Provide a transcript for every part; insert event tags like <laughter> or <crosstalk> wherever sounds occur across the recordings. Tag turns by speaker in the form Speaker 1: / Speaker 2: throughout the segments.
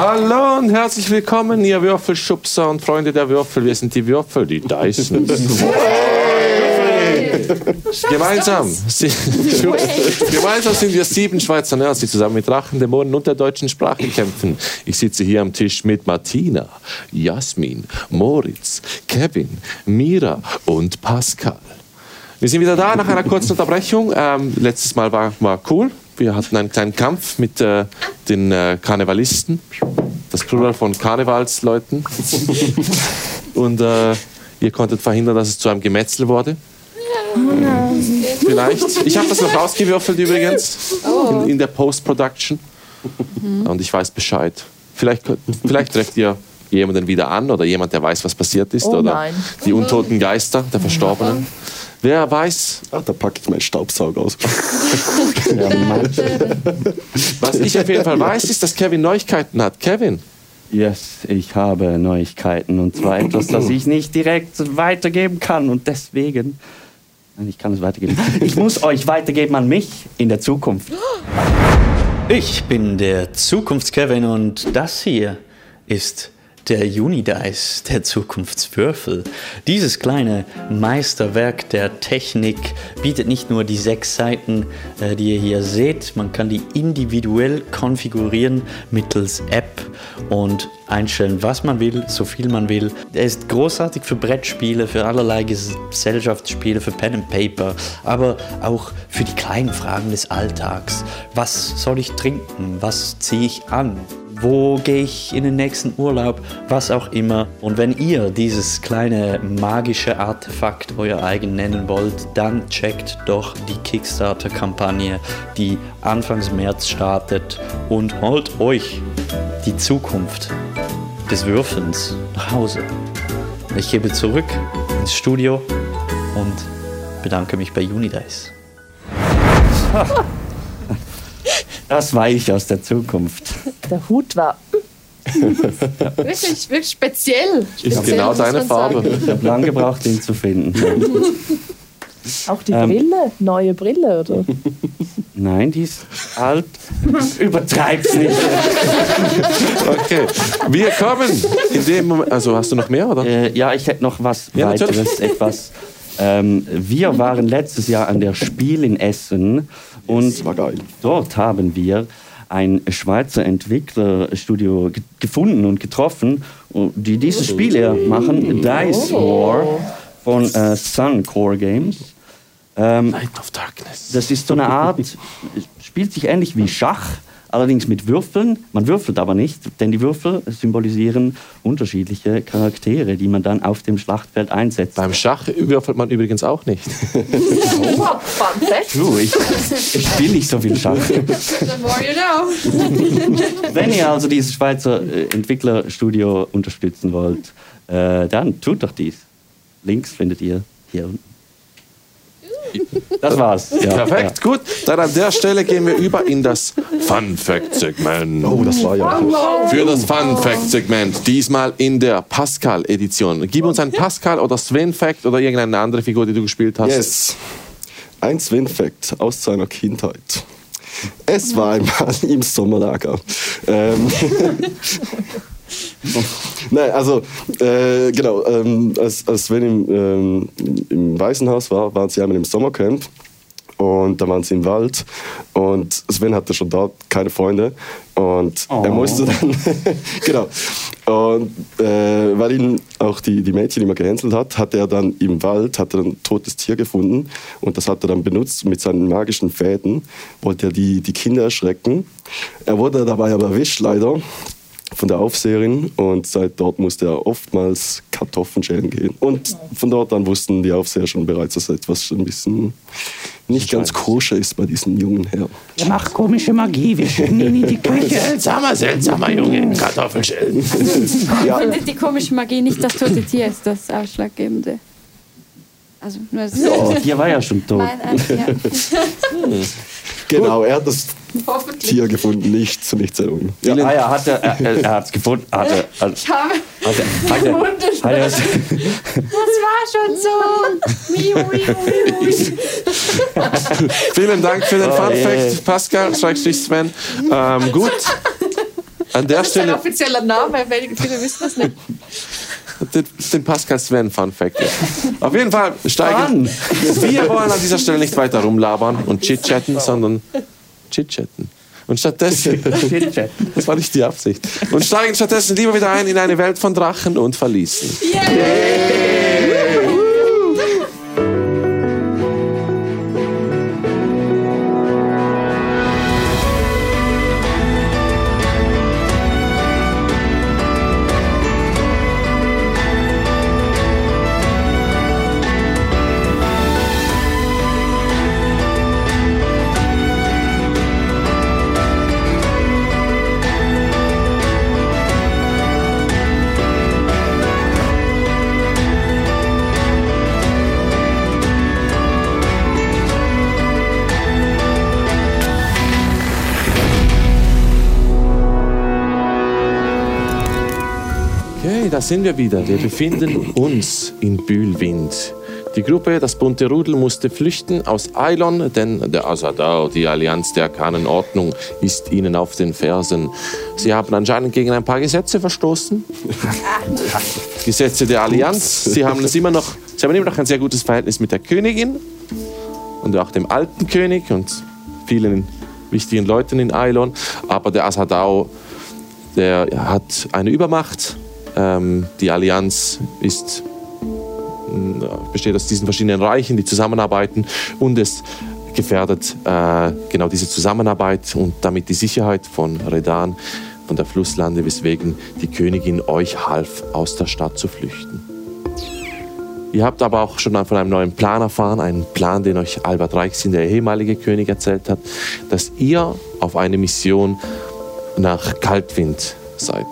Speaker 1: Hallo und herzlich willkommen, ihr Würfelschubser und Freunde der Würfel. Wir sind die Würfel, die Dysons. Gemeinsam, sind, gemeinsam sind wir sieben Schweizer Nerds, die zusammen mit Drachen, Dämonen und der deutschen Sprache kämpfen. Ich sitze hier am Tisch mit Martina, Jasmin, Moritz, Kevin, Mira und Pascal. Wir sind wieder da nach einer kurzen Unterbrechung. Ähm, letztes Mal war, war cool. Wir hatten einen kleinen Kampf mit äh, den äh, Karnevalisten, das Plural von Karnevalsleuten. Und äh, ihr konntet verhindern, dass es zu einem Gemetzel wurde. Vielleicht. Ich habe das noch rausgewürfelt übrigens in, in der Post-Production. Und ich weiß Bescheid. Vielleicht, könnt- vielleicht trefft ihr jemanden wieder an oder jemand, der weiß, was passiert ist.
Speaker 2: Oh
Speaker 1: oder
Speaker 2: nein.
Speaker 1: die untoten Geister der Verstorbenen. Wer weiß,
Speaker 3: Ach, da packe ich meinen Staubsauger aus. <laughs>
Speaker 1: was ich auf jeden Fall weiß, ist, dass Kevin Neuigkeiten hat. Kevin,
Speaker 4: Yes, ich habe Neuigkeiten und zwar etwas, das
Speaker 5: <clears throat>
Speaker 4: ich nicht direkt weitergeben kann und deswegen. Nein, ich kann es weitergeben. Ich muss euch weitergeben an mich in der Zukunft.
Speaker 5: Ich bin der Zukunfts-Kevin und das hier ist der Unidice, der Zukunftswürfel. Dieses kleine Meisterwerk der Technik bietet nicht nur die sechs Seiten, äh, die ihr hier seht, man kann die individuell konfigurieren mittels App und einstellen, was man will, so viel man will. Er ist großartig für Brettspiele, für allerlei Gesellschaftsspiele, für Pen and Paper, aber auch für die kleinen Fragen des Alltags. Was soll ich trinken? Was ziehe ich an? Wo gehe ich in den nächsten Urlaub? Was auch immer. Und wenn ihr dieses kleine magische Artefakt euer eigen nennen wollt, dann checkt doch die Kickstarter-Kampagne, die Anfangs März startet und holt euch die Zukunft des Würfelns nach Hause. Ich gebe zurück ins Studio und bedanke mich bei Unidice.
Speaker 4: Das war ich aus der Zukunft.
Speaker 1: <laughs>
Speaker 2: Der Hut war.
Speaker 6: Wirklich, wirklich speziell.
Speaker 1: ist
Speaker 6: speziell
Speaker 1: genau
Speaker 6: muss
Speaker 1: deine
Speaker 6: man sagen.
Speaker 1: Farbe.
Speaker 4: Ich habe lang gebraucht, ihn zu finden.
Speaker 6: <laughs>
Speaker 2: Auch die
Speaker 1: Ähm.
Speaker 2: Brille, neue Brille,
Speaker 1: <laughs>
Speaker 2: oder?
Speaker 4: Nein, die ist
Speaker 6: <laughs>
Speaker 4: alt. Übertreib's nicht.
Speaker 1: Okay, wir kommen in dem Moment. Also hast du noch mehr, oder?
Speaker 4: Äh, ja, ich hätte noch was
Speaker 1: Ja, natürlich.
Speaker 4: weiteres,
Speaker 1: <laughs>
Speaker 4: etwas. Ähm, wir waren letztes Jahr an der Spiel in Essen und
Speaker 3: war geil.
Speaker 4: dort haben wir ein Schweizer Entwicklerstudio ge- gefunden und getroffen, die
Speaker 1: Oh.
Speaker 4: dieses Spiel hier
Speaker 1: Hm.
Speaker 4: machen, Dice War von äh, Suncore Games. Ähm,
Speaker 1: Light of Darkness.
Speaker 4: das ist so eine Art, es spielt sich ähnlich wie Schach, allerdings mit Würfeln. Man würfelt aber nicht, denn die Würfel symbolisieren unterschiedliche Charaktere, die man dann auf dem Schlachtfeld einsetzt.
Speaker 1: Beim Schach würfelt man übrigens
Speaker 4: <laughs>
Speaker 1: auch nicht.
Speaker 6: <laughs>
Speaker 2: Oh, fun fact.
Speaker 4: Du, ich, ich spiele nicht so viel
Speaker 1: <laughs>
Speaker 4: Schach.
Speaker 6: The more you know.
Speaker 4: <laughs> Wenn ihr also dieses Schweizer äh, Entwicklerstudio unterstützen wollt, äh, dann tut doch dies. Links findet ihr hier unten. Das war's. Ja,
Speaker 1: Perfekt, gut. Dann an der Stelle gehen wir über in das Fun Fact Segment.
Speaker 3: Oh, das war ja.
Speaker 1: Für das Fun Fact Segment, diesmal in der Pascal Edition. Gib uns ein Pascal oder Sven Fact oder irgendeine andere Figur, die du gespielt hast.
Speaker 3: Yes. Ein Swin-Fact aus seiner Kindheit. Es war einmal <laughs> im Sommerlager. Ähm, <laughs>
Speaker 1: <laughs>
Speaker 3: Nein, also äh, genau, ähm, als, als Sven im, ähm, im Waisenhaus war, waren sie einmal im Sommercamp und da waren sie im Wald und Sven hatte schon dort keine Freunde und er musste
Speaker 4: Oh.
Speaker 3: dann,
Speaker 1: <laughs>
Speaker 3: genau, und äh, weil ihn auch die, die Mädchen immer gehänselt hat, hat er dann im Wald hat er ein totes Tier gefunden und das hat er dann benutzt mit seinen magischen Fäden, wollte er die, die Kinder erschrecken. Er wurde dabei aber erwischt leider von der Aufseherin und seit dort musste er oftmals Kartoffeln schälen gehen. Und von dort an wussten die Aufseher schon bereits, dass etwas ein bisschen nicht ganz koscher ist bei diesem jungen Herr.
Speaker 4: Ihr macht komische Magie, wir schicken ihn in die
Speaker 3: <laughs>
Speaker 4: Küche.
Speaker 1: Seltsamer, seltsamer Junge,
Speaker 7: <laughs>
Speaker 1: Kartoffelschellen.
Speaker 3: Ja,
Speaker 7: Findet die komische Magie nicht das tote Tier ist das Ausschlaggebende? Also, nur das
Speaker 4: Oh, hier war ja schon tot.
Speaker 7: Nein, nein,
Speaker 4: <laughs>
Speaker 7: ja.
Speaker 3: genau, er hat das Tier gefunden, nicht zu nichts erhoben.
Speaker 4: Ja,
Speaker 3: Ja,
Speaker 4: ah, ja, hat er, er, er hat's gefunden. Hat er, also, hat,
Speaker 7: Ich habe,
Speaker 4: hat er,
Speaker 7: <laughs>
Speaker 4: hat er, hat er,
Speaker 7: das war schon so. Miu, miu, miu.
Speaker 1: <laughs> Vielen Dank für den Fun
Speaker 4: ey.
Speaker 1: Fact, Pascal, Schrägstrich Sven. Ähm, gut. An der
Speaker 6: Das ist ein
Speaker 1: Stelle,
Speaker 6: offizieller Name, wenige viele wissen das nicht.
Speaker 1: den, den Pascal Sven Fun Fact. Auf jeden Fall steigen.
Speaker 4: Mann.
Speaker 1: Wir wollen an dieser Stelle nicht weiter rumlabern und chitchatten, sondern chitchatten. Und stattdessen,
Speaker 7: <laughs>
Speaker 1: das war nicht die Absicht, und steigen stattdessen lieber wieder ein in eine Welt von Drachen und Verließen.
Speaker 4: <laughs>
Speaker 1: Okay, da sind wir wieder. Wir befinden uns in Bühlwind. Die Gruppe, das bunte Rudel, musste flüchten aus Eilon, denn der Asadao, die Allianz der Arkanen Ordnung, ist ihnen auf den Fersen. Sie haben anscheinend gegen ein paar Gesetze verstoßen. Gesetze der Allianz. Sie haben, es immer noch, sie haben immer noch ein sehr gutes Verhältnis mit der Königin und auch dem alten König und vielen wichtigen Leuten in Eilon. Aber der Asadao der hat eine Übermacht. Ähm, die Allianz ist, mh, besteht aus diesen verschiedenen Reichen, die zusammenarbeiten und es gefährdet äh, genau diese Zusammenarbeit und damit die Sicherheit von Redan, von der Flusslande, weswegen die Königin euch half, aus der Stadt zu flüchten. Ihr habt aber auch schon von einem neuen Plan erfahren, einen Plan, den euch Albert Reichsin, der ehemalige König, erzählt hat, dass ihr auf eine Mission nach Kaltwind seid.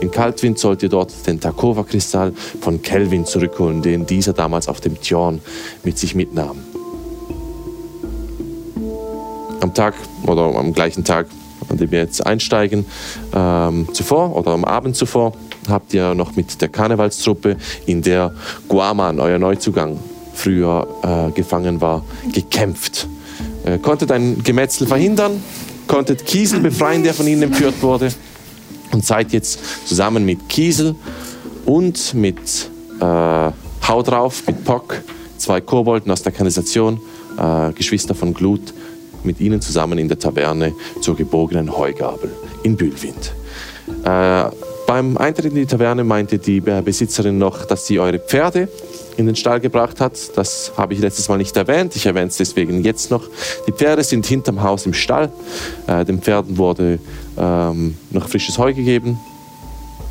Speaker 1: In Kaltwind sollt ihr dort den Takova-Kristall von Kelvin zurückholen, den dieser damals auf dem Tjorn mit sich mitnahm. Am Tag oder am gleichen Tag, an dem wir jetzt einsteigen, ähm, zuvor oder am Abend zuvor, habt ihr noch mit der Karnevalstruppe, in der Guaman, euer Neuzugang, früher äh, gefangen war, gekämpft. Äh, konntet ein Gemetzel verhindern, konntet Kiesel befreien, der von ihnen entführt wurde. Und seid jetzt zusammen mit Kiesel und mit äh, Hau drauf, mit Pock, zwei Kobolden aus der Kanalisation, äh, Geschwister von Glut, mit ihnen zusammen in der Taverne zur gebogenen Heugabel in Bühlwind. Äh, beim Eintritt in die Taverne meinte die äh, Besitzerin noch, dass sie eure Pferde in den Stall gebracht hat. Das habe ich letztes Mal nicht erwähnt. Ich erwähne es deswegen jetzt noch. Die Pferde sind hinterm Haus im Stall. Äh, den Pferden wurde ähm, noch frisches Heu gegeben.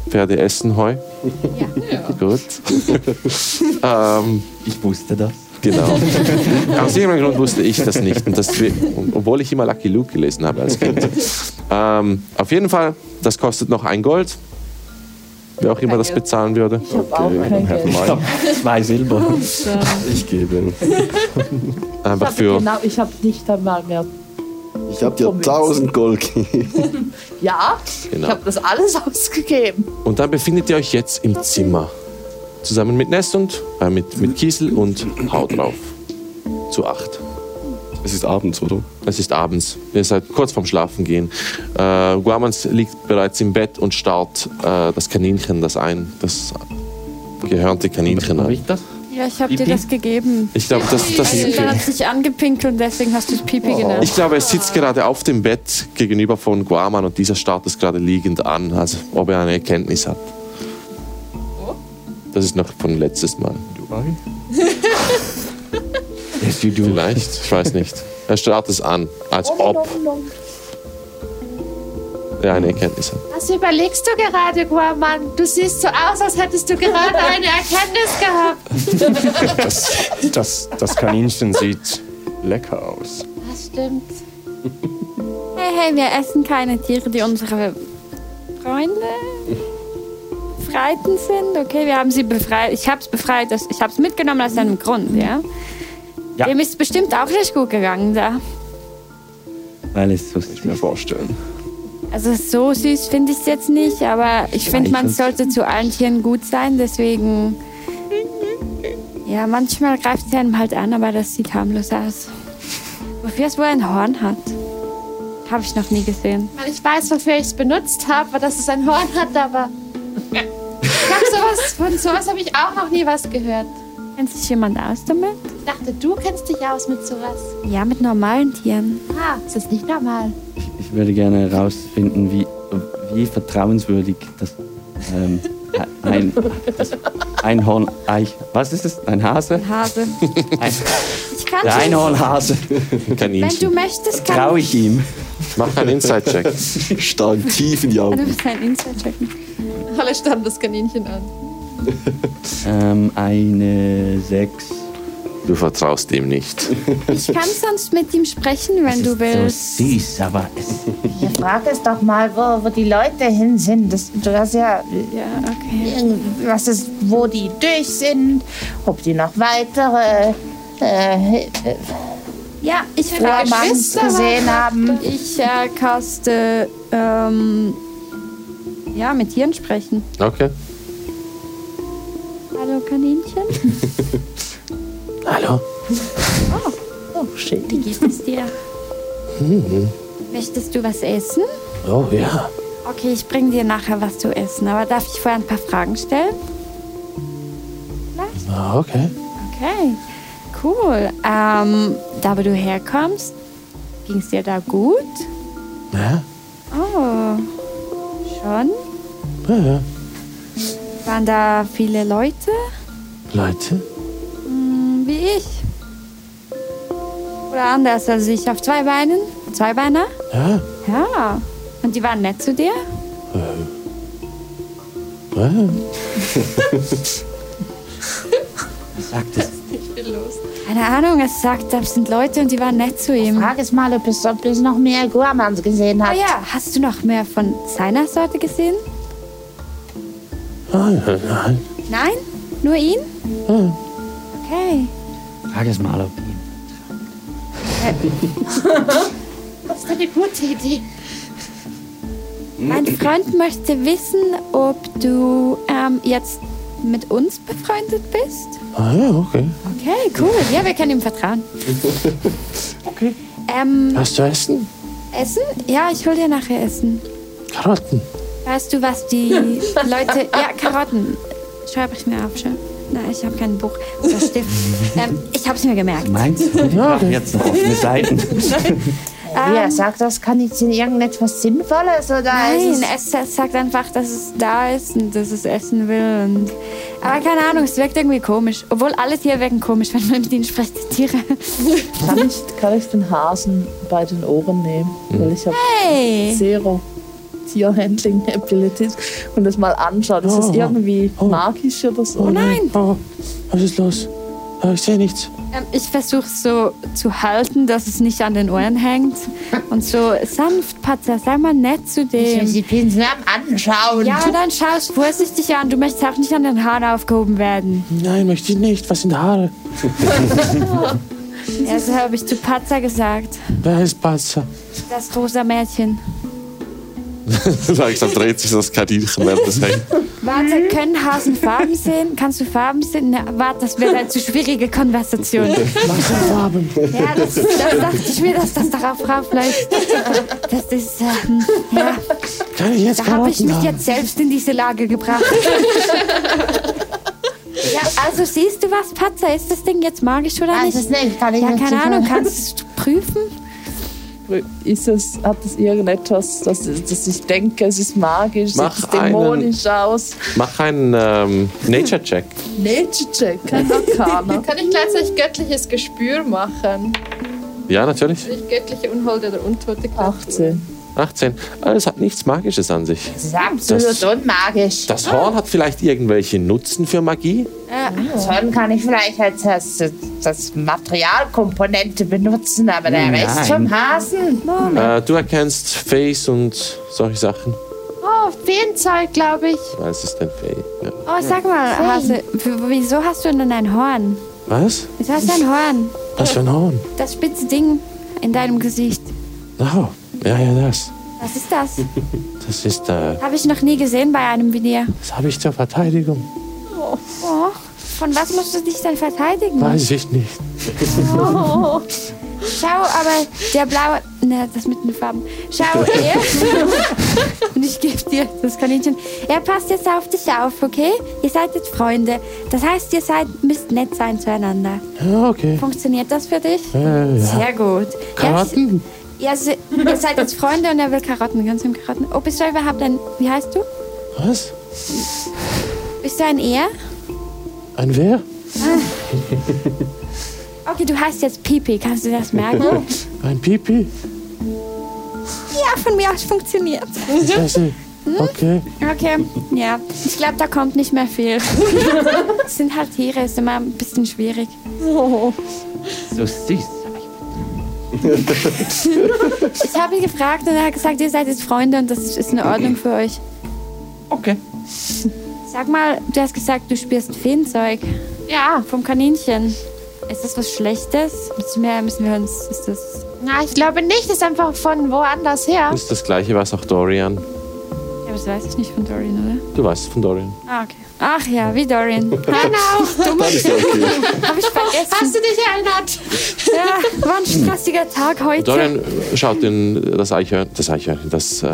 Speaker 1: Pferde essen Heu. Gut. <laughs> ähm,
Speaker 4: Ich wusste das.
Speaker 3: <laughs>
Speaker 1: Genau. Aus irgendeinem Grund wusste ich das nicht. Und das, obwohl ich immer Lucky Luke gelesen habe als Kind. Ähm, auf jeden Fall, das kostet noch ein Gold. Wer auch immer das bezahlen würde.
Speaker 2: Ich habe auch kein Geld.
Speaker 4: Ich hab zwei Silber.
Speaker 2: <laughs>
Speaker 3: Ich gebe.
Speaker 1: Einfach
Speaker 2: äh, Ich
Speaker 1: für.
Speaker 2: habe genau, ich habe nicht einmal mehr.
Speaker 3: Ich habe dir 1000 Gold gegeben.
Speaker 2: Ja,
Speaker 1: Genau.
Speaker 2: ich habe das alles <laughs> ausgegeben.
Speaker 1: Und dann befindet ihr euch jetzt im Zimmer. Zusammen mit Nest und äh, mit, mit Kiesel und Haut drauf. Zu acht.
Speaker 3: Es ist abends, oder?
Speaker 1: Es ist abends. Ihr seid kurz vorm Schlafengehen. Äh, Guamans liegt bereits im Bett und starrt äh, das Kaninchen, das ein, das gehörnte Kaninchen
Speaker 4: Hab
Speaker 1: an.
Speaker 4: ich das?
Speaker 7: Ja, ich habe dir
Speaker 4: Pipi?
Speaker 7: das gegeben.
Speaker 1: Ich glaube, das, das
Speaker 7: Also, dann hat sich angepinkelt und deswegen hast du es Pipi
Speaker 8: genau?
Speaker 7: genannt.
Speaker 1: Oh. ich glaube, er sitzt gerade auf dem Bett gegenüber von Guaman und dieser starrt es gerade liegend an, also ob er eine Erkenntnis hat.
Speaker 8: Oh.
Speaker 1: Das ist noch von letztes Mal. Vielleicht, ich weiß nicht. Er starrt es an, als
Speaker 8: Oh,
Speaker 1: ob er eine Erkenntnis hat. <laughs>
Speaker 6: Was überlegst du gerade, Guaman? Du siehst so aus, als hättest du gerade eine Erkenntnis gehabt.
Speaker 9: Das, das, das Kaninchen sieht lecker aus.
Speaker 6: Das stimmt.
Speaker 7: Hey, hey, wir essen keine Tiere, die unsere Freunde Befreiten sind. Okay, wir haben sie befreit. Ich hab's befreit. aus- Ich hab's mitgenommen aus einem Grund, ja?
Speaker 4: Ja.
Speaker 7: Dem ist bestimmt auch nicht gut gegangen da.
Speaker 4: Weil es so süß
Speaker 9: Ich mir vorstellen.
Speaker 7: Also so süß finde ich es jetzt nicht, aber ich finde, man sollte zu allen Tieren gut sein, deswegen... Ja, manchmal greift sie einem halt an, aber das sieht harmlos aus. Wofür es wohl ein Horn hat. Habe ich noch nie gesehen.
Speaker 6: Ich meine, Ich weiß, wofür ich es benutzt habe, weil dass es ein Horn hat, aber. Ich hab sowas, von sowas habe ich auch noch nie was gehört.
Speaker 7: Kennt sich jemand aus damit?
Speaker 6: Ich dachte, du kennst dich aus mit sowas.
Speaker 7: Ja, mit normalen Tieren.
Speaker 6: Ah, das ist nicht normal.
Speaker 4: Ich würde gerne herausfinden, wie, wie vertrauenswürdig das ähm, ein, das Einhorn, Eich, was ist es? Ein Hase?
Speaker 7: Hase.
Speaker 4: Ein,
Speaker 7: Also, Ich kann
Speaker 4: der
Speaker 7: schon.
Speaker 4: Einhornhase.
Speaker 7: Wenn du
Speaker 1: Kaninchen.
Speaker 7: möchtest, kann
Speaker 4: Traue ich ihm.
Speaker 1: Mach einen Inside-Check.
Speaker 3: Stark tief in die
Speaker 4: Oh.
Speaker 7: Du
Speaker 3: Augen.
Speaker 7: bist ein Insider-Checken.
Speaker 6: Alle starren das Kaninchen an.
Speaker 4: Ähm, eine 6.
Speaker 1: Du vertraust ihm nicht.
Speaker 7: Ich kann sonst mit ihm sprechen, wenn du willst.
Speaker 4: So süß, aber es
Speaker 8: Ja, frag es doch mal, wo, wo die Leute hin sind. Das, du hast ja,
Speaker 7: Ja, okay.
Speaker 8: was ist, wo die durch sind, ob die noch weitere äh, äh,
Speaker 7: Ja, ich frage
Speaker 8: Flammen gesehen haben.
Speaker 7: Ich äh, caste, ähm, ja, mit Tieren sprechen.
Speaker 1: Okay.
Speaker 7: Hallo Kaninchen. <laughs>
Speaker 1: Hallo.
Speaker 8: Oh, shit.
Speaker 7: Ah, Wie geht es dir? Möchtest du was essen?
Speaker 1: Mhm. Oh ja.
Speaker 7: Okay, ich bring dir nachher was zu essen, aber darf ich vorher ein paar Fragen stellen?
Speaker 1: Ah, okay.
Speaker 7: Okay, cool. Ähm, da, wo du herkommst, ging es dir da gut?
Speaker 1: Ja.
Speaker 7: Oh, schon?
Speaker 1: Ja, ja.
Speaker 7: Waren da viele Leute?
Speaker 1: Leute.
Speaker 7: Hm, Wie ich. Oder anders, also ich auf zwei Beinen. Zwei Beine?
Speaker 1: Ja.
Speaker 7: Ja. Und die waren nett zu dir?
Speaker 1: Äh.
Speaker 4: <laughs>
Speaker 1: ja.
Speaker 4: sagt es.
Speaker 7: Keine Ahnung, es sagt, da sind Leute und die waren nett zu ihm.
Speaker 8: Frag es mal, ob es, ob es noch mehr Guamans gesehen
Speaker 7: Ah
Speaker 8: hat.
Speaker 7: ja, hast du noch mehr von seiner Sorte gesehen?
Speaker 1: Ah,
Speaker 7: Nein, nein. Nein? Nur ihn?
Speaker 8: Hm. <laughs>
Speaker 7: Okay.
Speaker 4: Frag es mal, ob ihm.
Speaker 6: Das ist eine gute Idee.
Speaker 7: Mein Freund möchte wissen, ob du ähm, jetzt mit uns befreundet bist.
Speaker 1: Ah, ja, okay.
Speaker 7: Okay, cool. Ja, wir können ihm vertrauen. Okay. Ähm,
Speaker 1: Hast du Essen?
Speaker 7: Essen? Ja, ich hol dir nachher Essen.
Speaker 1: Karotten.
Speaker 7: Weißt du, was
Speaker 8: <laughs>
Speaker 7: die Leute. Ja, Karotten. Schreibe ich mir auf, schön. Nein, ich habe kein Buch
Speaker 1: <laughs>
Speaker 7: oder Stift. ähm, ich habe es mir gemerkt.
Speaker 4: Meinst du? Ja, jetzt noch offene Seiten.
Speaker 8: Ja,
Speaker 7: Ähm,
Speaker 8: sag das, kann ich in irgendetwas Sinnvolles oder ist
Speaker 7: Nein,
Speaker 8: es
Speaker 7: es, es sagt einfach, dass es da ist und dass es essen will. Und, aber keine Ahnung, es wirkt irgendwie komisch. Obwohl alle Tiere wirken komisch, wenn man mit ihnen spricht, die
Speaker 8: <laughs>
Speaker 7: Tiere.
Speaker 2: Kann ich, kann ich den Hasen bei den Ohren nehmen?
Speaker 1: Mhm.
Speaker 2: Weil ich habe
Speaker 7: Hey!
Speaker 2: Zero Tierhandling Abilities und das mal anschauen. Das ist irgendwie magisch oder so.
Speaker 7: Oh nein!
Speaker 1: Oh, was ist los? Ah, Ich sehe nichts.
Speaker 7: Ähm, ich versuche so zu halten, dass es nicht an den Ohren hängt. Und so sanft, Patzer, sei mal nett zu
Speaker 8: Ich will
Speaker 7: dem.
Speaker 8: die Pinsel am Anschauen.
Speaker 7: Ja, aber dann schau es vorsichtig an. Du möchtest auch nicht an den Haaren aufgehoben werden.
Speaker 1: Nein, möchte ich nicht. Was
Speaker 7: <laughs>
Speaker 1: sind Haare?
Speaker 7: Also habe ich zu Patzer gesagt.
Speaker 1: Wer ist Patzer?
Speaker 7: Das rosa Mädchen.
Speaker 1: Langsam dreht sich das Kaninchen, während es hängt.
Speaker 7: Warte, können Hasen Farben sehen? Kannst du Farben sehen? Na, warte, das wäre eine zu schwierige
Speaker 1: <laughs>
Speaker 7: Konversation.
Speaker 1: Was sind Farben?
Speaker 7: Ja, das, das dachte ich mir, dass das darauf raufläuft. Das ist, ähm, ja,
Speaker 1: Kann ich jetzt
Speaker 7: da habe ich
Speaker 1: Karotten
Speaker 7: mich
Speaker 1: haben?
Speaker 7: jetzt selbst in diese Lage
Speaker 8: <laughs>
Speaker 7: gebracht. Ja, also siehst du was, Patzer? Ist das Ding jetzt magisch oder
Speaker 8: Weiß es
Speaker 7: nicht?
Speaker 8: nicht, kann ich
Speaker 7: Ja,
Speaker 8: nicht
Speaker 7: keine
Speaker 8: sagen.
Speaker 7: Ahnung,
Speaker 8: <laughs>
Speaker 7: kannst du es prüfen?
Speaker 2: Ist es, hat es irgendetwas, dass, dass ich denke, es ist magisch,
Speaker 1: Mach
Speaker 2: sieht es dämonisch aus?
Speaker 1: Mach einen ähm, Nature-Check.
Speaker 2: Nature Check, kein
Speaker 6: <laughs>
Speaker 2: Arcana.
Speaker 6: Kann ich gleichzeitig göttliches Gespür machen?
Speaker 1: Ja, natürlich.
Speaker 6: Nicht göttliche Unholde oder Untote.
Speaker 2: 18.
Speaker 1: 18. Ah, Es hat nichts Magisches an sich.
Speaker 8: Das ist absolut
Speaker 1: Das-
Speaker 8: unmagisch.
Speaker 1: Das Horn hat vielleicht irgendwelche Nutzen für Magie.
Speaker 8: Ah. Das Horn kann ich vielleicht als das, das Materialkomponente benutzen, aber der Rest vom Hasen.
Speaker 1: Äh, du erkennst Face und solche Sachen.
Speaker 6: Oh, Feenzeug, glaube ich.
Speaker 1: Was ist denn Face? Ja.
Speaker 7: Oh, sag mal, Hase, w- wieso hast du denn ein Horn?
Speaker 1: Was?
Speaker 7: Wieso hast du ein Horn?
Speaker 1: Was für ein Horn?
Speaker 7: Das spitze Ding in deinem Gesicht.
Speaker 1: Oh, ja, ja, das.
Speaker 7: Was ist das?
Speaker 1: Das ist, äh,
Speaker 7: Habe ich noch nie gesehen bei einem wie dir.
Speaker 1: das habe ich zur Verteidigung.
Speaker 7: Oh, von was musst du dich denn verteidigen?
Speaker 1: Weiß ich nicht.
Speaker 7: Schau, aber der blaue. Na, das mit den Farben.
Speaker 1: <laughs>
Speaker 7: Schau, er. Und ich gebe dir das Kaninchen. Er passt jetzt auf dich auf, okay? Ihr seid jetzt Freunde. Das heißt, ihr seid, müsst nett sein zueinander.
Speaker 1: Ja, Ah, okay.
Speaker 7: Funktioniert das für dich?
Speaker 1: Äh, ja.
Speaker 7: Sehr gut.
Speaker 1: Karotten?
Speaker 7: Ja, s- ihr seid jetzt Freunde und er will Karotten. Kannst du ihm Karotten? Oh, bist du überhaupt ein. Wie heißt du?
Speaker 1: Was?
Speaker 7: Bist du ein Er?
Speaker 1: Ein wer?
Speaker 8: Ah.
Speaker 7: Okay, du heißt jetzt Pipi. Kannst du das merken?
Speaker 1: <laughs> Ein Pipi?
Speaker 7: ja, von mir aus funktioniert.
Speaker 1: Ich weiß nicht.
Speaker 8: Hm?
Speaker 1: Okay.
Speaker 7: Okay, ja. Ich glaube, da kommt nicht mehr <laughs> viel. Es sind halt Tiere, ist immer ein bisschen schwierig. Oh.
Speaker 4: So süß.
Speaker 7: Ich habe ihn gefragt und er hat gesagt, ihr seid jetzt Freunde und das ist ist in Ordnung für euch.
Speaker 4: Okay.
Speaker 7: Sag mal, du hast gesagt, du spürst Feenzeug. Ja. Vom Kaninchen. Ist das was Schlechtes? Müssen wir, müssen wir uns. Ist das.
Speaker 6: Na, ich glaube nicht, das ist einfach von woanders her.
Speaker 1: Das ist das gleiche, was auch Dorian.
Speaker 7: Ja, das weiß ich nicht von Dorian,
Speaker 1: Du weißt es von Dorian.
Speaker 7: oder? Ah, okay. Ach ja, wie Dorian.
Speaker 6: Genau.
Speaker 3: Dann ist ja okay.
Speaker 7: <laughs> Habe ich vergessen.
Speaker 6: Hast du dich erinnert?
Speaker 7: Ja, war ein stressiger Tag heute.
Speaker 1: Dorian äh, schaut den, das Eichhörnchen, das, Eichhörnchen, das äh,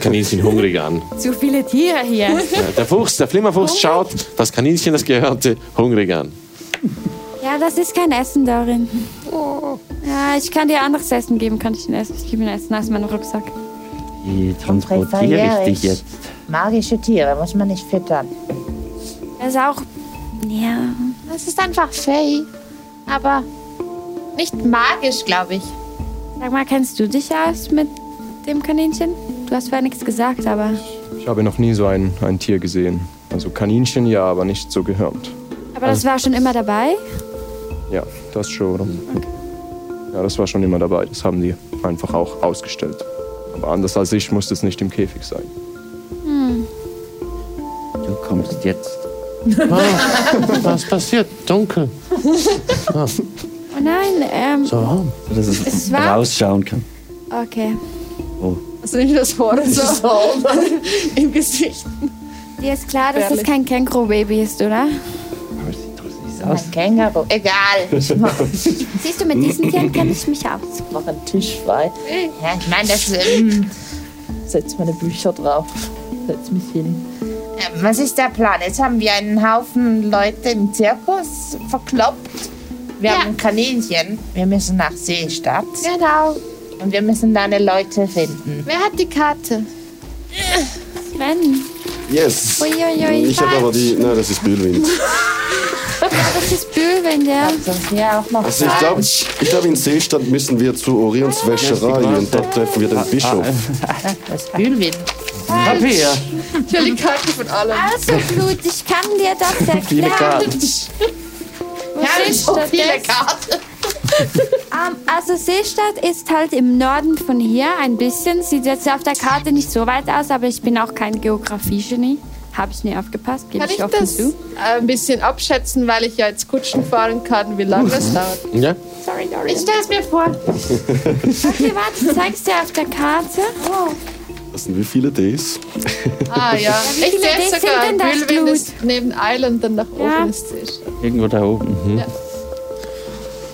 Speaker 1: Kaninchen hungrig an.
Speaker 7: Zu viele Tiere
Speaker 6: <laughs>
Speaker 7: hier.
Speaker 1: Ja, Der Fuchs, der Flimmerfuchs schaut das Kaninchen, das gehörte, hungrig an.
Speaker 7: Ja, das ist kein Essen, Dorian.
Speaker 6: Oh.
Speaker 7: Ja, ich kann dir anderes Essen geben. Kann ich dir Essen? Ich gebe dir Essen aus meinem Rucksack.
Speaker 4: Wie transportiere Äh, ich dich jetzt?
Speaker 8: Magische Tiere muss man nicht füttern.
Speaker 7: Das ist auch. Ja.
Speaker 6: Das ist einfach Fey. Aber nicht magisch, glaube ich.
Speaker 7: Sag mal, kennst du dich aus mit dem Kaninchen? Du hast zwar nichts gesagt, aber.
Speaker 9: Ich habe noch nie so ein, ein Tier gesehen. Also Kaninchen ja, aber nicht so gehörnt.
Speaker 7: Aber das war schon
Speaker 2: <laughs>
Speaker 7: immer dabei.
Speaker 9: Ja, das schon. Ja, das war schon immer dabei. Das haben die einfach auch ausgestellt. Aber anders als ich musste es nicht im Käfig sein.
Speaker 4: Hm. Du kommst jetzt.
Speaker 1: Ah, Was passiert? Dunkel.
Speaker 7: Oh nein, ähm.
Speaker 1: So warm.
Speaker 4: So, dass es,
Speaker 7: Es war-
Speaker 4: rausschauen kann.
Speaker 7: Okay.
Speaker 1: Oh.
Speaker 2: Also nicht das
Speaker 7: <laughs>
Speaker 2: vorne, sondern <laughs> im Gesicht.
Speaker 7: Dir ist klar, dass das
Speaker 2: Gefährlich.
Speaker 7: kein Känguru-Baby ist, oder?
Speaker 4: Aber es sieht trotzdem nicht aus.
Speaker 8: Ein Känguru. Egal. Ich mach,
Speaker 2: <laughs>
Speaker 7: Siehst du, mit diesen Tieren kenne ich mich aus.
Speaker 8: ich mach einen Tisch frei. Ja, ich meine, das. Ähm,
Speaker 2: Setz meine Bücher drauf. Setz mich hin.
Speaker 8: äh, was ist der Plan? Jetzt haben wir einen Haufen Leute im Zirkus verkloppt. Wir haben ein Kaninchen. Wir müssen nach Seestadt.
Speaker 6: Genau.
Speaker 8: Und wir müssen deine Leute finden.
Speaker 6: Wer hat die Karte?
Speaker 7: Sven.
Speaker 3: Yes!
Speaker 7: Uiuiui.
Speaker 3: Ich habe aber die. Nein, das ist Bühlwind.
Speaker 7: Das ist Böwen, ja.
Speaker 8: Sonst ja auch noch.
Speaker 3: Also ich glaube, ich glaub, in Seestadt müssen wir zur Orions Wäscherei und dort treffen
Speaker 4: Ah,
Speaker 3: wir den Bischof.
Speaker 8: Das Bühlwind.
Speaker 4: Papier!
Speaker 2: Ich will die Karte von allem.
Speaker 7: Also, Blut, ich kann dir
Speaker 4: <laughs>
Speaker 7: das
Speaker 4: Viele
Speaker 7: erklären.
Speaker 4: Karten.
Speaker 8: Ja, ich so viele
Speaker 7: <laughs>
Speaker 2: <laughs>
Speaker 7: Ähm, also Seestadt ist halt im Norden von hier ein bisschen. Sieht jetzt auf der Karte nicht so weit aus, aber ich bin auch kein Geografie-Genie. Habe ich nie aufgepasst, gebe
Speaker 2: Kann
Speaker 7: ich
Speaker 2: ich
Speaker 7: offen
Speaker 2: das äh,
Speaker 7: zu.
Speaker 2: ein bisschen abschätzen, weil ich ja jetzt Kutschen fahren kann, wie lange das dauert?
Speaker 1: Ja?
Speaker 7: Sorry,
Speaker 6: Ich
Speaker 7: Dorian.
Speaker 6: stelle es mir vor.
Speaker 7: Okay, warte, zeig's dir auf der Karte.
Speaker 3: Das sind wie viele Ds?
Speaker 2: Oh. Ah ja,
Speaker 7: wie
Speaker 2: ich
Speaker 7: viele Days
Speaker 2: sehe
Speaker 7: sind
Speaker 2: sogar
Speaker 7: denn das
Speaker 2: Bühlwind
Speaker 7: Blut?
Speaker 2: ist neben Island dann nach oben
Speaker 7: Ja.
Speaker 2: ist es.
Speaker 4: Irgendwo da oben. Mhm.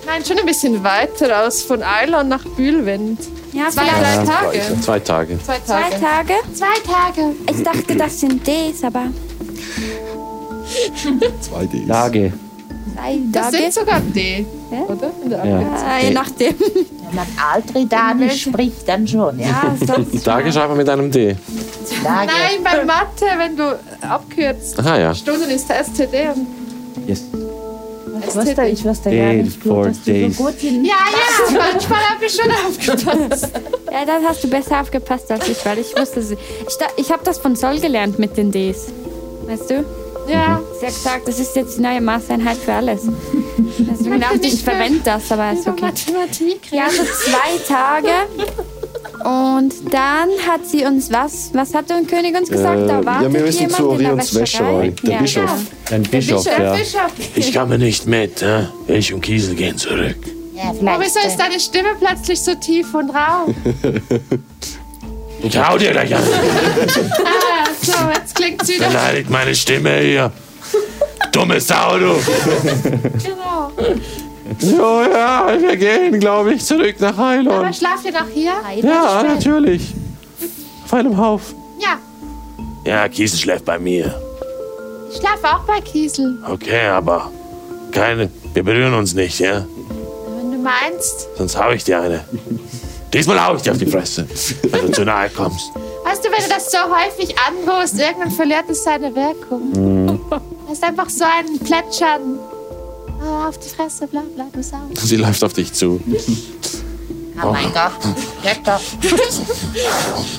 Speaker 2: Nein, schon ein bisschen weiter aus von Island nach Bühlwind.
Speaker 7: Ja,
Speaker 2: Zwei,
Speaker 7: vielleicht
Speaker 2: drei Tage.
Speaker 1: Zwei Tage.
Speaker 2: Zwei
Speaker 7: zwei
Speaker 2: Tage.
Speaker 7: Tage.
Speaker 6: Zwei Tage.
Speaker 7: Ich dachte, das sind
Speaker 2: <laughs>
Speaker 7: Days, aber
Speaker 3: Zwei Ds.
Speaker 4: Lage.
Speaker 7: zwei
Speaker 2: Das
Speaker 7: Tage.
Speaker 2: sind sogar D, oder? In der
Speaker 4: Ja.
Speaker 7: Äh, je nachdem.
Speaker 8: Wenn man Altridanisch spricht, dann schon, ja.
Speaker 7: Ja, sonst.
Speaker 1: Tage schreibt man mit einem D.
Speaker 8: Da geht's.
Speaker 2: Nein, bei Mathe, wenn du abkürzt,
Speaker 1: Aha, ja.
Speaker 2: Stunden ist der STD und
Speaker 4: Yes.
Speaker 8: Ich wusste, ich wusste gar
Speaker 4: Day
Speaker 8: nicht gut,
Speaker 4: for
Speaker 8: dass du
Speaker 4: days.
Speaker 1: <laughs>
Speaker 8: so gut hin.
Speaker 6: Ja, ja. <laughs> Manchmal habe ich schon aufgepasst.
Speaker 7: <laughs> Ja, dann hast du besser aufgepasst als ich, weil ich wusste sie. Ich, da- ich habe das von Sol gelernt mit den Ds. Weißt du?
Speaker 6: Ja.
Speaker 7: Sie hat gesagt, das ist jetzt die neue Maßeinheit für alles. Also genau, ich verwende das, aber ist okay.
Speaker 6: Mathematik.
Speaker 7: Ja, so zwei Tage. Und dann hat sie uns was, was hat der König uns gesagt? da
Speaker 3: Äh,
Speaker 7: wartet
Speaker 3: ja, wir müssen
Speaker 7: jemand
Speaker 3: zu
Speaker 7: in der
Speaker 3: Orions Wäscherei. Der
Speaker 7: Ja.
Speaker 3: Bischof.
Speaker 4: Ein Bischof,
Speaker 6: Der
Speaker 4: ja.
Speaker 6: Bischof.
Speaker 1: Ich komme nicht mit. hä? Ich und Kiesel
Speaker 3: <laughs>
Speaker 1: gehen zurück.
Speaker 2: Oh,
Speaker 8: Ja,
Speaker 6: Aber wieso ist
Speaker 8: vielleicht.
Speaker 6: deine Stimme plötzlich so tief und rau?
Speaker 7: <laughs>
Speaker 1: Ich hau dir gleich an.
Speaker 6: Ah, so, jetzt klingt sie wieder.
Speaker 1: Beleidigt meine Stimme hier. Dumme Sau, du.
Speaker 6: Genau.
Speaker 1: Ja, ja, wir gehen, glaube ich, zurück nach
Speaker 6: Aber
Speaker 1: Heilon.
Speaker 6: schlaft ihr noch hier?
Speaker 1: Genau. Ja, natürlich. Auf einem
Speaker 8: <laughs>
Speaker 1: Hauf.
Speaker 6: Ja,
Speaker 1: Ja, Kiesel schläft bei mir.
Speaker 6: ich schlafe auch bei Kiesel.
Speaker 1: Okay, aber keine. Wir berühren uns nicht, ja?
Speaker 6: Wenn du meinst.
Speaker 1: Sonst habe ich dir eine. Diesmal hau ich dir auf die Fresse, wenn du zu nahe kommst.
Speaker 6: Weißt du, wenn du das so häufig anrufst, irgendwann verliert es seine Wirkung.
Speaker 7: Mhm.
Speaker 6: Du hast einfach so einen Plätschern. Ah, auf die Fresse, bla bla, du Sau.
Speaker 1: Sie läuft auf dich zu.
Speaker 8: Oh mein Gott. Leck doch.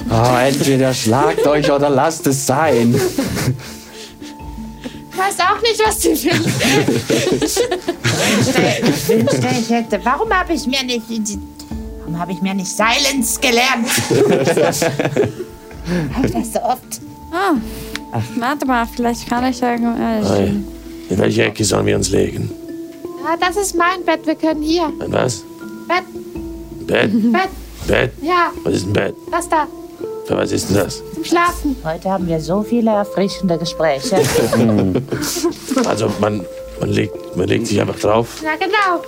Speaker 4: Oh, entweder schlagt euch oder lasst es sein.
Speaker 6: Ich weiß auch nicht, was sie will.
Speaker 8: Ich wünschte, ich hätte. Warum habe ich mir nicht. in die- Warum habe ich mir nicht Silence gelernt? Hab ich das so oft?
Speaker 7: Ah, warte mal, vielleicht kann ich sagen. Äh,
Speaker 1: Hey, in welche Ecke sollen wir uns legen?
Speaker 6: Ah, das ist mein Bett, wir können hier.
Speaker 1: Ein was?
Speaker 6: Bett,
Speaker 1: Bett?
Speaker 6: Bett,
Speaker 1: Bett?
Speaker 6: ja,
Speaker 1: Was ist ein Bett?
Speaker 6: das da,
Speaker 1: Für was ist denn das?
Speaker 6: zum Schlafen.
Speaker 8: Heute haben wir so viele erfrischende Gespräche.
Speaker 6: <laughs> Hm.
Speaker 1: Also, man, man, legt, man legt sich einfach drauf.
Speaker 6: Na genau,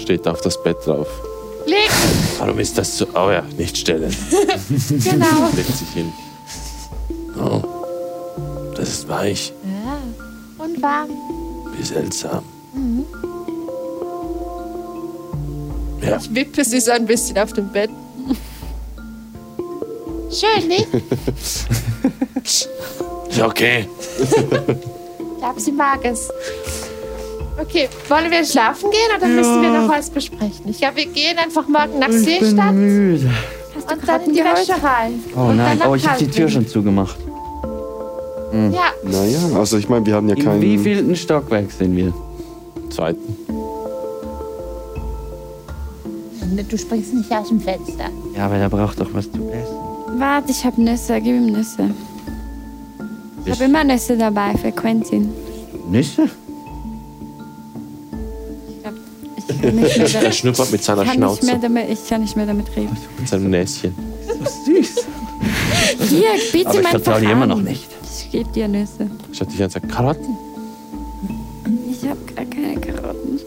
Speaker 1: Steht auf das Bett drauf.
Speaker 6: leg,
Speaker 1: Warum ist das so? Oh ja, nicht stellen.
Speaker 6: <laughs> genau.
Speaker 1: Legt sich hin. Oh, das ist weich.
Speaker 6: Ja. Und
Speaker 1: <laughs>
Speaker 6: warm.
Speaker 1: Wie seltsam.
Speaker 7: Mhm.
Speaker 2: Wippe sie so ein bisschen auf dem Bett.
Speaker 6: Schön, nicht?
Speaker 1: Ist okay.
Speaker 6: Ich glaube, sie mag es. Okay, wollen wir schlafen gehen oder müssen wir noch was besprechen? Ich glaube, wir gehen einfach morgen nach Seestadt
Speaker 4: Müde.
Speaker 6: und dann in die
Speaker 7: geheult?
Speaker 6: Wäscherei.
Speaker 4: Oh
Speaker 6: und
Speaker 4: nein,
Speaker 6: dann
Speaker 4: oh, ich habe die Tür schon zugemacht. Hm.
Speaker 6: Ja,
Speaker 3: Naja, also ich meine, wir haben ja
Speaker 4: In wie
Speaker 3: keinen.
Speaker 4: vielten Stockwerk sind wir?
Speaker 1: Zweiten.
Speaker 8: Du springst nicht aus dem Fenster.
Speaker 4: Ja, aber der braucht doch was zu essen.
Speaker 7: warte, ich habe Nüsse. Gib ihm Nüsse. Ich habe immer Nüsse dabei für Quentin.
Speaker 4: Nüsse?
Speaker 7: Ich kann nicht mehr,
Speaker 1: Er
Speaker 7: da
Speaker 1: schnuppert mit seiner
Speaker 7: ich kann nicht mehr,
Speaker 1: Schnauze,
Speaker 7: damit, ich kann nicht mehr damit reden.
Speaker 1: mit seinem Näschen.
Speaker 4: Süß.
Speaker 7: Hier, biete
Speaker 4: Aber
Speaker 7: ihm
Speaker 4: ich
Speaker 7: einfach
Speaker 4: vertraue dir
Speaker 7: an.
Speaker 4: immer noch nicht.
Speaker 7: Ich gebe dir Nüsse.
Speaker 1: Schaut dich an und sagt, Karotten?
Speaker 7: Ich habe gar keine Karotten.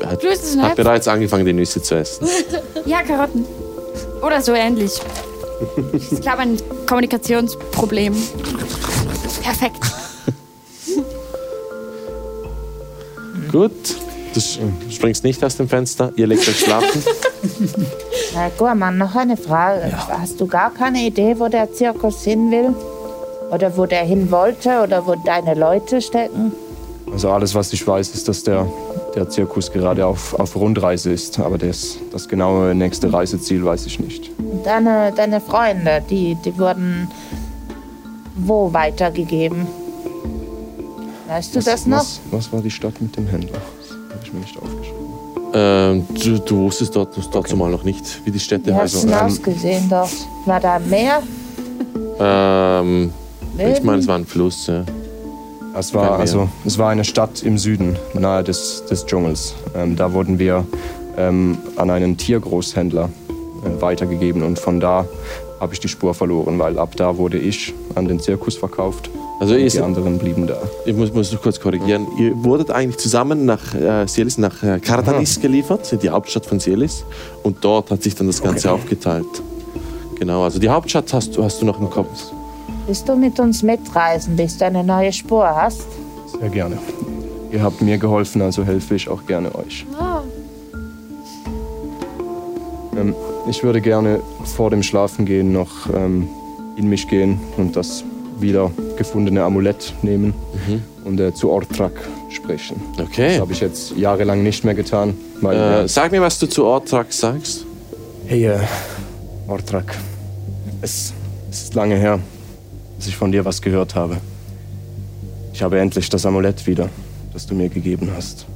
Speaker 1: Er hat,
Speaker 7: Du isst es
Speaker 1: hat
Speaker 7: nicht?
Speaker 1: bereits angefangen, die Nüsse zu essen.
Speaker 7: <laughs> Ja, Karotten. Oder so ähnlich. Ich glaube, ein Kommunikationsproblem. Perfekt. Mhm.
Speaker 1: Gut. Du sch- springst nicht aus dem Fenster. Ihr legt euch
Speaker 7: <laughs>
Speaker 1: schlafen.
Speaker 8: Herr Gurmann, noch eine Frage. Hast du gar keine Idee, wo der Zirkus hin will? Oder wo der hin wollte? Oder wo deine Leute stecken?
Speaker 9: Also alles, was ich weiß, ist, dass der, der Zirkus gerade auf, auf Rundreise ist. Aber das, das genaue nächste Reiseziel weiß ich nicht.
Speaker 8: Und deine, deine Freunde, die, die wurden wo weitergegeben? Weißt du das noch?
Speaker 9: Was, was war die Stadt mit dem Händler? Das habe ich mir nicht aufgeschrieben.
Speaker 1: ähm, du, du wusstest dort, dazu mal noch nicht, wie die Städte
Speaker 8: Du hast
Speaker 1: heißen.
Speaker 8: hinausgesehen doch. War da mehr?
Speaker 1: Ähm, ich
Speaker 8: Wilden?
Speaker 1: meine, es war ein Fluss. Ja.
Speaker 9: Es
Speaker 1: Kein
Speaker 9: war,
Speaker 1: Meer.
Speaker 9: also, es war eine Stadt im Süden, nahe des, des Dschungels. Ähm, da wurden wir ähm, an einen Tiergroßhändler äh, weitergegeben und von da habe ich die Spur verloren, weil ab da wurde ich an den Zirkus verkauft.
Speaker 1: Also
Speaker 9: und
Speaker 1: ist-
Speaker 9: die anderen blieben da.
Speaker 1: Ich muss, muss noch kurz korrigieren. Ihr wurdet eigentlich zusammen nach äh, Sielis, nach äh, Kardanis geliefert, in die Hauptstadt von Sielis. Und dort hat sich dann das Ganze aufgeteilt. Genau, also die Hauptstadt hast, du- hast du noch im Kopf.
Speaker 8: Willst du mit uns mitreisen, bis du eine neue Spur hast?
Speaker 9: Sehr gerne. Ihr habt mir geholfen, also helfe ich auch gerne euch.
Speaker 8: Oh.
Speaker 1: <laughs>
Speaker 9: Ähm, ich würde gerne vor dem Schlafengehen noch ähm, in mich gehen und das wieder gefundene Amulett nehmen und äh, zu Ortrak sprechen. Das
Speaker 1: Mhm. Okay.
Speaker 9: habe ich jetzt jahrelang nicht mehr getan, weil.
Speaker 1: Äh,
Speaker 9: äh,
Speaker 1: sag mir, was du zu Ortrax sagst.
Speaker 9: Hey, äh, Ortrak. Es, es ist lange her, dass ich von dir was gehört habe. Ich habe endlich das Amulett wieder, das du mir gegeben hast.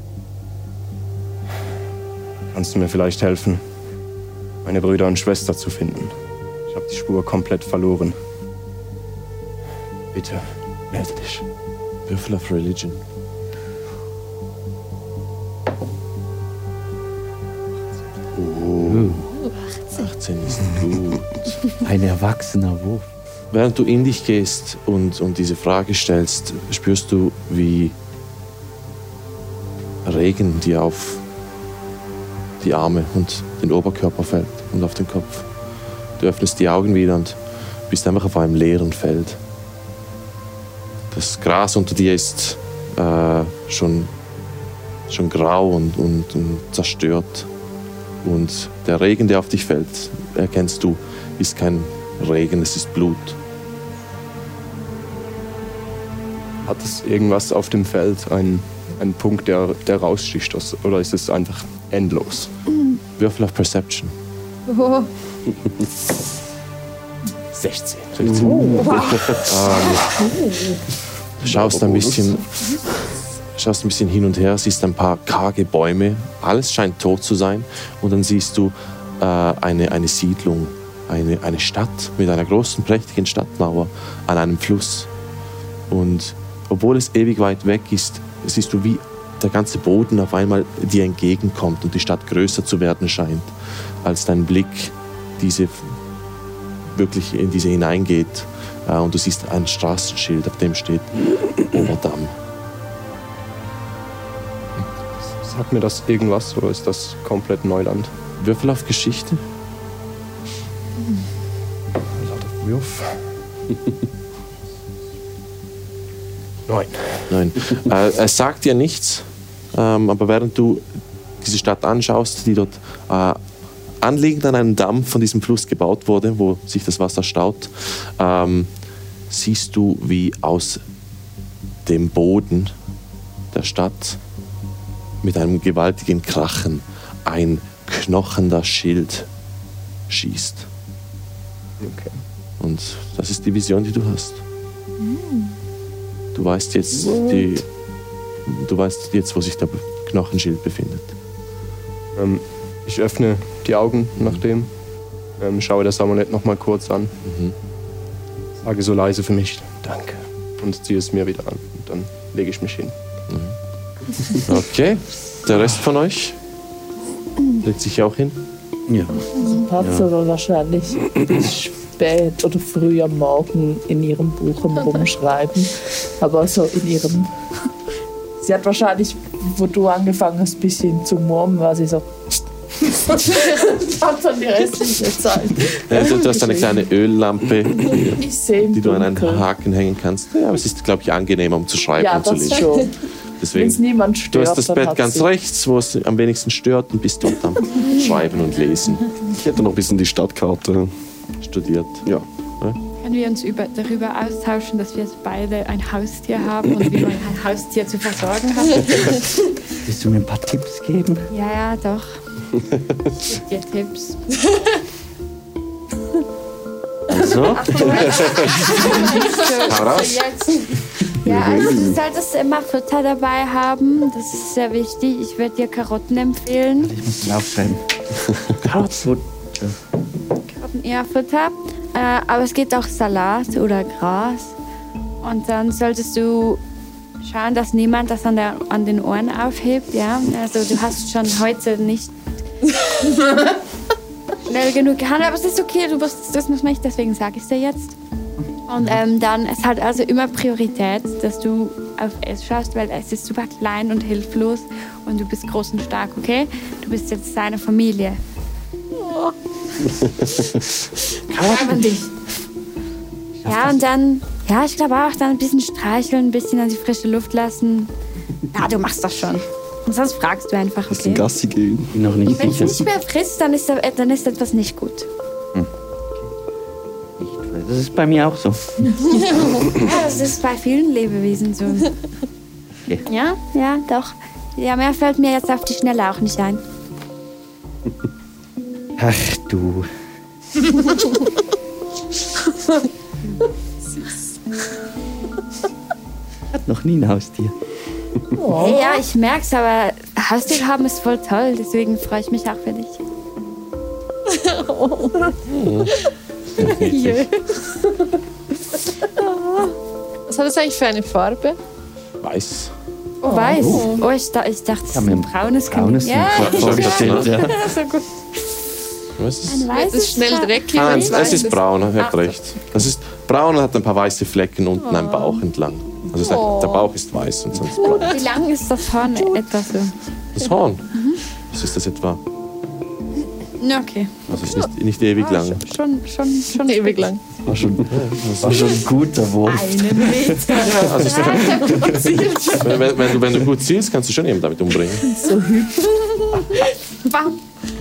Speaker 9: Kannst du mir vielleicht helfen, meine Brüder und Schwester zu finden? Ich habe die Spur komplett verloren. Bitte, melde dich.
Speaker 1: Würfel of Religion. Oh. 18 ist gut.
Speaker 4: Ein erwachsener Wurf.
Speaker 1: Während du in dich gehst und, und diese Frage stellst, spürst du, wie Regen dir auf die Arme und den Oberkörper fällt und auf den Kopf. Du öffnest die Augen wieder und bist einfach auf einem leeren Feld. Das Gras unter dir ist äh, schon, schon grau und, und, und zerstört. Und der Regen, der auf dich fällt, erkennst du, ist kein Regen, es ist Blut.
Speaker 9: Hat es irgendwas auf dem Feld, einen, einen Punkt, der, der raussticht? aus- Oder ist es einfach endlos?
Speaker 1: Würfel auf Perception.
Speaker 2: Oh,
Speaker 1: 16. Ah, Du schaust ein bisschen, schaust ein bisschen hin und her, siehst ein paar karge Bäume, alles scheint tot zu sein und dann siehst du äh, eine, eine Siedlung, eine, eine Stadt mit einer großen, prächtigen Stadtmauer an einem Fluss. Und obwohl es ewig weit weg ist, siehst du, wie der ganze Boden auf einmal dir entgegenkommt und die Stadt größer zu werden scheint, als dein Blick diese wirklich in diese hineingeht. Äh, und du siehst ein Straßenschild, auf dem steht Oberdamm.
Speaker 9: <laughs> Sagt mir das irgendwas oder ist das komplett Neuland?
Speaker 1: Würfel auf Geschichte?
Speaker 9: Wirf. Nein.
Speaker 1: Nein. äh, es sagt dir nichts, ähm, aber während du diese Stadt anschaust, die dort äh, anliegend an einem Damm von diesem Fluss gebaut wurde, wo sich das Wasser staut, ähm, siehst du, wie aus dem Boden der Stadt mit einem gewaltigen Krachen ein knochender Schild schießt.
Speaker 9: Okay.
Speaker 1: Und das ist die Vision, die du hast. Du weißt jetzt, die, du weißt jetzt, wo sich der Knochenschild befindet.
Speaker 9: Ähm, ich öffne die Augen
Speaker 1: Mhm.
Speaker 9: nach dem, ähm, schaue das Amulett nochmal kurz an,
Speaker 1: Mhm.
Speaker 9: sage so leise für mich Danke und ziehe es mir wieder an. Und dann lege ich mich hin.
Speaker 1: Mhm.
Speaker 9: <laughs>
Speaker 1: Okay, der Rest von euch legt sich auch hin.
Speaker 4: Ja.
Speaker 2: Patze war wahrscheinlich spät oder früh am Morgen in ihrem Buch am rumschreiben. Aber so in ihrem. Sie hat wahrscheinlich, wo du angefangen hast, ein bisschen zu murmeln, war sie so. <laughs> Hat dann die restliche Zeit.
Speaker 1: Also, du hast eine kleine Öllampe,
Speaker 2: Ich sehe im
Speaker 1: die du an einen
Speaker 2: Dunkeln.
Speaker 1: Haken hängen kannst. Ja, aber es ist, glaube ich, angenehmer, um zu schreiben
Speaker 2: Ja,
Speaker 1: und zu
Speaker 2: das
Speaker 1: lesen.
Speaker 2: schon. Wenn es
Speaker 1: Deswegen,
Speaker 2: niemand
Speaker 1: du
Speaker 2: stört,
Speaker 1: hast das
Speaker 2: dann
Speaker 1: Bett
Speaker 2: hat
Speaker 1: ganz
Speaker 2: sie-
Speaker 1: rechts, wo es am wenigsten stört, und bist dort am Schreiben und Lesen
Speaker 3: Ich hätte noch ein bisschen die Stadtkarte.
Speaker 1: studiert.
Speaker 3: Ja.
Speaker 10: Können wir uns über, darüber austauschen, dass wir jetzt beide ein Haustier haben und wie man ein Haustier zu versorgen hat?
Speaker 7: <laughs>
Speaker 4: Willst du mir ein paar Tipps geben?
Speaker 10: Ja, ja, doch. Ich geb dir Tipps. <laughs>
Speaker 2: <laughs>
Speaker 4: Also,
Speaker 1: Hau raus!
Speaker 7: Ja, also du solltest immer Futter dabei haben. Das ist sehr wichtig. Ich würde dir Karotten empfehlen.
Speaker 4: ich muss aufschreiben.
Speaker 7: Karotten eher Futter. Äh, aber es gibt auch Salat oder Gras. Und dann solltest du schauen, dass niemand das an, der, an den Ohren aufhebt. Ja, also du hast schon heute nicht schnell genug gehandelt, aber es ist okay. Du musst, das muss man nicht. Deswegen sage ich es dir jetzt. Und ähm, dann, es hat also immer Priorität, dass du auf es schaust, weil es ist super klein und hilflos und du bist groß und stark, okay? Du bist jetzt seine Familie. Haben dich. Ja, und dann, ja, ich glaube auch, dann ein bisschen streicheln, ein bisschen an die frische Luft lassen. Ja, du machst das schon. Und sonst fragst du einfach,
Speaker 3: Bisschen
Speaker 7: okay?
Speaker 3: Gassi gehen.
Speaker 4: Bin noch nicht
Speaker 7: Wenn es
Speaker 4: sicher.
Speaker 7: nicht mehr frisst, dann ist, da- äh, dann ist etwas nicht <laughs> gut.
Speaker 4: Das ist bei mir auch so.
Speaker 7: Ja, das ist bei vielen Lebewesen so.
Speaker 4: Okay.
Speaker 7: Ja, ja, doch. Ja, mehr fällt mir jetzt auf die Schnelle auch nicht <laughs> ein.
Speaker 4: Ach du. Hat noch nie ein Haustier.
Speaker 6: Oh.
Speaker 7: Hey, ja, ich merk's, aber Haustier haben ist voll toll, deswegen freue ich mich auch für
Speaker 6: <laughs>
Speaker 7: dich.
Speaker 6: Was hat das eigentlich für eine Farbe?
Speaker 1: Weiß.
Speaker 7: Weiß. Oh, ich, da, ich dachte, es ist
Speaker 4: Haben wir
Speaker 7: ein braunes Kaninchen.
Speaker 4: Braunes
Speaker 7: Ja,
Speaker 4: vor- vorgestellt, ja.
Speaker 1: Was ist
Speaker 7: weiß
Speaker 6: Es ist schnell dreckig.
Speaker 1: Ah,
Speaker 6: und
Speaker 1: es, es
Speaker 6: weiß.
Speaker 7: Oh.
Speaker 1: ist braun, er hat recht. Das ist braun und hat ein paar weiße Flecken unten am Bauch entlang. Also es ist einfach- der Bauch ist weiß und sonst blau.
Speaker 7: Wie lang ist das Horn etwa so? Mhm.
Speaker 1: Das Horn. Was ist das etwa?
Speaker 10: Ja, okay.
Speaker 1: Also es ist nicht, nicht
Speaker 7: Ah,
Speaker 1: ewig lang.
Speaker 10: Schon, schon, schon ewig lang.
Speaker 4: War schon, war schon ein guter Wurf.
Speaker 10: Einen Meter.
Speaker 1: Also es ist, wenn, wenn, wenn, du, wenn du gut zielst, kannst du schon jemanden damit umbringen.
Speaker 10: Bam.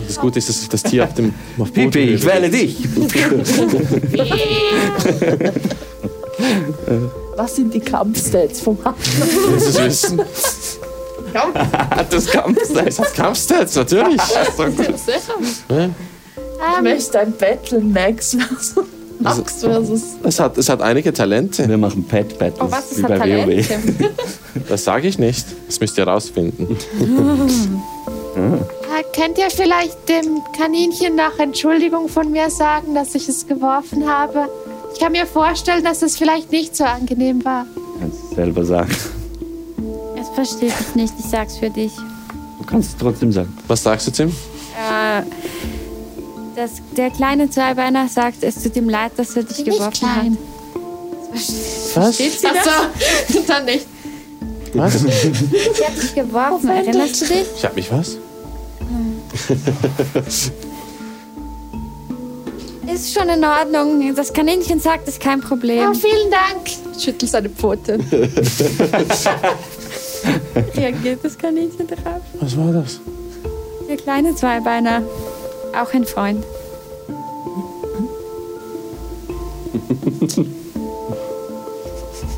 Speaker 1: Das Gute ist, dass sich das Tier auf dem auf Boden
Speaker 4: Pipi, ich
Speaker 1: bewegt.
Speaker 4: wähle dich.
Speaker 2: Was sind die Kampfstats vom Hafen?
Speaker 1: Willst du
Speaker 2: <laughs>
Speaker 1: es wissen? Hat <laughs> das Kampfstats? Hat Kampfstats,
Speaker 2: <laughs>
Speaker 1: natürlich. Ähm.
Speaker 2: Ich möchte ein Battle Max versus
Speaker 1: Also,
Speaker 2: Max versus.
Speaker 1: Es hat, es hat einige Talente.
Speaker 4: Wir machen Pet Battles
Speaker 7: Oh, was
Speaker 4: wie
Speaker 7: ist
Speaker 4: bei
Speaker 7: das
Speaker 4: WoW.
Speaker 7: Talent?
Speaker 1: Das sage ich nicht. Das müsst ihr rausfinden.
Speaker 4: Ah.
Speaker 6: Äh, Könnt ihr vielleicht dem Kaninchen nach Entschuldigung von mir sagen, dass ich es geworfen habe? Ich kann mir vorstellen, dass es vielleicht nicht so angenehm war.
Speaker 4: Kannst du selber sagen.
Speaker 7: Es versteht dich nicht, ich sag's für dich.
Speaker 4: Du kannst es trotzdem sagen.
Speaker 1: Was sagst du, Tim?
Speaker 7: Äh, das, der kleine Zweibeiner sagt, es tut ihm leid, dass er dich geworfen hat.
Speaker 1: Was?
Speaker 10: Achso,
Speaker 7: <laughs>
Speaker 10: dann nicht.
Speaker 1: Was?
Speaker 7: Er hat dich geworfen, erinnerst du dich?
Speaker 1: Ich hab mich was? <laughs>
Speaker 7: Ist schon in Ordnung. Das Kaninchen sagt, ist kein
Speaker 6: Ja,
Speaker 7: Problem.
Speaker 6: Ah, vielen Dank.
Speaker 10: Schüttel seine Pfote.
Speaker 7: <laughs> Reagiert das Kaninchen darauf?
Speaker 1: Was war das?
Speaker 7: Der kleine Zweibeiner. Auch ein Freund.
Speaker 6: <laughs>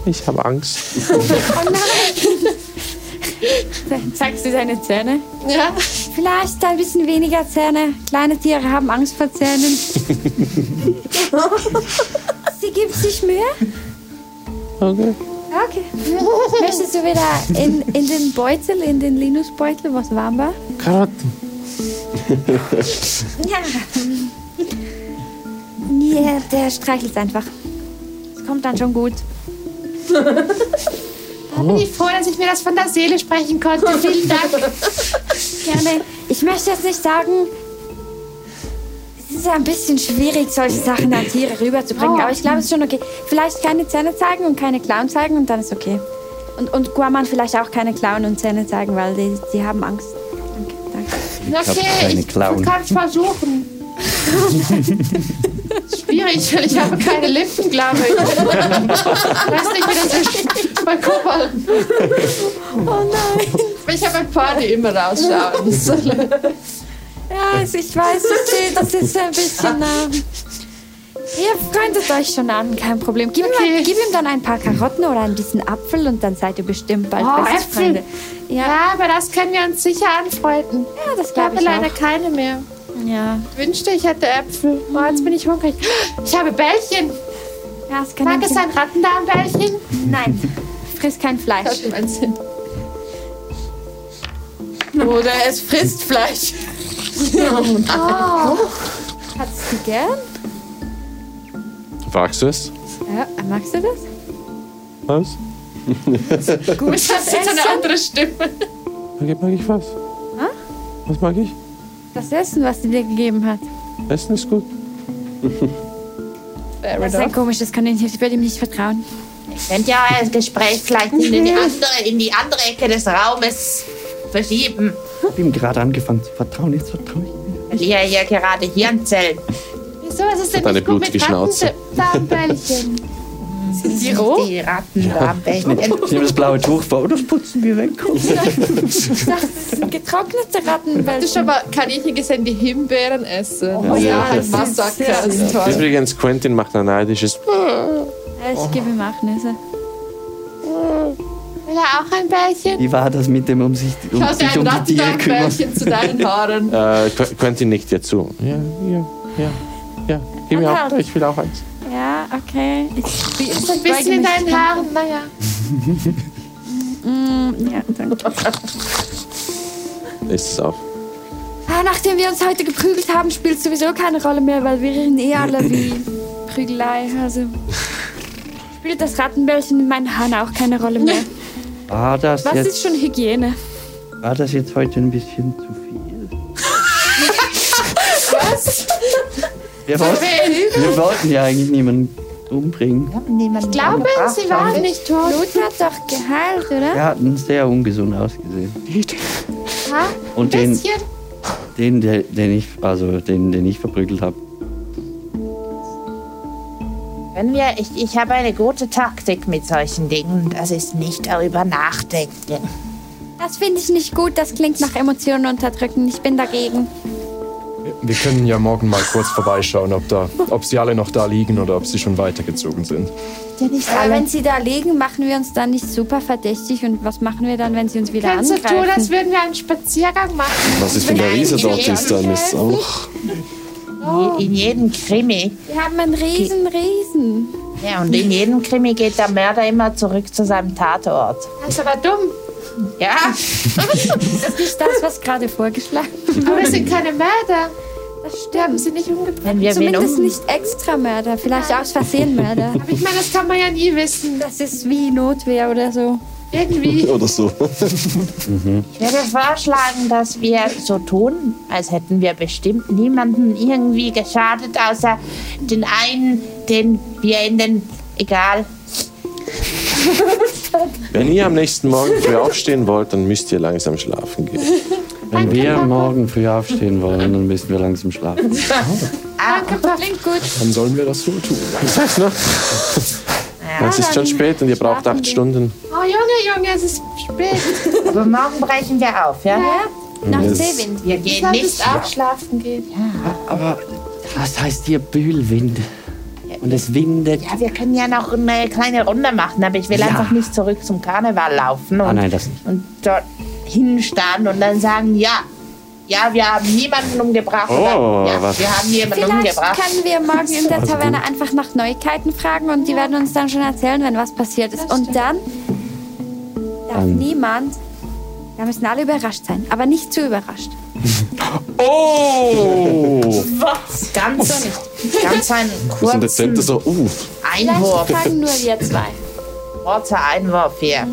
Speaker 1: Ich habe Angst.
Speaker 6: Oh
Speaker 7: <laughs> Zeigst Oh du seine Zähne?
Speaker 10: Ja.
Speaker 7: Vielleicht ein bisschen weniger Zähne. Kleine Tiere haben Angst vor
Speaker 6: <laughs>
Speaker 7: Zähnen. Sie gibt sich Mühe?
Speaker 1: Okay.
Speaker 7: Okay. Möchtest du wieder in, in den Beutel, in den Linus-Beutel, was warm war?
Speaker 1: Karotten.
Speaker 7: Ja. Ja, der streichelt einfach. Es kommt dann schon
Speaker 6: <laughs>
Speaker 7: gut.
Speaker 6: Da bin ich froh, dass ich mir das von der Seele sprechen konnte.
Speaker 7: <laughs>
Speaker 6: Vielen Dank.
Speaker 7: Gerne. Ich möchte jetzt nicht sagen, es ist ein bisschen schwierig, solche Sachen an Tiere rüberzubringen, aber ich glaube, es ist schon okay. Vielleicht keine Zähne zeigen und keine Clown zeigen und dann ist okay. Und, und Guaman vielleicht auch keine Clown und Zähne zeigen, weil die, die haben Angst. Danke, danke.
Speaker 6: Okay,
Speaker 4: keine
Speaker 6: ich
Speaker 4: Klauen.
Speaker 6: kann es versuchen. Schwierig, weil ich habe keine Lippen, glaube ich. Ich weiß nicht, wie das ist bei Kobold.
Speaker 7: Oh,
Speaker 2: Ich habe ein paar, die immer rausschauen.
Speaker 7: <laughs> Ja, also ich weiß, ich sehe das jetzt ein bisschen. Ähm, ihr freundet euch schon an, kein Problem. Gib, ihm,
Speaker 6: Okay.
Speaker 7: mal- gib ihm dann ein paar Karotten oder ein bisschen Apfel und dann seid ihr bestimmt bald
Speaker 6: Oh,
Speaker 7: beste
Speaker 6: Äpfel.
Speaker 7: Freunde. Ja,
Speaker 6: Ja, aber das können wir uns sicher anfreunden.
Speaker 7: ja, das
Speaker 6: Ich
Speaker 7: glaube
Speaker 6: habe
Speaker 7: ich
Speaker 6: leider
Speaker 7: auch.
Speaker 6: keine mehr.
Speaker 7: Ja.
Speaker 6: Ich wünschte, ich hätte Äpfel. Oh, jetzt bin ich hungrig. Ich habe Bällchen.
Speaker 7: Ja, es kann
Speaker 6: Mag
Speaker 7: nicht
Speaker 6: es ein Rattendarmbällchen?
Speaker 7: Nein, friss kein Fleisch.
Speaker 10: Oder es frisst Fleisch.
Speaker 7: Oh. Hast du gern?
Speaker 1: <laughs> Fragst du es?
Speaker 7: Ja, magst
Speaker 8: <laughs>
Speaker 7: du das?
Speaker 1: Was? <laughs>
Speaker 7: Gut, das ist
Speaker 10: Eine andere Stimme.
Speaker 1: Mag mag ich was? Was mag ich?
Speaker 7: Das Essen, was sie dir gegeben hat.
Speaker 1: Essen ist gut.
Speaker 7: Das ist ein komisches Kaninchen, ich werde ihm nicht vertrauen.
Speaker 8: Könnt ihr euer Gespräch vielleicht in die andere, in die andere Ecke des Raumes verschieben?
Speaker 4: Ich habe ihm gerade angefangen zu vertrauen. Jetzt vertraue ich.
Speaker 8: Weil ihr hier gerade Hirnzellen.
Speaker 6: Wieso ist es denn
Speaker 1: hat eine
Speaker 6: nicht gut mit
Speaker 1: blutige Schnauze.
Speaker 8: <laughs>
Speaker 6: Rattendarmbällchen?
Speaker 8: Die, die Ratten da am Becken.
Speaker 4: Ich nehme das blaue Tuch vor und das putzen wir weg. Komm.
Speaker 7: Ich dachte, das ist ein getrockneter
Speaker 10: Hast du
Speaker 7: Rattenwelt.
Speaker 10: schon mal Kaninchen gesehen, die Himbeeren essen? Oh,
Speaker 4: ja,
Speaker 10: ein Massaker. Das ist toll.
Speaker 1: Übrigens, Quentin macht ein neidisches.
Speaker 6: Oh.
Speaker 7: Ich gebe ihm auch Nüsse.
Speaker 6: Will er auch ein Bällchen?
Speaker 4: Wie war das mit dem um sich, um
Speaker 10: Hast du
Speaker 4: sich um
Speaker 10: ein
Speaker 4: die Tiere kümmern?
Speaker 10: Rattendarmbällchen zu deinen Haaren?
Speaker 1: <laughs> Äh, Qu- Quentin nickt dir zu. Ja, ja, ja. Ja, gib mir auch. Ich will auch eins.
Speaker 7: Ja, okay. Ich, ich, ich
Speaker 6: Ein bisschen in deinen Haaren, naja.
Speaker 7: Mm, Ja, danke.
Speaker 1: Ist es auf.
Speaker 7: Ah, nachdem wir uns heute geprügelt haben, spielt sowieso keine Rolle mehr, weil wir reden eh alle wie Prügelei. Also spielt das Rattenbällchen in meinen Haaren auch keine Rolle mehr.
Speaker 4: War das,
Speaker 7: Was ist
Speaker 4: jetzt,
Speaker 7: schon Hygiene?
Speaker 4: war das jetzt heute ein bisschen zu viel? Was? Wir wollten, wir wollten ja eigentlich niemanden umbringen.
Speaker 6: Ich glaube, sie waren nicht tot.
Speaker 7: Blut hat doch geheilt, oder?
Speaker 4: Er hat sehr ungesund ausgesehen.
Speaker 6: Ja,
Speaker 4: Und
Speaker 6: ein
Speaker 4: den,
Speaker 6: bisschen.
Speaker 4: den, der- den ich, also den, den ich verprügelt habe.
Speaker 8: Wenn wir, ich, ich habe eine gute Taktik mit solchen Dingen. Das ist nicht darüber nachdenken.
Speaker 7: Das finde ich nicht gut. Das klingt nach Emotionen unterdrücken. Ich bin dagegen.
Speaker 9: Wir können ja morgen mal kurz vorbeischauen, ob, da, ob sie alle noch da liegen oder ob sie schon weitergezogen sind.
Speaker 7: Aber wenn sie da liegen, machen wir uns dann nicht super verdächtig. Und was machen wir dann, wenn sie uns wieder
Speaker 6: Kannst du
Speaker 7: angreifen?
Speaker 6: tun, als würden wir einen Spaziergang machen?
Speaker 3: Was ist, wenn der Riese dort ist, dann ist es auch.
Speaker 6: Oh.
Speaker 8: Je- In jedem Krimi.
Speaker 7: wir haben einen riesen, riesen.
Speaker 8: Ja, und in jedem Krimi geht der Mörder immer zurück zu seinem Tatort.
Speaker 6: Das ist aber dumm.
Speaker 8: Ja,
Speaker 7: Das ist das, was gerade vorgeschlagen
Speaker 6: Aber es sind keine Mörder.
Speaker 7: Das
Speaker 6: Die haben
Speaker 7: stimmt.
Speaker 6: sie nicht umgebracht.
Speaker 8: wenn wir wen
Speaker 7: Zumindest
Speaker 8: um...
Speaker 7: nicht Extramörder, vielleicht aus Versehen Mörder.
Speaker 6: Aber ich meine, das kann man ja nie wissen.
Speaker 7: Das ist wie Notwehr oder so.
Speaker 1: <laughs>
Speaker 6: Irgendwie.
Speaker 3: <laughs> Oder so.
Speaker 4: Mhm.
Speaker 8: Ich würde vorschlagen, dass wir so tun, als hätten wir bestimmt niemanden irgendwie geschadet, außer den einen, den wir in den... Egal.
Speaker 1: Wenn ihr am nächsten Morgen früh aufstehen wollt, dann müsst ihr langsam schlafen gehen.
Speaker 4: Wenn wir morgen früh aufstehen wollen, dann müssen wir langsam schlafen.
Speaker 6: Danke,
Speaker 1: Ah.
Speaker 6: Klingt gut.
Speaker 9: Dann sollen wir das so tun.
Speaker 1: Sag's noch. Es ne? ist schon spät und ihr braucht <laughs> acht Stunden.
Speaker 6: Oh, Junge, Junge, es ist spät.
Speaker 8: Aber morgen brechen wir auf, ja? Mhm.
Speaker 6: Ja,
Speaker 7: Nach Seewind.
Speaker 8: Wir
Speaker 6: ich
Speaker 8: gehen
Speaker 6: soll
Speaker 8: nicht
Speaker 6: nicht auch schlafen gehen.
Speaker 4: Aber was heißt hier Bühlwind? Und es windet.
Speaker 8: Ja, wir können ja noch eine kleine Runde machen, aber ich will einfach nicht zurück zum Karneval laufen und,
Speaker 4: Ah nein, das nicht.
Speaker 8: und dort hinstarren und dann sagen, ja, ja, wir haben niemanden umgebracht.
Speaker 4: Oh,
Speaker 8: oder, ja,
Speaker 4: was- Also,
Speaker 8: wir haben jemanden
Speaker 7: Vielleicht
Speaker 8: umgebracht. Also
Speaker 7: können wir morgen in der Taverne einfach nach Neuigkeiten fragen und die werden uns dann schon erzählen, wenn was passiert ist. Und dann darf
Speaker 4: Dann-
Speaker 7: niemand. Wir müssen alle überrascht sein, aber nicht zu überrascht.
Speaker 4: Oh!
Speaker 8: Ganz,
Speaker 7: <laughs>
Speaker 8: ganz
Speaker 3: Das
Speaker 8: ein
Speaker 3: ist ein
Speaker 8: kurzer
Speaker 3: dezenter so, uh,
Speaker 8: Einwurf,
Speaker 7: Vielleicht fragen nur wir zwei. Mhm,
Speaker 8: kurzer Einwurf hier.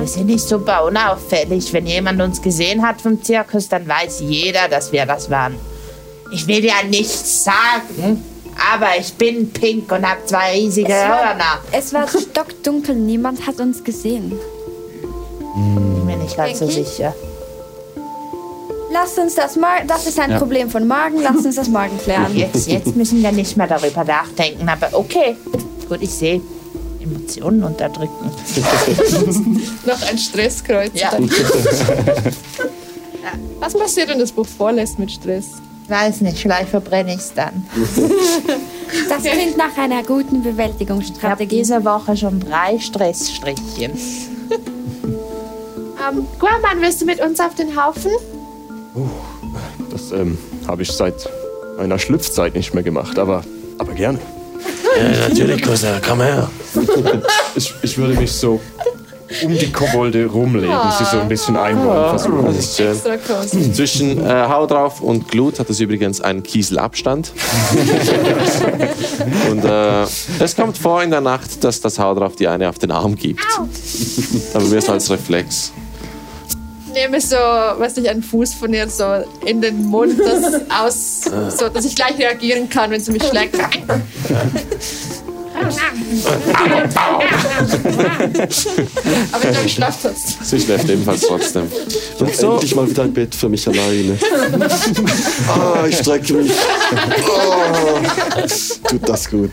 Speaker 8: Wir sind nicht super unauffällig. Wenn jemand uns gesehen hat vom Zirkus, dann weiß jeder, dass wir das waren. Ich will ja nichts sagen, aber ich bin pink und habe zwei riesige Hörner.
Speaker 7: es war stockdunkel, niemand hat uns gesehen.
Speaker 8: Ich bin mir nicht ganz so
Speaker 7: Denke ich.
Speaker 8: sicher.
Speaker 7: Lasst uns das morgen. Das ist ein Problem von morgen. Lasst uns das morgen klären.
Speaker 8: Jetzt, jetzt müssen wir nicht mehr darüber nachdenken, aber okay. Gut, ich sehe. Emotionen unterdrücken.
Speaker 11: Noch ein Stresskreuz.
Speaker 8: Ja. <laughs>
Speaker 11: Was passiert, wenn das Buch vorlässt mit Stress?
Speaker 8: Weiß nicht, vielleicht verbrenne ich es
Speaker 6: <laughs>
Speaker 8: dann.
Speaker 7: Das klingt nach einer guten
Speaker 8: Ich habe
Speaker 7: Bewältigungsstrategie.
Speaker 8: diese Woche schon drei Stressstrichchen.
Speaker 6: Ähm, Guaman, willst du mit uns auf den Haufen?
Speaker 9: Das ähm, habe ich seit meiner Schlüpfzeit nicht mehr gemacht, aber, aber gerne.
Speaker 1: Natürlich, Cousin,
Speaker 12: <laughs>
Speaker 1: komm her.
Speaker 9: Ich, ich würde mich so um die Kobolde rumlegen, sie so ein bisschen einrollen versuchen.
Speaker 1: Das ist schön.
Speaker 11: Extra Kosten.
Speaker 1: Zwischen äh, Hau drauf und Glut hat es übrigens
Speaker 9: <laughs>
Speaker 1: einen Kieselabstand. und äh, es kommt vor in der Nacht, dass das Hau drauf die eine auf den Arm gibt. Aber mir ist als Reflex.
Speaker 11: Nehme so, weiß nicht, einen Fuß von ihr so in den Mund, dass, aus, so, dass ich gleich reagieren kann, wenn sie mich schlägt.
Speaker 7: Oh,
Speaker 11: Aber ich glaube, ich schlafe trotzdem.
Speaker 1: Sie schläft ebenfalls trotzdem.
Speaker 3: und endlich mal wieder ein Bett für mich alleine. Ah, ich strecke mich. Oh, tut das gut.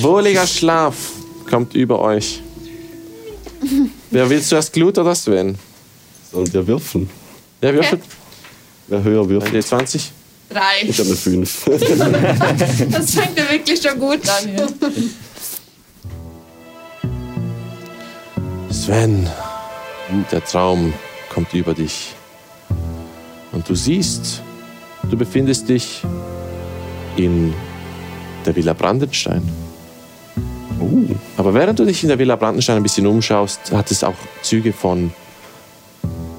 Speaker 1: Wohliger Schlaf kommt über euch. Wer will zuerst Glut oder Sven?
Speaker 3: Und wir würfeln.
Speaker 1: Ja, würfelt.
Speaker 3: Wer höher
Speaker 1: Ein
Speaker 3: würfelt,
Speaker 1: D20.
Speaker 11: Drei.
Speaker 3: ich habe eine
Speaker 9: <laughs>
Speaker 3: 5.
Speaker 11: <laughs> Das fängt ja wirklich schon gut an. hier.
Speaker 1: Sven, der Traum kommt über dich. Und du siehst, du befindest dich in der Villa Brandenstein. Aber während du dich in der Villa Brandenstein ein bisschen umschaust, hat es auch Züge von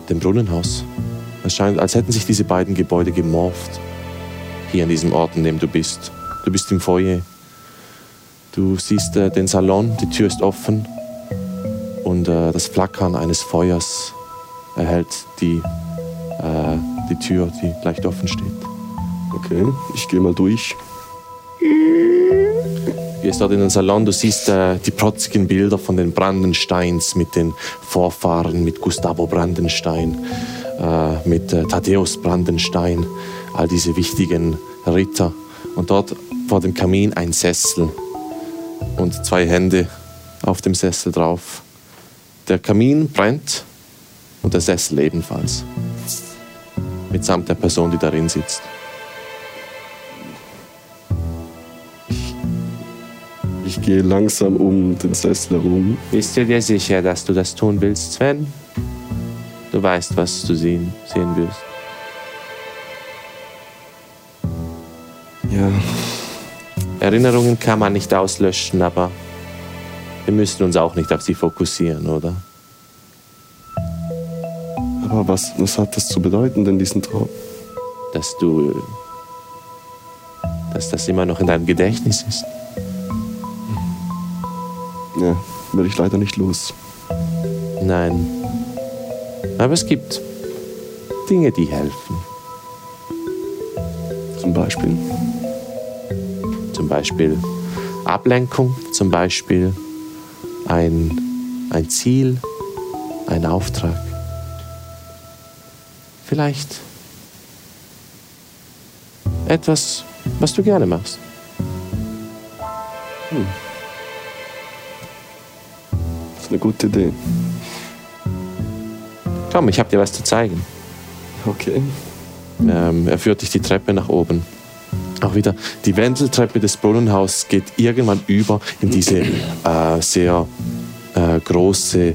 Speaker 1: dem Brunnenhaus. Es scheint, als hätten sich diese beiden Gebäude gemorpht. Hier an diesem Ort, an dem du bist. Du bist im Foyer. Du siehst äh, den Salon, die Tür ist offen und äh, das Flackern eines Feuers erhält die, äh, die Tür, die leicht offen steht.
Speaker 3: Okay, ich gehe mal durch.
Speaker 1: gehst dort in den Salon, du siehst äh, die protzigen Bilder von den Brandensteins mit den Vorfahren, mit Gustavo Brandenstein, äh, mit äh, Thaddäus Brandenstein, all diese wichtigen Ritter. Und dort vor dem Kamin ein Sessel und zwei Hände auf dem Sessel drauf. Der Kamin brennt und der Sessel ebenfalls. Mitsamt der Person, die darin sitzt.
Speaker 3: Ich gehe langsam um den Sessel herum.
Speaker 1: Bist du dir sicher, dass du das tun willst, Sven? Du weißt, was du sehen, sehen wirst.
Speaker 3: Ja.
Speaker 1: Erinnerungen kann man nicht auslöschen, aber wir müssen uns auch nicht auf sie fokussieren, oder?
Speaker 3: Aber was, was hat das zu bedeuten, denn diesen Traum?
Speaker 1: Dass du. dass das immer noch in deinem Gedächtnis ist.
Speaker 3: Ja, werde ich leider nicht los.
Speaker 1: Nein. Aber es gibt Dinge, die helfen.
Speaker 3: Zum Beispiel.
Speaker 1: Zum Beispiel Ablenkung, zum Beispiel ein, ein Ziel, ein Auftrag. Vielleicht etwas, was du gerne machst.
Speaker 3: Hm. Das ist eine gute Idee.
Speaker 1: Komm, ich habe dir was zu zeigen.
Speaker 3: Okay.
Speaker 1: Ähm, er führt dich die Treppe nach oben. Auch wieder die Wendeltreppe des Brunnenhauses geht irgendwann über in diese äh, sehr äh, große,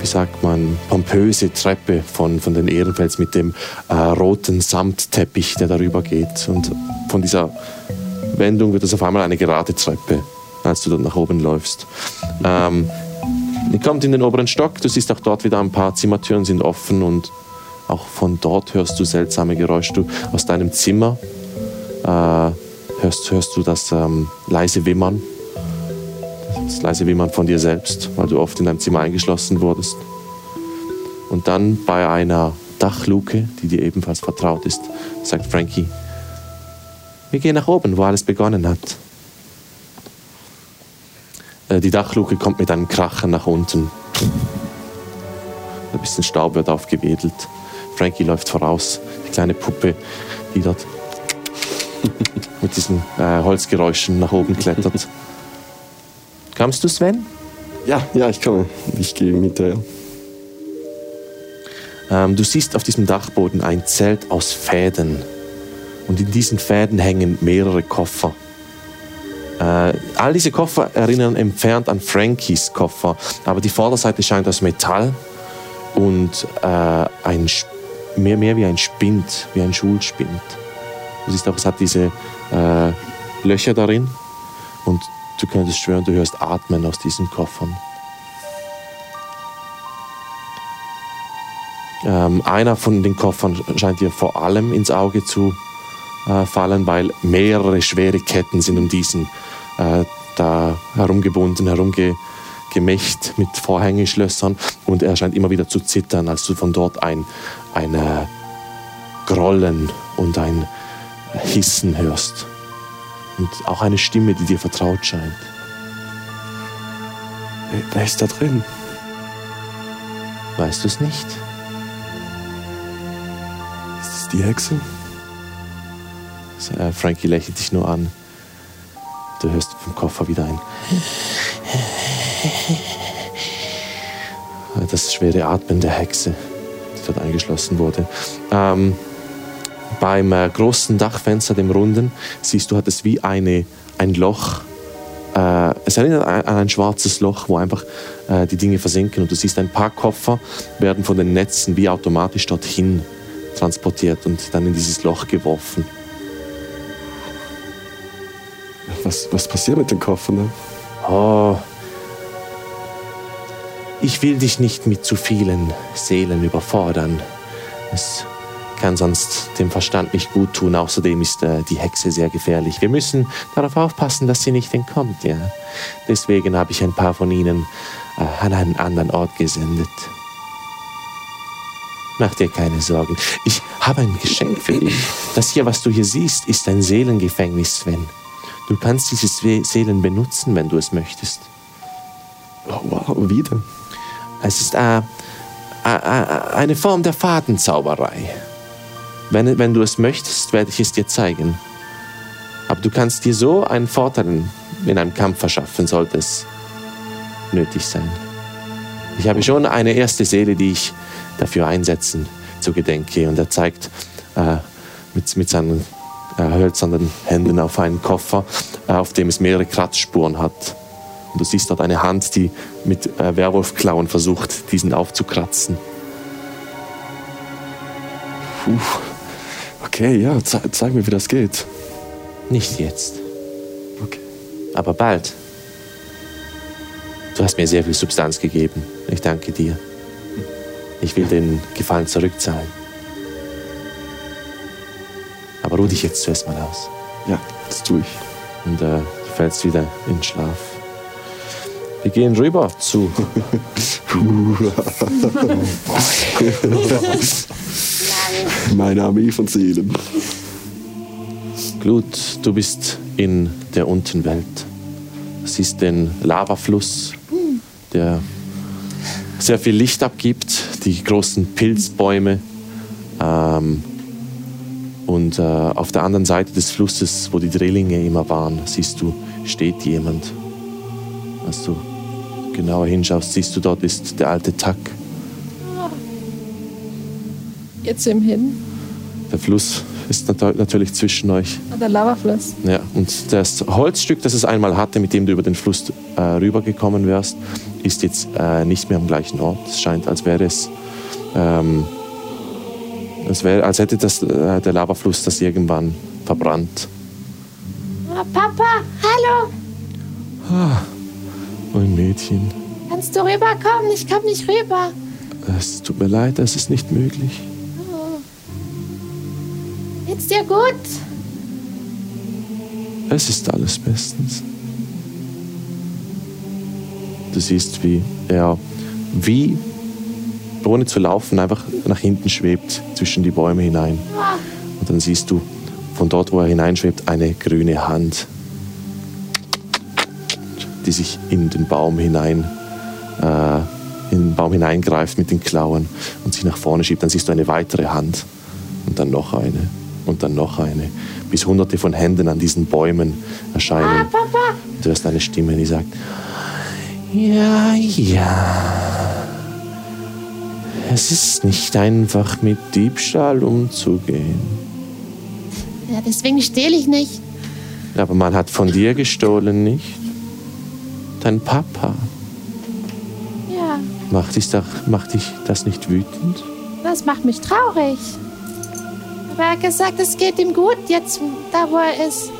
Speaker 1: wie sagt man, pompöse Treppe von, von den Ehrenfels mit dem äh, roten Samtteppich, der darüber geht. Und von dieser Wendung wird es auf einmal eine gerade Treppe, als du dort nach oben läufst. Ähm, ihr kommt in den oberen Stock, du siehst auch dort wieder ein paar Zimmertüren sind offen und auch von dort hörst du seltsame Geräusche. Du, aus deinem Zimmer äh, hörst, hörst du das ähm, leise Wimmern. Das leise Wimmern von dir selbst, weil du oft in deinem Zimmer eingeschlossen wurdest. Und dann bei einer Dachluke, die dir ebenfalls vertraut ist, sagt Frankie, wir gehen nach oben, wo alles begonnen hat. Äh, die Dachluke kommt mit einem Krachen nach unten. Ein bisschen Staub wird aufgewedelt. Frankie läuft voraus, die kleine Puppe, die dort <laughs> mit diesen äh, Holzgeräuschen nach oben klettert. <laughs> Kommst du, Sven?
Speaker 3: Ja, ja, ich komme. Ich gehe mit der.
Speaker 1: Ähm, du siehst auf diesem Dachboden ein Zelt aus Fäden. Und in diesen Fäden hängen mehrere Koffer. Äh, all diese Koffer erinnern entfernt an Frankies Koffer, aber die Vorderseite scheint aus Metall und äh, ein, Sp- mehr, mehr wie ein Spind, wie ein Schulspind. Du siehst auch, es hat diese äh, Löcher darin und du könntest schwören, du hörst Atmen aus diesen Koffern. Ähm, einer von den Koffern scheint dir vor allem ins Auge zu äh, fallen, weil mehrere schwere Ketten sind um diesen äh, da herumgebunden, herumgemächt mit Vorhängeschlössern und er scheint immer wieder zu zittern, als du von dort ein, ein äh, Grollen und ein Hissen hörst. Und auch eine Stimme, die dir vertraut scheint.
Speaker 3: Wer- Wer ist da drin?
Speaker 1: Weißt du es nicht?
Speaker 3: Ist das die Hexe?
Speaker 1: Äh, Frankie lächelt dich nur an. Du hörst vom Koffer wieder ein. Ah, Das schwere Atmen der Hexe, die dort eingeschlossen wurde. Ähm, beim äh, großen Dachfenster, dem runden, siehst du, hat es wie eine, ein Loch. Äh, es erinnert an an ein schwarzes Loch, wo einfach äh, die Dinge versinken. Und du siehst, ein paar Koffer werden von den Netzen wie automatisch dorthin transportiert und dann in dieses Loch geworfen.
Speaker 3: Was, was passiert mit den Koffern? Ne?
Speaker 1: Oh. Ich will dich nicht mit zu vielen Seelen überfordern. Es kann sonst dem Verstand nicht gut tun. Außerdem ist äh, die Hexe sehr gefährlich. Wir müssen darauf aufpassen, dass sie nicht entkommt. Ja. Deswegen habe ich ein paar von ihnen äh, an einen anderen Ort gesendet. Mach dir keine Sorgen. Ich habe ein Geschenk für dich. Das hier, was du hier siehst, ist ein Seelengefängnis, Sven. Du kannst diese Se- Seelen benutzen, wenn du es möchtest.
Speaker 3: Oh, wow, wieder.
Speaker 1: Es ist äh, äh, äh, eine Form der Fadenzauberei. Wenn, wenn du es möchtest, werde ich es dir zeigen. Aber du kannst dir so einen Vorteil in- in einem Kampf verschaffen, sollte es nötig sein. Ich habe schon eine erste Seele, die ich dafür einsetzen zu Gedenke. Und er zeigt äh, mit, mit seinen äh, hölzernen Händen auf einen Koffer, äh, auf dem es mehrere Kratzspuren hat. Und du siehst dort eine Hand, die mit äh, Werwolfklauen versucht, diesen aufzukratzen.
Speaker 3: Puh. Okay, ja, ze zeig mir, wie das geht. <laughs>
Speaker 1: Nicht <laughs> jetzt. Aber bald. Du hast mir sehr viel Substanz gegeben. Ich danke dir. Ich will den Gefallen zurückzahlen. Aber ruh dich jetzt zuerst mal aus.
Speaker 3: Ja, das tue ich.
Speaker 1: Und äh, du fällst wieder in Schlaf. Wir gehen rüber
Speaker 3: <laughs>
Speaker 1: zu. Oh.
Speaker 3: <laughs> mein Armee von Seelen.
Speaker 1: Glut, du bist in der Untenwelt. Siehst den Lavafluss, der sehr viel Licht abgibt, die großen Pilzbäume. Ähm, und äh, auf der anderen Seite des Flusses, wo die Drillinge immer waren, siehst du, steht jemand. Als du genauer hinschaust, siehst du, dort ist der alte Tack.
Speaker 11: Jetzt eben hin.
Speaker 1: Der Fluss ist nat natürlich zwischen euch.
Speaker 11: Ah, Der Lavafluss.
Speaker 1: Ja, und das Holzstück, das es einmal hatte, mit dem du über den Fluss äh, rübergekommen wärst, ist jetzt äh, nicht mehr am gleichen Ort. Es scheint, als wäre es, ähm, es wäre, als hätte das, äh, der Lavafluss das irgendwann verbrannt.
Speaker 6: Oh, Papa, hallo,
Speaker 1: Ah, mein Mädchen,
Speaker 6: kannst du rüberkommen? Ich komme nicht rüber.
Speaker 1: es tut mir leid, es ist nicht möglich.
Speaker 6: Oh. Geht's dir gut?
Speaker 1: Es ist alles bestens. Du siehst, wie er, wie ohne zu laufen, einfach nach hinten schwebt zwischen die Bäume hinein. Und dann siehst du von dort, wo er hineinschwebt, eine grüne Hand, die sich in den Baum hinein, äh, in den Baum hineingreift mit den Klauen und sich nach vorne schiebt. Dann siehst du eine weitere Hand und dann noch eine und dann noch eine, bis hunderte von Händen an diesen Bäumen erscheinen.
Speaker 6: Papa,
Speaker 1: Du hörst eine Stimme, die sagt,
Speaker 6: Ja,
Speaker 1: ja, es ist nicht einfach mit Diebstahl umzugehen.
Speaker 6: ja deswegen stehle ich nicht.
Speaker 1: Aber man hat von dir gestohlen, nicht? Dein Papa.
Speaker 6: Ja,
Speaker 1: Macht dich, doch, macht dich das nicht wütend?
Speaker 6: das macht mich traurig. Aber er hat gesagt, es geht ihm gut, jetzt da, wo er ist.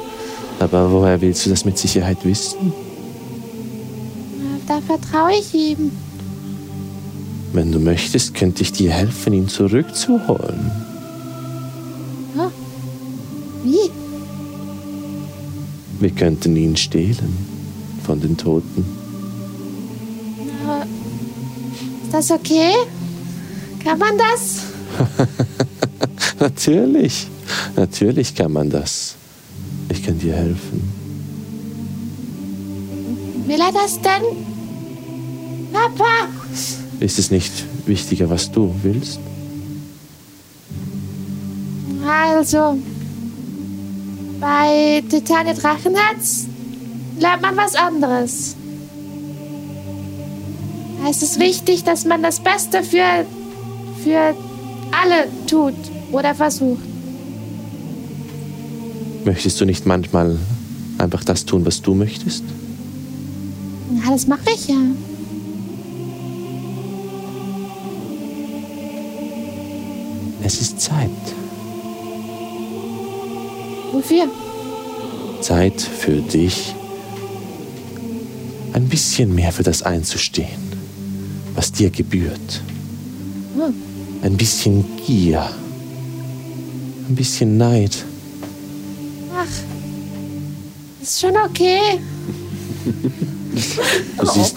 Speaker 1: Aber woher willst du das mit Sicherheit wissen?
Speaker 6: Da vertraue ich ihm.
Speaker 1: Wenn du möchtest, könnte ich dir helfen, ihn zurückzuholen.
Speaker 6: Ja. Wie?
Speaker 1: Wir könnten ihn stehlen von den Toten.
Speaker 6: Ja. Ist das okay? Kann man das?
Speaker 1: <laughs> natürlich, natürlich kann man das. Ich kann dir helfen.
Speaker 6: Will er das denn? Papa!
Speaker 1: Ist es nicht wichtiger, was du willst?
Speaker 6: Also, bei Titania Drachenherz lernt man was anderes. Es ist wichtig, dass man das Beste für, für alle tut oder versucht.
Speaker 1: Möchtest du nicht manchmal einfach das tun, was du möchtest?
Speaker 6: Ja, das mache ich ja.
Speaker 1: Es ist Zeit.
Speaker 6: Wofür?
Speaker 1: Zeit für dich, ein bisschen mehr für das einzustehen, was dir gebührt.
Speaker 6: Hm.
Speaker 1: Ein bisschen Gier, ein bisschen Neid.
Speaker 6: Ach, ist schon okay.
Speaker 1: Du
Speaker 6: <laughs>
Speaker 1: siehst,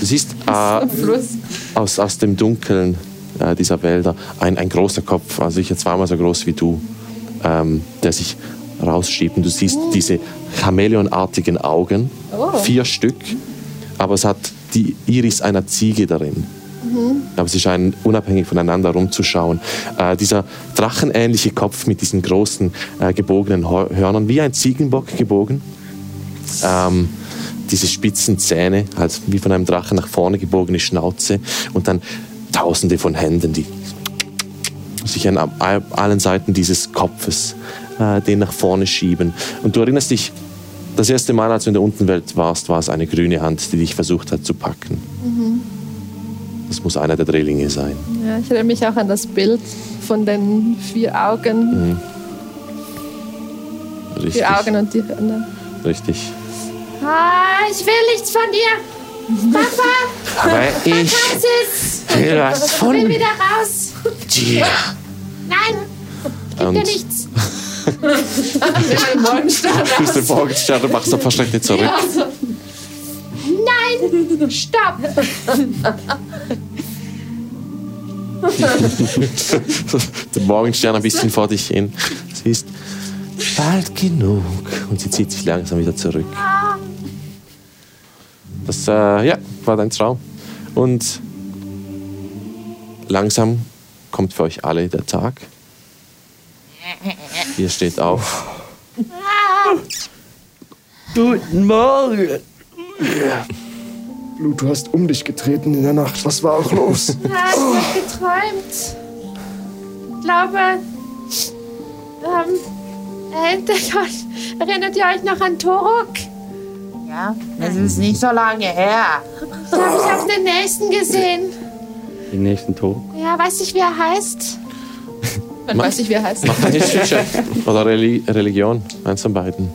Speaker 1: du siehst äh, aus, aus dem Dunkeln äh, dieser Wälder ein, ein großer Kopf, also sicher zweimal so groß wie du, ähm, der sich rausschiebt. Und du siehst diese chamäleonartigen Augen,
Speaker 11: Oh.
Speaker 1: vier Stück, aber es hat die Iris einer Ziege darin.
Speaker 11: Mhm.
Speaker 1: Aber sie scheinen unabhängig voneinander rumzuschauen. Äh, dieser drachenähnliche Kopf mit diesen großen äh, gebogenen Hör- Hörnern, wie ein Ziegenbock gebogen. Ähm, diese spitzen Zähne, halt wie von einem Drachen nach vorne gebogene Schnauze und dann tausende von Händen, die sich an all- allen Seiten dieses Kopfes äh, den nach vorne schieben. Und du erinnerst dich, das erste Mal, als du in der Unterwelt warst, war es eine grüne Hand, die dich versucht hat zu packen.
Speaker 11: Mhm.
Speaker 1: Das muss einer der Drehlinge sein.
Speaker 11: Ja, ich erinnere mich auch an das Bild von den vier Augen.
Speaker 1: Mhm. Richtig.
Speaker 11: Vier Augen und die Hörner.
Speaker 1: Richtig. <laughs>
Speaker 6: Ah, ich will nichts von dir. Papa!
Speaker 1: Aber ich
Speaker 6: Verkass es!
Speaker 1: will was von
Speaker 6: Ich will wieder raus!
Speaker 1: dir.
Speaker 6: Nein! Gib
Speaker 1: Und-
Speaker 6: mir
Speaker 1: <laughs>
Speaker 6: nichts!
Speaker 1: Bist du vorgestellt und machst eine Verschreckte zurück.
Speaker 6: Ja, so. Nein! Stopp!
Speaker 1: der Morgenstern ein bisschen vor dich hin. Sie ist bald genug. Und sie zieht sich langsam wieder zurück. Das äh, ja, war dein Traum. Und langsam kommt für euch alle der Tag. Ihr steht auf.
Speaker 12: Guten Morgen. Blut, du hast um dich getreten in der Nacht. Was war auch
Speaker 6: <laughs>
Speaker 12: los?
Speaker 6: Ja, ich hab geträumt. Ich glaube, ähm, erinnert, ihr euch, erinnert ihr euch noch an Torok?
Speaker 8: Ja, es ist nicht so lange her.
Speaker 6: Ich glaube, ich habe den nächsten gesehen.
Speaker 4: Den nächsten Tod.
Speaker 6: Ja, weiß ich, wie er heißt.
Speaker 11: Dann weiß ich, wie er heißt.
Speaker 1: Macht einen History-Check. Oder Reli Religion. Eins von beiden.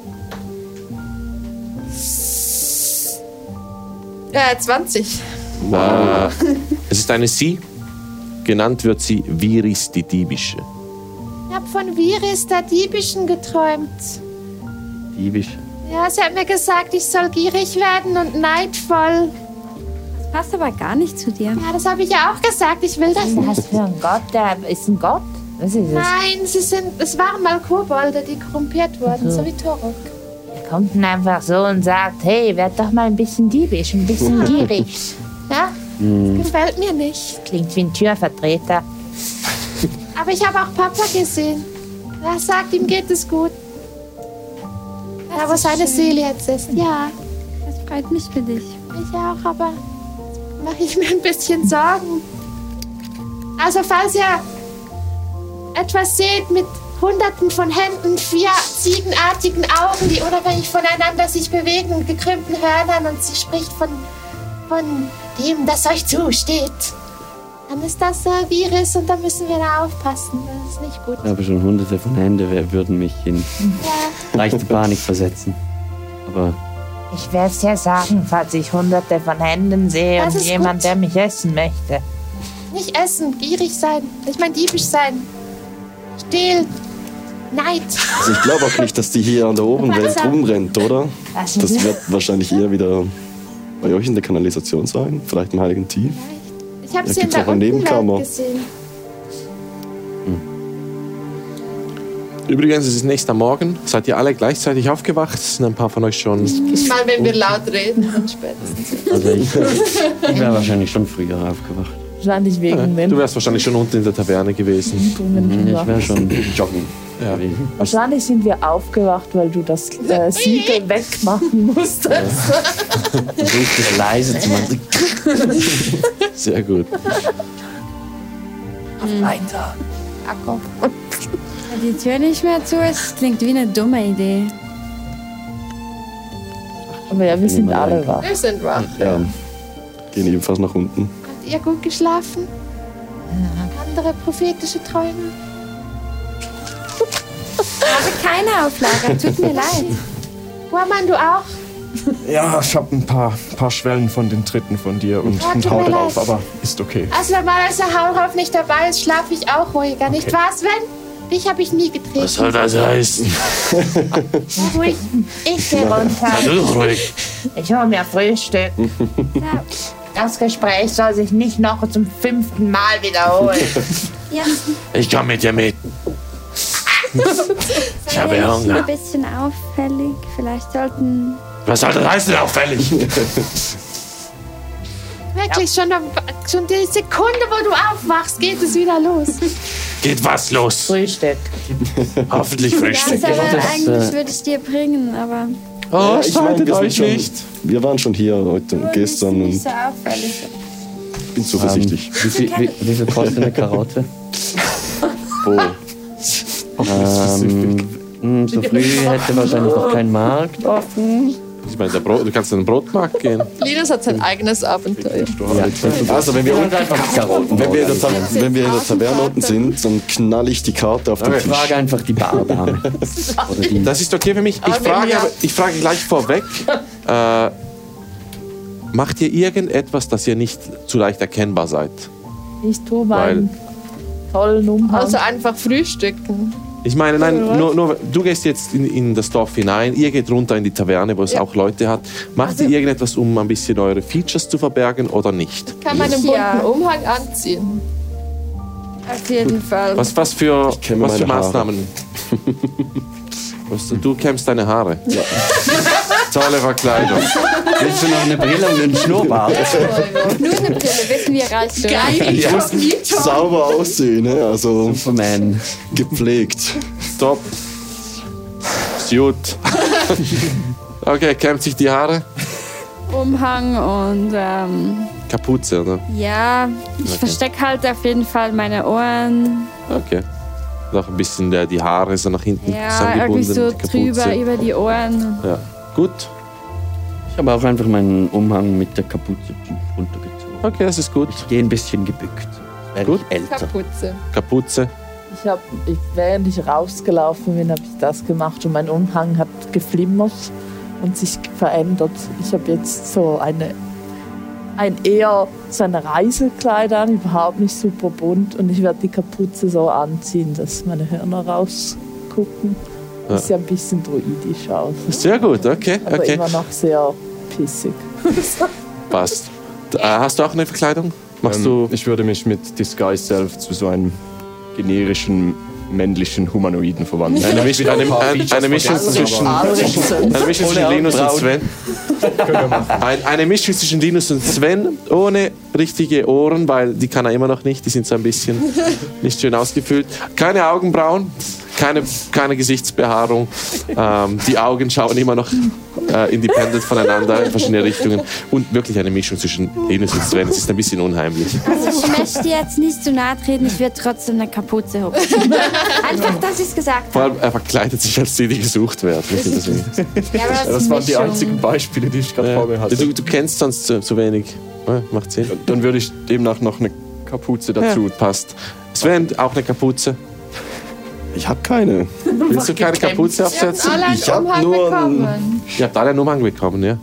Speaker 11: Ja, 20.
Speaker 1: Äh, es ist eine Sie. Genannt wird sie Viris die Diebische.
Speaker 6: Ich habe von Viris der Diebischen geträumt.
Speaker 4: Diebisch.
Speaker 6: Ja, sie hat mir gesagt, ich soll gierig werden und neidvoll. Das
Speaker 7: passt aber gar nicht zu dir.
Speaker 6: Ja, das habe ich ja auch gesagt. Ich will das
Speaker 8: Was
Speaker 6: nicht.
Speaker 8: für ein Gott, der ist ein Gott? Was ist es?
Speaker 6: Nein, sie sind, es waren mal Kobolde, die korrumpiert wurden,
Speaker 8: So.
Speaker 6: so wie Torok.
Speaker 8: Er kommt denn einfach so und sagt, hey, werd doch mal ein bisschen diebisch, ein
Speaker 6: <laughs>
Speaker 8: bisschen gierig.
Speaker 6: Ja,
Speaker 8: Hm.
Speaker 6: gefällt mir nicht.
Speaker 8: Klingt wie ein Türvertreter.
Speaker 6: Aber ich habe auch Papa gesehen. Er sagt, ihm geht es gut. Da, wo seine Seele jetzt ist. Ja,
Speaker 7: Das freut mich für dich.
Speaker 6: ich auch, aber mache ich mir ein bisschen Sorgen. Also, falls ihr etwas seht mit hunderten von Händen, vier ziegenartigen Augen, die unabhängig voneinander sich bewegen und gekrümmten Hörnern und sie spricht von, von dem, das euch zusteht, dann ist das äh, Virus und da müssen wir da aufpassen. Das ist nicht gut.
Speaker 4: Ich habe schon hunderte von Händen, wer würden mich in leichte Panik versetzen. Aber
Speaker 8: Ich werde es ja sagen, falls ich hunderte von Händen sehe
Speaker 6: Das
Speaker 8: und
Speaker 6: ist
Speaker 8: jemand, der mich essen möchte.
Speaker 6: Nicht essen, gierig sein. Ich meine, diebisch sein. Stehlen. Neid.
Speaker 3: Also ich glaube auch nicht, dass die hier an der Oberwelt rumrennt, oder?
Speaker 6: Was?
Speaker 3: Das wird wahrscheinlich eher wieder bei euch in der Kanalisation sein, vielleicht im Heiligen Tief.
Speaker 6: Ich habe
Speaker 3: Da
Speaker 6: sie in
Speaker 3: gibt's
Speaker 6: der
Speaker 3: auch eine
Speaker 6: Untenwelt
Speaker 3: Nebenkammer.
Speaker 6: gesehen.
Speaker 1: Übrigens, es ist nächster Morgen. Seid ihr alle gleichzeitig aufgewacht? Sind ein paar von euch schon.
Speaker 11: Ich meine, wenn wir laut reden, dann spätestens.
Speaker 4: also ich, ich wäre wahrscheinlich schon früher aufgewacht.
Speaker 2: Wahrscheinlich wegen
Speaker 1: Ja,
Speaker 2: dem.
Speaker 1: du wärst wahrscheinlich schon unten in der Taverne gewesen.
Speaker 2: Impfungen.
Speaker 4: Mhm, Ich wäre
Speaker 1: <clears throat>
Speaker 4: schon joggen.
Speaker 1: Ja.
Speaker 2: Wahrscheinlich sind wir aufgewacht, weil du das äh, Siegel wegmachen musstest.
Speaker 4: Versucht es leise zu
Speaker 11: <laughs>
Speaker 4: machen.
Speaker 1: Sehr gut.
Speaker 7: Hm. Weiter. Akku. Wenn die Tür nicht mehr zu ist, klingt wie eine dumme Idee.
Speaker 2: Aber ja, wir sind alle wach.
Speaker 11: Wir sind wach.
Speaker 3: Ja. Gehen ebenfalls nach unten.
Speaker 6: Habt ihr gut geschlafen? Andere prophetische Träume?
Speaker 7: Aber keine Auflage, tut
Speaker 6: <laughs>
Speaker 7: mir leid.
Speaker 6: Warman, du auch?
Speaker 12: Ja, ich habe ein paar, paar Schwellen von den Tritten von dir und,
Speaker 6: Ja,
Speaker 12: und
Speaker 6: tut
Speaker 12: hau
Speaker 6: mir
Speaker 12: drauf,
Speaker 6: leid.
Speaker 12: aber ist okay.
Speaker 6: Als Also normalerweise Haulhoff nicht dabei ist, schlafe ich auch ruhiger. Nicht wahr, Sven? Dich habe ich nie getreten.
Speaker 1: Was soll das heißen?
Speaker 6: <laughs> Ruhig.
Speaker 8: Ich gehe
Speaker 1: Na,
Speaker 13: Also,
Speaker 1: du doch
Speaker 8: runter.
Speaker 1: ruhig.
Speaker 8: Ich hole mir
Speaker 3: <laughs>
Speaker 8: Frühstück. Das Gespräch soll sich nicht noch zum
Speaker 3: <laughs>
Speaker 8: fünften Mal wiederholen.
Speaker 1: Ich komm mit dir mit. Ich habe
Speaker 7: Wäre nicht
Speaker 1: Hunger.
Speaker 7: ein bisschen auffällig. Vielleicht sollten.
Speaker 1: Was soll das heißen,
Speaker 3: <laughs>
Speaker 1: auffällig?
Speaker 6: Wirklich, schon, am- schon die Sekunde, wo du aufwachst, geht es wieder los.
Speaker 1: Geht was los?
Speaker 8: Frühstück.
Speaker 1: Hoffentlich Frühstück.
Speaker 10: Genau
Speaker 7: Ja, aber eigentlich
Speaker 3: äh,
Speaker 7: würde ich dir bringen, aber.
Speaker 1: Oh,
Speaker 3: ich meine,
Speaker 1: schaltet
Speaker 3: wir sind
Speaker 1: euch
Speaker 3: schon-
Speaker 1: nicht.
Speaker 3: Wir waren schon hier heute und gestern und
Speaker 7: Oh, Nicht
Speaker 10: <laughs>
Speaker 7: so auffällig.
Speaker 3: ich bin zuversichtlich.
Speaker 4: wie, viel, wie, wie viel kostet eine
Speaker 3: <laughs>
Speaker 4: Karotte?
Speaker 3: Oh.
Speaker 4: ähm, mh, so früh hätte wahrscheinlich noch kein Markt offen.
Speaker 1: Ich meine, der Brot, du kannst in den Brotmarkt gehen.
Speaker 11: Linus hat sein eigenes Abenteuer.
Speaker 3: Also, wenn wir, unten,
Speaker 4: Karotten
Speaker 3: wenn, wir in der Ta-
Speaker 11: holen.
Speaker 3: wenn wir in der Taverne unten sind, dann knall ich die Karte auf den
Speaker 1: Okay.
Speaker 3: Tisch.
Speaker 4: Frage einfach
Speaker 3: <laughs>
Speaker 4: die Bardame.
Speaker 1: Das ist okay für mich. Ich
Speaker 11: Aber wenn
Speaker 1: frage,
Speaker 11: wir-
Speaker 1: aber ich frage gleich
Speaker 11: <laughs>
Speaker 1: vorweg. Äh, macht ihr irgendetwas, dass ihr nicht zu leicht erkennbar seid?
Speaker 2: Ich tue
Speaker 1: Weil
Speaker 2: meinen tollen Umhang.
Speaker 11: Also einfach frühstücken.
Speaker 1: ich meine, nein,
Speaker 11: Oder was?
Speaker 1: nur, nur, du gehst jetzt in, in das Dorf hinein, ihr geht runter in die Taverne, wo es auch Leute hat. Macht
Speaker 11: Also-
Speaker 1: ihr irgendetwas, um ein bisschen eure Features zu verbergen oder nicht?
Speaker 11: Kann man einen bunten
Speaker 10: Ja.
Speaker 11: Umhang anziehen.
Speaker 10: Auf jeden
Speaker 11: Ähm,
Speaker 10: Fall.
Speaker 1: Was, was für,
Speaker 3: kenne
Speaker 1: was für
Speaker 3: meine Haare.
Speaker 4: <laughs>
Speaker 1: Maßnahmen? was, du kämmst deine Haare. <laughs> Tolle Verkleidung.
Speaker 4: Willst du noch eine
Speaker 1: <laughs>
Speaker 4: Brille und
Speaker 3: <laughs>
Speaker 4: einen Schnurrbart?
Speaker 10: Nur eine Brille, wissen wir reich
Speaker 11: Geil,
Speaker 3: Ja. Sauber aussehen, ne? also
Speaker 4: Superman.
Speaker 3: gepflegt.
Speaker 1: Top. Suit. okay, kämmt sich die Haare?
Speaker 10: Umhang und ähm,
Speaker 1: Kapuze, oder?
Speaker 10: ja, ich verstecke halt auf jeden Fall meine Ohren.
Speaker 1: Okay. Noch ein bisschen der, die Haare so nach hinten
Speaker 10: Ja, irgendwie
Speaker 1: zusammengebunden.
Speaker 10: so
Speaker 1: die Kapuze.
Speaker 10: drüber über die Ohren.
Speaker 1: Ja. Gut.
Speaker 4: Ich habe auch einfach meinen Umhang mit der Kapuze runtergezogen.
Speaker 1: Okay, das ist gut.
Speaker 4: Ich gehe ein bisschen gebückt. Werde
Speaker 1: Gut.
Speaker 4: ich älter.
Speaker 11: Kapuze.
Speaker 1: Kapuze.
Speaker 2: Ich hab, ich, während ich rausgelaufen bin, habe ich das gemacht und mein Umhang hat geflimmert und sich verändert. Ich habe jetzt so eine, ein eher so ein Reisekleid an, überhaupt nicht super bunt und ich werde die Kapuze so anziehen, dass meine Hörner rausgucken.
Speaker 1: Ja.
Speaker 2: Ist ja ein bisschen druidisch aus,
Speaker 1: Sehr gut, okay,
Speaker 2: aber
Speaker 1: okay.
Speaker 2: immer noch sehr pissig.
Speaker 1: Passt. D- Äh, hast du auch eine Verkleidung? Machst
Speaker 9: Ähm,
Speaker 1: du.
Speaker 9: Ich würde mich mit Disguise Self zu so einem generischen männlichen Humanoiden verwandeln.
Speaker 1: Eine, Misch eine, eine, eine Mischung
Speaker 9: vergessen,
Speaker 1: zwischen,
Speaker 9: aber-
Speaker 1: eine Mischung zwischen Linus und Sven. Ein, eine Mischung zwischen Linus und Sven ohne richtige Ohren, weil die kann er immer noch nicht. Die sind so ein <laughs> bisschen nicht schön ausgefüllt. Keine Augenbrauen, keine, keine Gesichtsbehaarung. Ähm, die Augen schauen immer noch äh, independent voneinander in verschiedene Richtungen. Und wirklich eine Mischung zwischen Linus und Sven. Es ist ein bisschen unheimlich.
Speaker 7: Also ich möchte jetzt nicht zu nahe treten, ich werde trotzdem eine
Speaker 10: <laughs>
Speaker 7: Kapuze hupfen. Einfach, dass ich es gesagt
Speaker 1: Vor
Speaker 7: habe.
Speaker 1: allem, er verkleidet sich als die, die gesucht werden. Deswegen.
Speaker 7: Ja, aber
Speaker 9: Ja, das waren die einzigen Beispiele, die ich gerade vor mir
Speaker 1: Ja.
Speaker 9: hatte.
Speaker 1: Du, du kennst sonst zu, zu wenig. Ja, macht Sinn.
Speaker 9: Dann würde ich demnach noch eine Kapuze dazu.
Speaker 1: Dazu passt. Sven, auch eine Kapuze.
Speaker 3: Ich habe keine.
Speaker 1: Willst du keine Kapuze aufsetzen?
Speaker 11: Alle einen
Speaker 3: Ich hab
Speaker 11: Umhang
Speaker 3: nur einen-
Speaker 11: bekommen.
Speaker 1: Ihr habt alle einen Umhang bekommen, ja?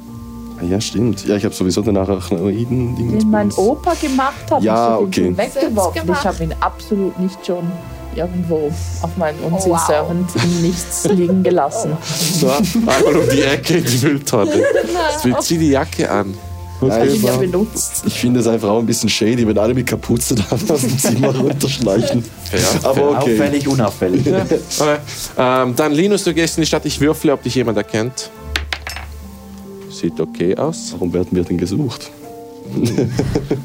Speaker 3: Ja, stimmt. Ja, ich habe sowieso den Arachnoiden.
Speaker 2: Den mein Opa gemacht hat,
Speaker 3: Ja,
Speaker 2: ich hab ihn
Speaker 3: okay.
Speaker 2: weggeworfen.
Speaker 11: Selbst
Speaker 2: Ich habe ihn absolut nicht schon irgendwo auf meinen
Speaker 7: Oh,
Speaker 2: Unsinn-Servant in nichts liegen
Speaker 7: <laughs>
Speaker 2: gelassen.
Speaker 1: So, einmal um die Ecke in die Mülltonne. Jetzt zieh die Jacke an.
Speaker 3: Ja,
Speaker 2: Ich
Speaker 3: ich
Speaker 2: ihn ja
Speaker 3: war-
Speaker 2: benutzt.
Speaker 3: Ich finde es einfach auch ein bisschen shady, wenn alle mit Kapuze da <laughs> aus dem Zimmer runterschleichen. Aber okay.
Speaker 4: Auffällig, unauffällig.
Speaker 1: Ja. Okay. Ähm, dann Linus, du gehst in die Stadt. Ich würfle, ob dich jemand erkennt. <laughs> Sieht okay aus.
Speaker 3: Warum werden wir denn gesucht?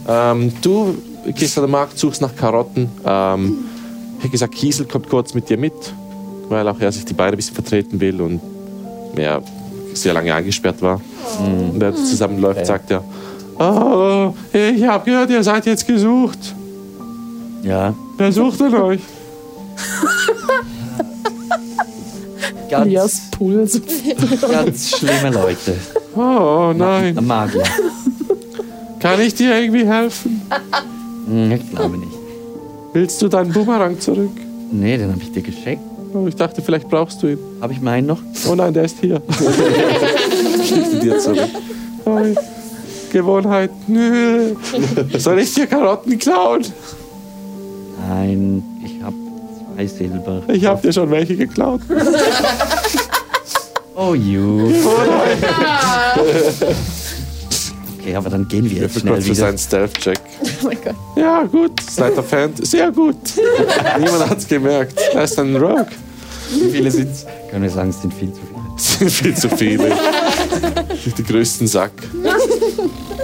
Speaker 1: Ähm, du gehst an den Markt, suchst nach Karotten. Ähm, ich hätte gesagt, Kiesel kommt kurz mit dir mit, weil auch er sich die Beine ein bisschen vertreten will und ja, sehr lange eingesperrt war.
Speaker 4: Mhm.
Speaker 1: Und er zusammenläuft, sagt er, oh, ich habe gehört, ihr seid jetzt gesucht.
Speaker 4: Ja.
Speaker 1: Wer sucht denn euch?
Speaker 4: <laughs> Ganz,
Speaker 2: Elias Puls.
Speaker 4: ganz schlimme Leute.
Speaker 1: <laughs> Oh nein,
Speaker 4: Magier.
Speaker 1: kann ich dir irgendwie helfen?
Speaker 4: Hm, Ich glaube nicht.
Speaker 1: Willst du deinen Boomerang zurück?
Speaker 4: Nee, den habe ich dir geschenkt.
Speaker 1: Oh, ich dachte, vielleicht brauchst du ihn.
Speaker 4: Habe ich meinen noch?
Speaker 1: Oh nein, der ist hier. Schiebt ihn dir zurück. Oh, Gewohnheit. Nö. Soll ich dir Karotten klauen?
Speaker 4: Nein, ich habe zwei Silber.
Speaker 1: Ich hab dir schon welche geklaut.
Speaker 4: <laughs> Oh, you. okay, aber dann gehen wir jetzt schnell wieder.
Speaker 1: Stealth-Check.
Speaker 11: Oh mein Gott.
Speaker 4: <laughs>
Speaker 1: Ja, gut. Slider Fan. Sehr gut. Niemand hat's gemerkt. Er ist ein Rogue.
Speaker 4: Wie viele sind es? Können wir sagen, es sind viel zu viele.
Speaker 1: sind viel zu viele. Den größten Sack.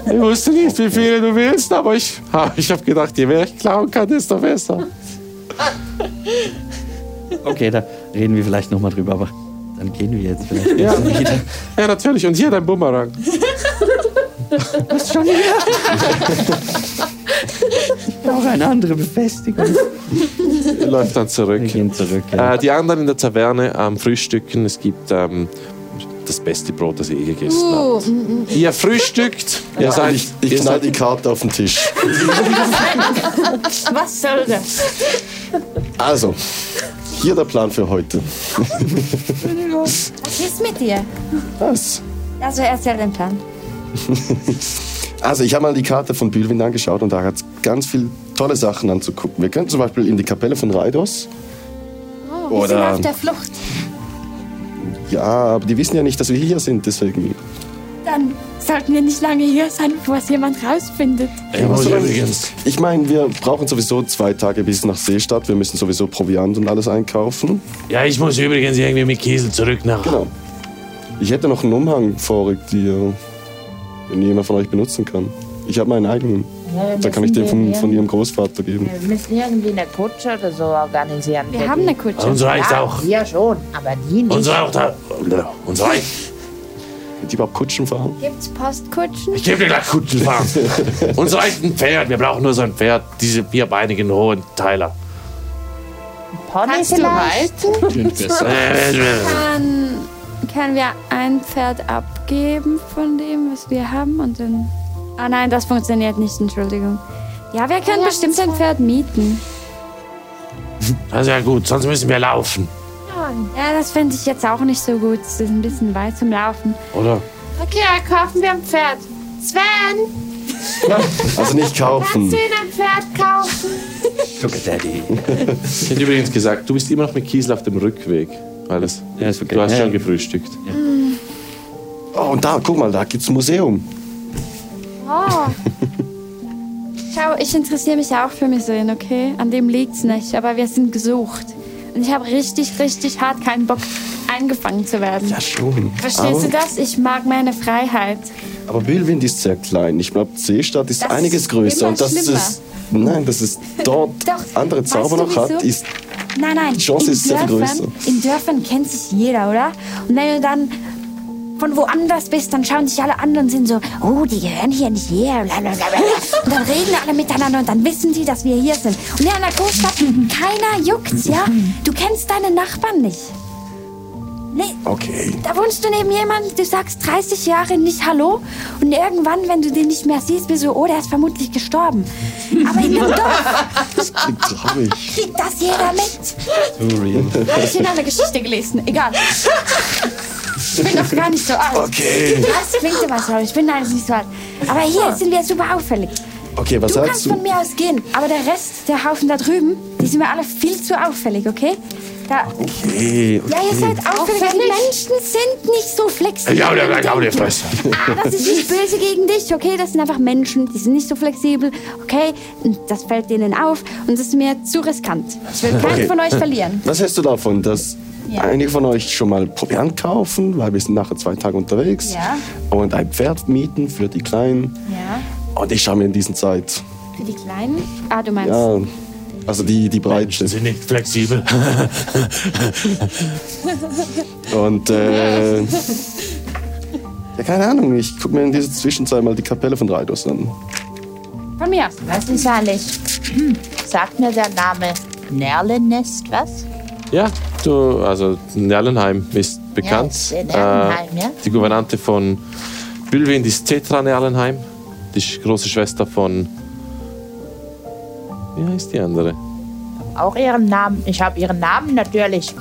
Speaker 1: Ich wusste nicht, wie viele du willst, aber ich, <laughs> ha, ich habe gedacht, je mehr ich klauen kann, desto besser.
Speaker 4: Okay, da reden wir vielleicht nochmal drüber, aber dann gehen wir jetzt vielleicht.
Speaker 1: Ja.
Speaker 4: wieder.
Speaker 1: ja, natürlich. Und hier dein Bumerang.
Speaker 4: Was schon wieder? Noch eine andere Befestigung.
Speaker 1: Er läuft dann zurück. äh, die anderen in der Taverne am Frühstücken, es gibt ähm, das beste Brot, das ich je gegessen habe.
Speaker 11: Uh, mm, mm.
Speaker 1: Ihr frühstückt, ihr
Speaker 3: Ja,
Speaker 1: seid,
Speaker 3: ich- ich
Speaker 1: ihr
Speaker 3: knall
Speaker 1: seid
Speaker 3: die Karte auf den Tisch.
Speaker 8: Was soll das?
Speaker 3: Also, hier der Plan für
Speaker 1: <laughs>
Speaker 3: heute.
Speaker 7: Was ist mit dir?
Speaker 3: Was?
Speaker 7: Also erzähl den Plan.
Speaker 3: <laughs> Also, ich habe mal die Karte von Bülwin angeschaut und da hat es ganz viele tolle Sachen anzugucken. Wir können zum Beispiel in die Kapelle von Raidos.
Speaker 7: Oh, Wir sind
Speaker 3: Oder-
Speaker 7: auf der Flucht.
Speaker 3: Ja, aber die wissen ja nicht, dass wir hier sind, deswegen.
Speaker 7: Dann sollten wir nicht lange hier sein, bevor es jemand rausfindet.
Speaker 3: Ja, was soll- Ich meine, wir brauchen sowieso zwei Tage bis nach Seestadt. Wir müssen sowieso Proviant und alles einkaufen.
Speaker 1: Ja, ich muss übrigens irgendwie mit Kiesel zurück nach.
Speaker 3: Genau. Ich hätte noch einen Umhang vorrückt, die, wenn jemand von euch benutzen kann. Ich habe meinen eigenen.
Speaker 8: Ja, wir
Speaker 3: da kann ich den
Speaker 8: müssen
Speaker 3: von,
Speaker 8: den
Speaker 3: von ihrem Großvater geben.
Speaker 8: Wir müssen irgendwie eine Kutsche oder so organisieren.
Speaker 10: Wir haben eine Kutsche.
Speaker 1: Unsere reicht auch.
Speaker 8: Ja, schon, aber die nicht.
Speaker 1: Unsere auch da. Unsere.
Speaker 3: Die überhaupt Kutschen fahren?
Speaker 7: Gibt's Postkutschen?
Speaker 1: Ich gebe dir gleich Kutschen
Speaker 3: <laughs>
Speaker 1: fahren. Uns reicht ein Pferd. Wir brauchen nur so ein Pferd. Diese vierbeinigen hohen Teiler.
Speaker 8: Pony
Speaker 7: Kannst du
Speaker 8: vielleicht?
Speaker 1: Äh,
Speaker 7: Kann, können wir ein Pferd abgeben von dem, was wir haben und dann... Ah nein, das funktioniert nicht, Entschuldigung. Ja, wir können bestimmt ein Pferd mieten.
Speaker 1: Das ist ja gut, sonst müssen wir laufen.
Speaker 7: Ja, das fände ich jetzt auch nicht so gut. Es ist ein bisschen weit zum Laufen.
Speaker 1: Oder?
Speaker 6: Okay, dann kaufen wir ein Pferd. Sven,
Speaker 3: Also nicht
Speaker 1: Hm.
Speaker 6: kannst
Speaker 3: kaufen.
Speaker 6: du ihn ein Pferd kaufen?
Speaker 1: Sugar Daddy. ich hätte übrigens gesagt, du bist immer noch mit Kiesel auf dem Rückweg. Alles.
Speaker 4: Ja, ist okay.
Speaker 1: Du hast
Speaker 4: Ja,
Speaker 1: schon
Speaker 4: ja.
Speaker 1: gefrühstückt.
Speaker 6: Hm.
Speaker 3: Oh, und da, guck mal, da gibt's ein Museum.
Speaker 7: Oh. Schau, ich interessiere mich auch für Museen, okay? An dem liegt's nicht, aber wir sind gesucht. Und ich habe richtig, richtig hart keinen Bock, eingefangen zu werden.
Speaker 3: Schon.
Speaker 7: Verstehst
Speaker 3: Aber,
Speaker 7: du das? Ich mag meine Freiheit.
Speaker 3: aber Bülwind ist sehr klein. Ich glaube, Seestadt ist
Speaker 7: Das
Speaker 3: einiges
Speaker 7: ist
Speaker 3: größer.
Speaker 7: immer
Speaker 3: Und das
Speaker 7: schlimmer.
Speaker 3: ist. Nein, das ist dort
Speaker 7: <laughs> Doch,
Speaker 3: andere
Speaker 7: weißt
Speaker 3: Zauber
Speaker 7: du,
Speaker 3: noch hat,
Speaker 7: wieso?
Speaker 3: ist
Speaker 7: Nein, nein.
Speaker 3: Die Chance
Speaker 7: in
Speaker 3: ist sehr viel
Speaker 7: Dörfern,
Speaker 3: größer.
Speaker 7: In Dörfern kennt sich jeder, oder? Und wenn du dann von woanders bist, dann schauen sich alle an und sind so, oh, die gehören hier nicht her. <laughs> bla, bla, bla, bla. Und dann reden alle miteinander und dann wissen die, dass wir hier sind. Und ja, in der Großstadt, keiner juckt's, ja? Du kennst deine Nachbarn nicht. Nee,
Speaker 3: Okay.
Speaker 7: da wohnst du neben jemandem, du sagst 30 Jahre nicht Hallo und irgendwann, wenn du den nicht mehr siehst, bist du, oh, der ist
Speaker 3: <laughs>
Speaker 7: vermutlich gestorben. Aber in dem Dorf
Speaker 3: traurig.
Speaker 7: kriegt das jeder mit.
Speaker 3: <laughs>
Speaker 7: Habe ich in einer Geschichte gelesen. Egal. Ich bin doch gar nicht so alt.
Speaker 3: Okay.
Speaker 7: Das klingt immer so. Ich bin alles nicht so alt. Aber hier sind wir super auffällig.
Speaker 3: Okay, was
Speaker 7: du
Speaker 3: sagst
Speaker 7: kannst von
Speaker 3: du?
Speaker 7: mir aus gehen, aber der Rest, der Haufen da drüben, die sind mir alle viel zu auffällig, okay? Da,
Speaker 3: Okay,
Speaker 7: ja, ihr seid auffällig. aber Die Menschen sind nicht so flexibel.
Speaker 1: Ich hau dir gleich auf die Fresse.
Speaker 7: Ah, das ist nicht böse gegen dich, okay? Das sind einfach Menschen, die sind nicht so flexibel, okay? Und Das fällt denen auf und das ist mir zu riskant. Ich will keinen
Speaker 3: Okay.
Speaker 7: von euch verlieren.
Speaker 3: Was hältst du davon, dass
Speaker 7: Ja.
Speaker 3: einige von euch schon mal Proviant kaufen, weil wir sind nachher zwei Tage unterwegs
Speaker 7: Ja.
Speaker 3: und ein Pferd mieten für die Kleinen
Speaker 7: Ja,
Speaker 3: und ich schaue mir in diesen Zeit,
Speaker 7: für die Kleinen. Ah, du meinst.
Speaker 3: ja, also die, die Breite.
Speaker 1: sind nicht flexibel.
Speaker 3: <laughs> Und äh, ja, keine Ahnung, ich gucke mir in dieser Zwischenzeit mal die Kapelle von Raidos an.
Speaker 7: Von mir.
Speaker 8: Was ist alles? Hm, Sagt mir der Name Nerlennest was?
Speaker 1: Ja, du, also Nerlenheim ist bekannt.
Speaker 8: Ja, Nerlenheim,
Speaker 1: äh,
Speaker 8: ja.
Speaker 1: Die Gouvernante von Bülwind ist Tetra Nerlenheim, die sch- große Schwester von. Wie heißt die andere?
Speaker 8: Auch ihren Namen. Ich habe ihren Namen natürlich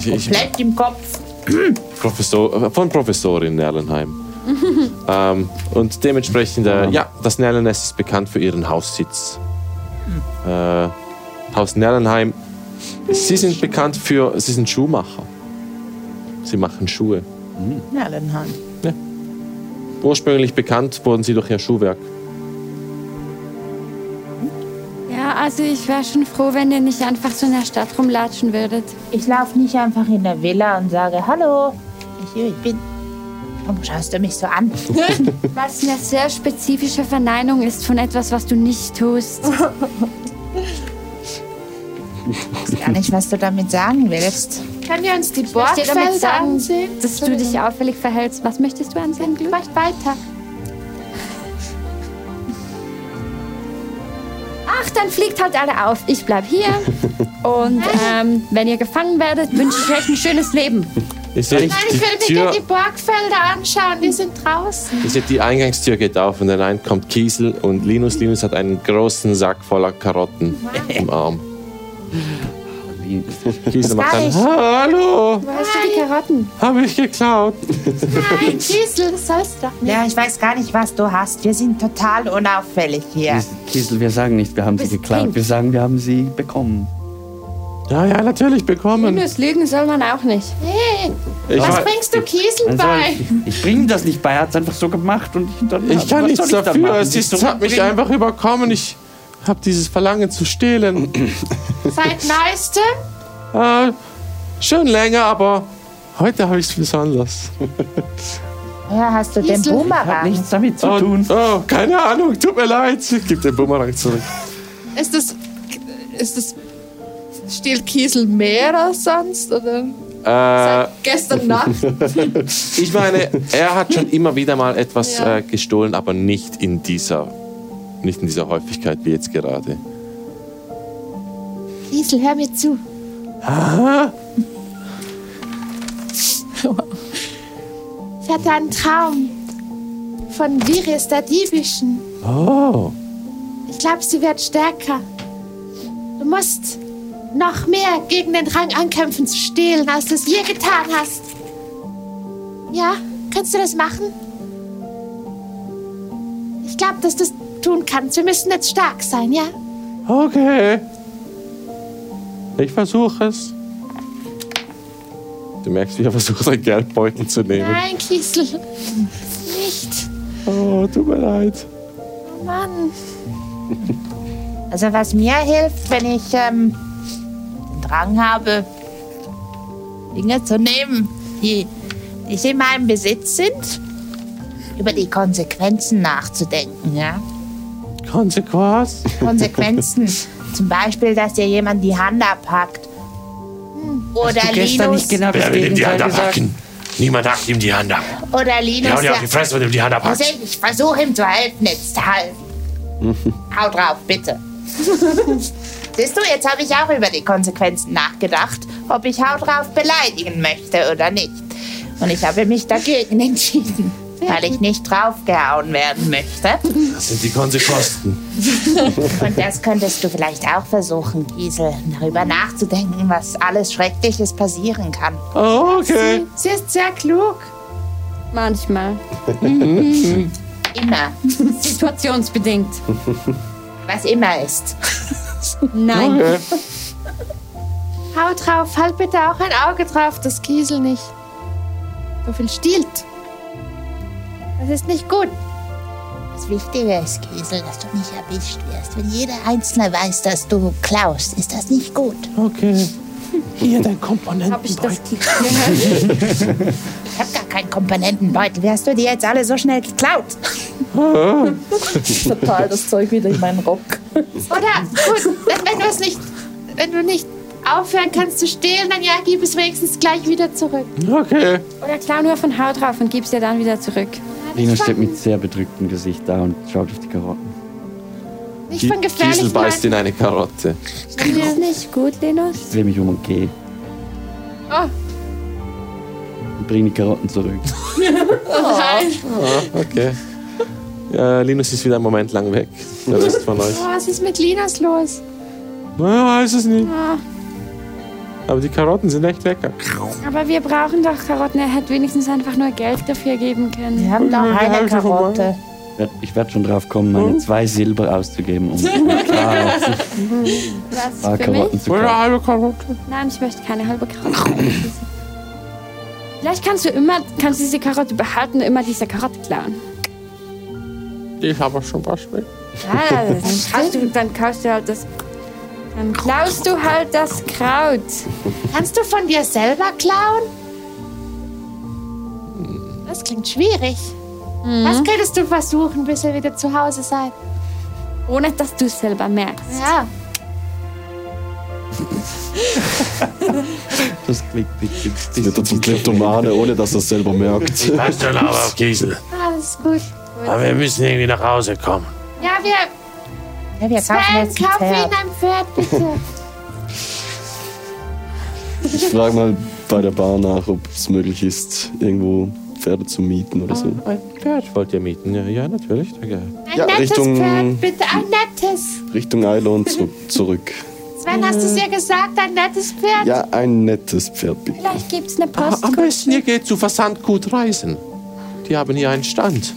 Speaker 1: Ich- ich-
Speaker 8: komplett
Speaker 10: <laughs>
Speaker 8: im Kopf.
Speaker 1: Professor, äh, von Professorin Erlenheim. ähm, und dementsprechend,
Speaker 8: Genau.
Speaker 1: äh, ja, das Nerlennest ist bekannt für ihren Haussitz.
Speaker 8: Hm.
Speaker 1: Äh, Haus Nerlenheim. Sie sind bekannt für, sie sind Schuhmacher. Sie machen Schuhe.
Speaker 8: Hm. Nerlenheim.
Speaker 1: Ursprünglich bekannt wurden sie durch ihr Schuhwerk.
Speaker 7: Ja, Also ich wäre schon froh, wenn ihr nicht einfach so in der Stadt rumlatschen würdet.
Speaker 8: Ich laufe nicht einfach in der Villa und sage, hallo, ich, ich bin... Warum schaust du mich so <laughs> an?
Speaker 7: Was eine sehr spezifische Verneinung ist von etwas, was du nicht
Speaker 3: <laughs>
Speaker 7: tust.
Speaker 8: Ich weiß gar nicht, was du damit sagen willst.
Speaker 11: Können wir uns die
Speaker 7: Ich möchte damit
Speaker 11: Bordfelder
Speaker 7: sagen,
Speaker 11: ansehen?
Speaker 7: dass du dich auffällig verhältst. Was möchtest du ansehen, Glück? Mach weiter. Ach, dann fliegt halt alle auf. Ich bleib hier. Und ähm, wenn ihr gefangen werdet, wünsche ich euch ein schönes Leben.
Speaker 1: Ich sehe,
Speaker 6: Nein, ich will
Speaker 1: die
Speaker 6: mir gerne
Speaker 1: Tür,
Speaker 6: die Borgfelder anschauen, die sind draußen.
Speaker 1: ich sehe, die Eingangstür geht auf und rein kommt Kiesel und Linus. Linus hat einen großen Sack voller Karotten im <laughs> Arm. Kiesel macht dann, hallo,
Speaker 7: Wo hast du die Karotten?
Speaker 1: habe ich geklaut.
Speaker 8: Nein, Kiesel, sollst doch nicht. Ja, ich weiß gar nicht, was du hast. Wir sind total unauffällig hier.
Speaker 4: Kiesel, wir sagen nicht, wir haben sie geklaut. Wir sagen, wir haben sie bekommen.
Speaker 1: Ja, ja, natürlich bekommen.
Speaker 7: Minus Lügen soll man auch nicht.
Speaker 6: Hey,
Speaker 4: Ich
Speaker 6: was
Speaker 4: weiß-
Speaker 6: bringst du Kiesel
Speaker 4: Also,
Speaker 6: bei?
Speaker 4: ich, ich bring das nicht bei, er hat es einfach so gemacht und ich hinterlasse.
Speaker 1: Ich kann nichts dafür, es ist, es hat mich einfach überkommen. Ich habe dieses Verlangen zu
Speaker 8: <clears throat>
Speaker 1: stehlen.
Speaker 6: Seit neuestem?
Speaker 1: äh, schon länger, aber heute habe ich es besonders.
Speaker 8: Ja, hast du den
Speaker 6: Kiesel.
Speaker 8: Boomerang?
Speaker 4: nichts damit
Speaker 1: oh, Oh, keine Ahnung, tut mir leid. Gib den Bumerang
Speaker 8: <laughs>
Speaker 1: zurück.
Speaker 11: Ist das. Ist das. Stiehlt Kiesel mehr als sonst? Oder?
Speaker 1: Äh,
Speaker 2: <laughs>
Speaker 11: Gestern Nacht.
Speaker 1: ich meine, er hat schon immer wieder mal etwas äh, gestohlen, aber nicht in dieser, nicht in dieser Häufigkeit wie jetzt gerade.
Speaker 6: Kiesel, hör mir zu. Ich hatte einen Traum von Viris der Diebischen.
Speaker 1: Oh,
Speaker 6: Ich glaube, sie wird stärker. Du musst noch mehr gegen den Drang ankämpfen zu stehlen, als du es je getan hast. Ja, kannst du das machen? Ich glaube, dass du es tun kannst. Wir müssen jetzt stark sein, ja?
Speaker 1: okay. Ich versuche es. Du merkst, wie er versucht, einen Geldbeutel zu nehmen.
Speaker 6: Nein, Kiesel. Nicht.
Speaker 1: Oh, tut mir leid.
Speaker 6: Oh Mann.
Speaker 8: <laughs> Also was mir hilft, wenn ich ähm, den Drang habe, Dinge zu nehmen, die nicht in meinem Besitz sind, über die Konsequenzen nachzudenken, ja.
Speaker 1: Konsequenz?
Speaker 8: Konsequenzen. Zum Beispiel, dass dir jemand die Hand abhackt. Oder Linus,
Speaker 13: genau-
Speaker 1: Wer will ihm die Hand abhacken? Niemand hackt ihm die Hand ab.
Speaker 8: oder
Speaker 1: Ich hau
Speaker 8: Linus,
Speaker 1: dir auf
Speaker 8: ja.
Speaker 1: die Fresse, wenn du ihm die Hand
Speaker 8: Also
Speaker 1: abhackst.
Speaker 8: ich versuche ihm zu helfen, jetzt zu helfen. Hau drauf, bitte. <laughs> Siehst du, jetzt habe ich auch über die Konsequenzen nachgedacht, ob ich Hau drauf beleidigen möchte oder nicht. Und ich habe mich dagegen <laughs> entschieden, weil ich nicht draufgehauen werden möchte.
Speaker 1: Das sind die Konsequenzen.
Speaker 8: Und das könntest du vielleicht auch versuchen, Giesel, darüber nachzudenken, was alles Schreckliches passieren kann.
Speaker 1: Oh, okay.
Speaker 11: Sie ist sehr klug.
Speaker 7: Manchmal.
Speaker 8: Immer.
Speaker 7: <laughs> Situationsbedingt.
Speaker 8: Was immer
Speaker 6: <laughs>
Speaker 8: ist.
Speaker 7: Nein.
Speaker 6: Hau drauf, halt bitte auch ein Auge drauf, dass Kiesel nicht so viel stiehlt. Das ist nicht gut.
Speaker 8: Das Wichtige ist, Giesel, dass du nicht erwischt wirst. Wenn jeder Einzelne weiß, dass du klaust, ist das nicht gut.
Speaker 1: Okay. Hier dein Komponenten.
Speaker 7: Hab ich das
Speaker 8: Ich habe gar keinen Komponentenbeutel. Wie hast du die jetzt alle so schnell geklaut?
Speaker 2: Total das Zeug wieder in meinen Rock.
Speaker 6: Oder gut, wenn, wenn du es nicht, wenn du nicht aufhören kannst zu stehlen, dann ja, gib es wenigstens gleich wieder zurück.
Speaker 1: Okay.
Speaker 7: Oder klau nur von Haut drauf und gib's dir dann wieder zurück.
Speaker 4: Lina steht mit sehr bedrücktem Gesicht da und schaut auf die Karotten.
Speaker 6: Nicht von
Speaker 1: Kiesel
Speaker 6: gefährlichen
Speaker 1: beißt
Speaker 6: Leuten.
Speaker 1: in eine Karotte.
Speaker 7: Ist das nicht gut, Linus?
Speaker 4: Ich drehe mich um und gehe.
Speaker 7: <laughs>
Speaker 11: Oh.
Speaker 4: Und bring die Karotten zurück.
Speaker 8: Oh.
Speaker 11: Nein.
Speaker 1: Ah, okay. Äh, Linus ist wieder einen Moment lang weg. Der Rest von euch.
Speaker 6: Oh, was ist mit Linas los?
Speaker 1: Na, weiß es nicht.
Speaker 7: Ah.
Speaker 1: Aber die Karotten sind echt lecker.
Speaker 7: Aber wir brauchen doch Karotten. Er hätte wenigstens einfach nur Geld dafür geben können.
Speaker 8: Wir haben noch
Speaker 4: <laughs>
Speaker 8: eine Karotte.
Speaker 4: Werd- Ich werde schon drauf kommen,
Speaker 1: Hm?
Speaker 4: meine zwei Silber auszugeben,
Speaker 1: <laughs>
Speaker 4: um ein paar,
Speaker 7: Was
Speaker 4: paar
Speaker 7: für mich?
Speaker 4: Karotten zu kaufen.
Speaker 1: halbe Karotte.
Speaker 7: Nein, ich möchte keine halbe Karotte. Vielleicht kannst du immer, kannst du diese Karotte behalten und immer diese Karotte klauen.
Speaker 1: Ich habe schon was weg.
Speaker 7: Ja, dann, kaufst du, dann kaufst du halt das Dann klaust du halt das Kraut.
Speaker 6: Kannst du von dir selber klauen? Das klingt schwierig.
Speaker 8: Mhm.
Speaker 6: Was könntest du versuchen, bis wir wieder zu Hause seid?
Speaker 7: Ohne dass du es selber merkst.
Speaker 6: Ja.
Speaker 4: Das klingt nicht.
Speaker 3: Das wird er zum Kleptomane, ohne dass er es selber merkt.
Speaker 13: Ich weiß schon, aber auf Giesel.
Speaker 6: Alles gut.
Speaker 13: Aber wir müssen irgendwie nach Hause kommen.
Speaker 6: Ja, wir.
Speaker 8: Ja, wir kaufen
Speaker 6: Sven,
Speaker 8: jetzt ein
Speaker 6: kauf
Speaker 8: Pferd.
Speaker 6: ihnen ein Pferd, bitte.
Speaker 3: Ich frage mal bei der Bar nach, ob es möglich ist, irgendwo Pferde zu mieten oder so.
Speaker 1: Ein Pferd wollt ihr mieten? Ja, ja natürlich. Danke.
Speaker 6: Ah, Ein
Speaker 3: Ja,
Speaker 6: nettes
Speaker 3: Richtung-
Speaker 6: Pferd, bitte. Ein nettes.
Speaker 3: Richtung Island zu, zurück.
Speaker 6: Sven, hast du es ja gesagt? Ein nettes Pferd?
Speaker 3: Ja, ein nettes Pferd, bitte.
Speaker 7: Vielleicht gibt es eine
Speaker 1: Aber am besten, ihr geht zu Versandgut Reisen. Die haben hier einen Stand.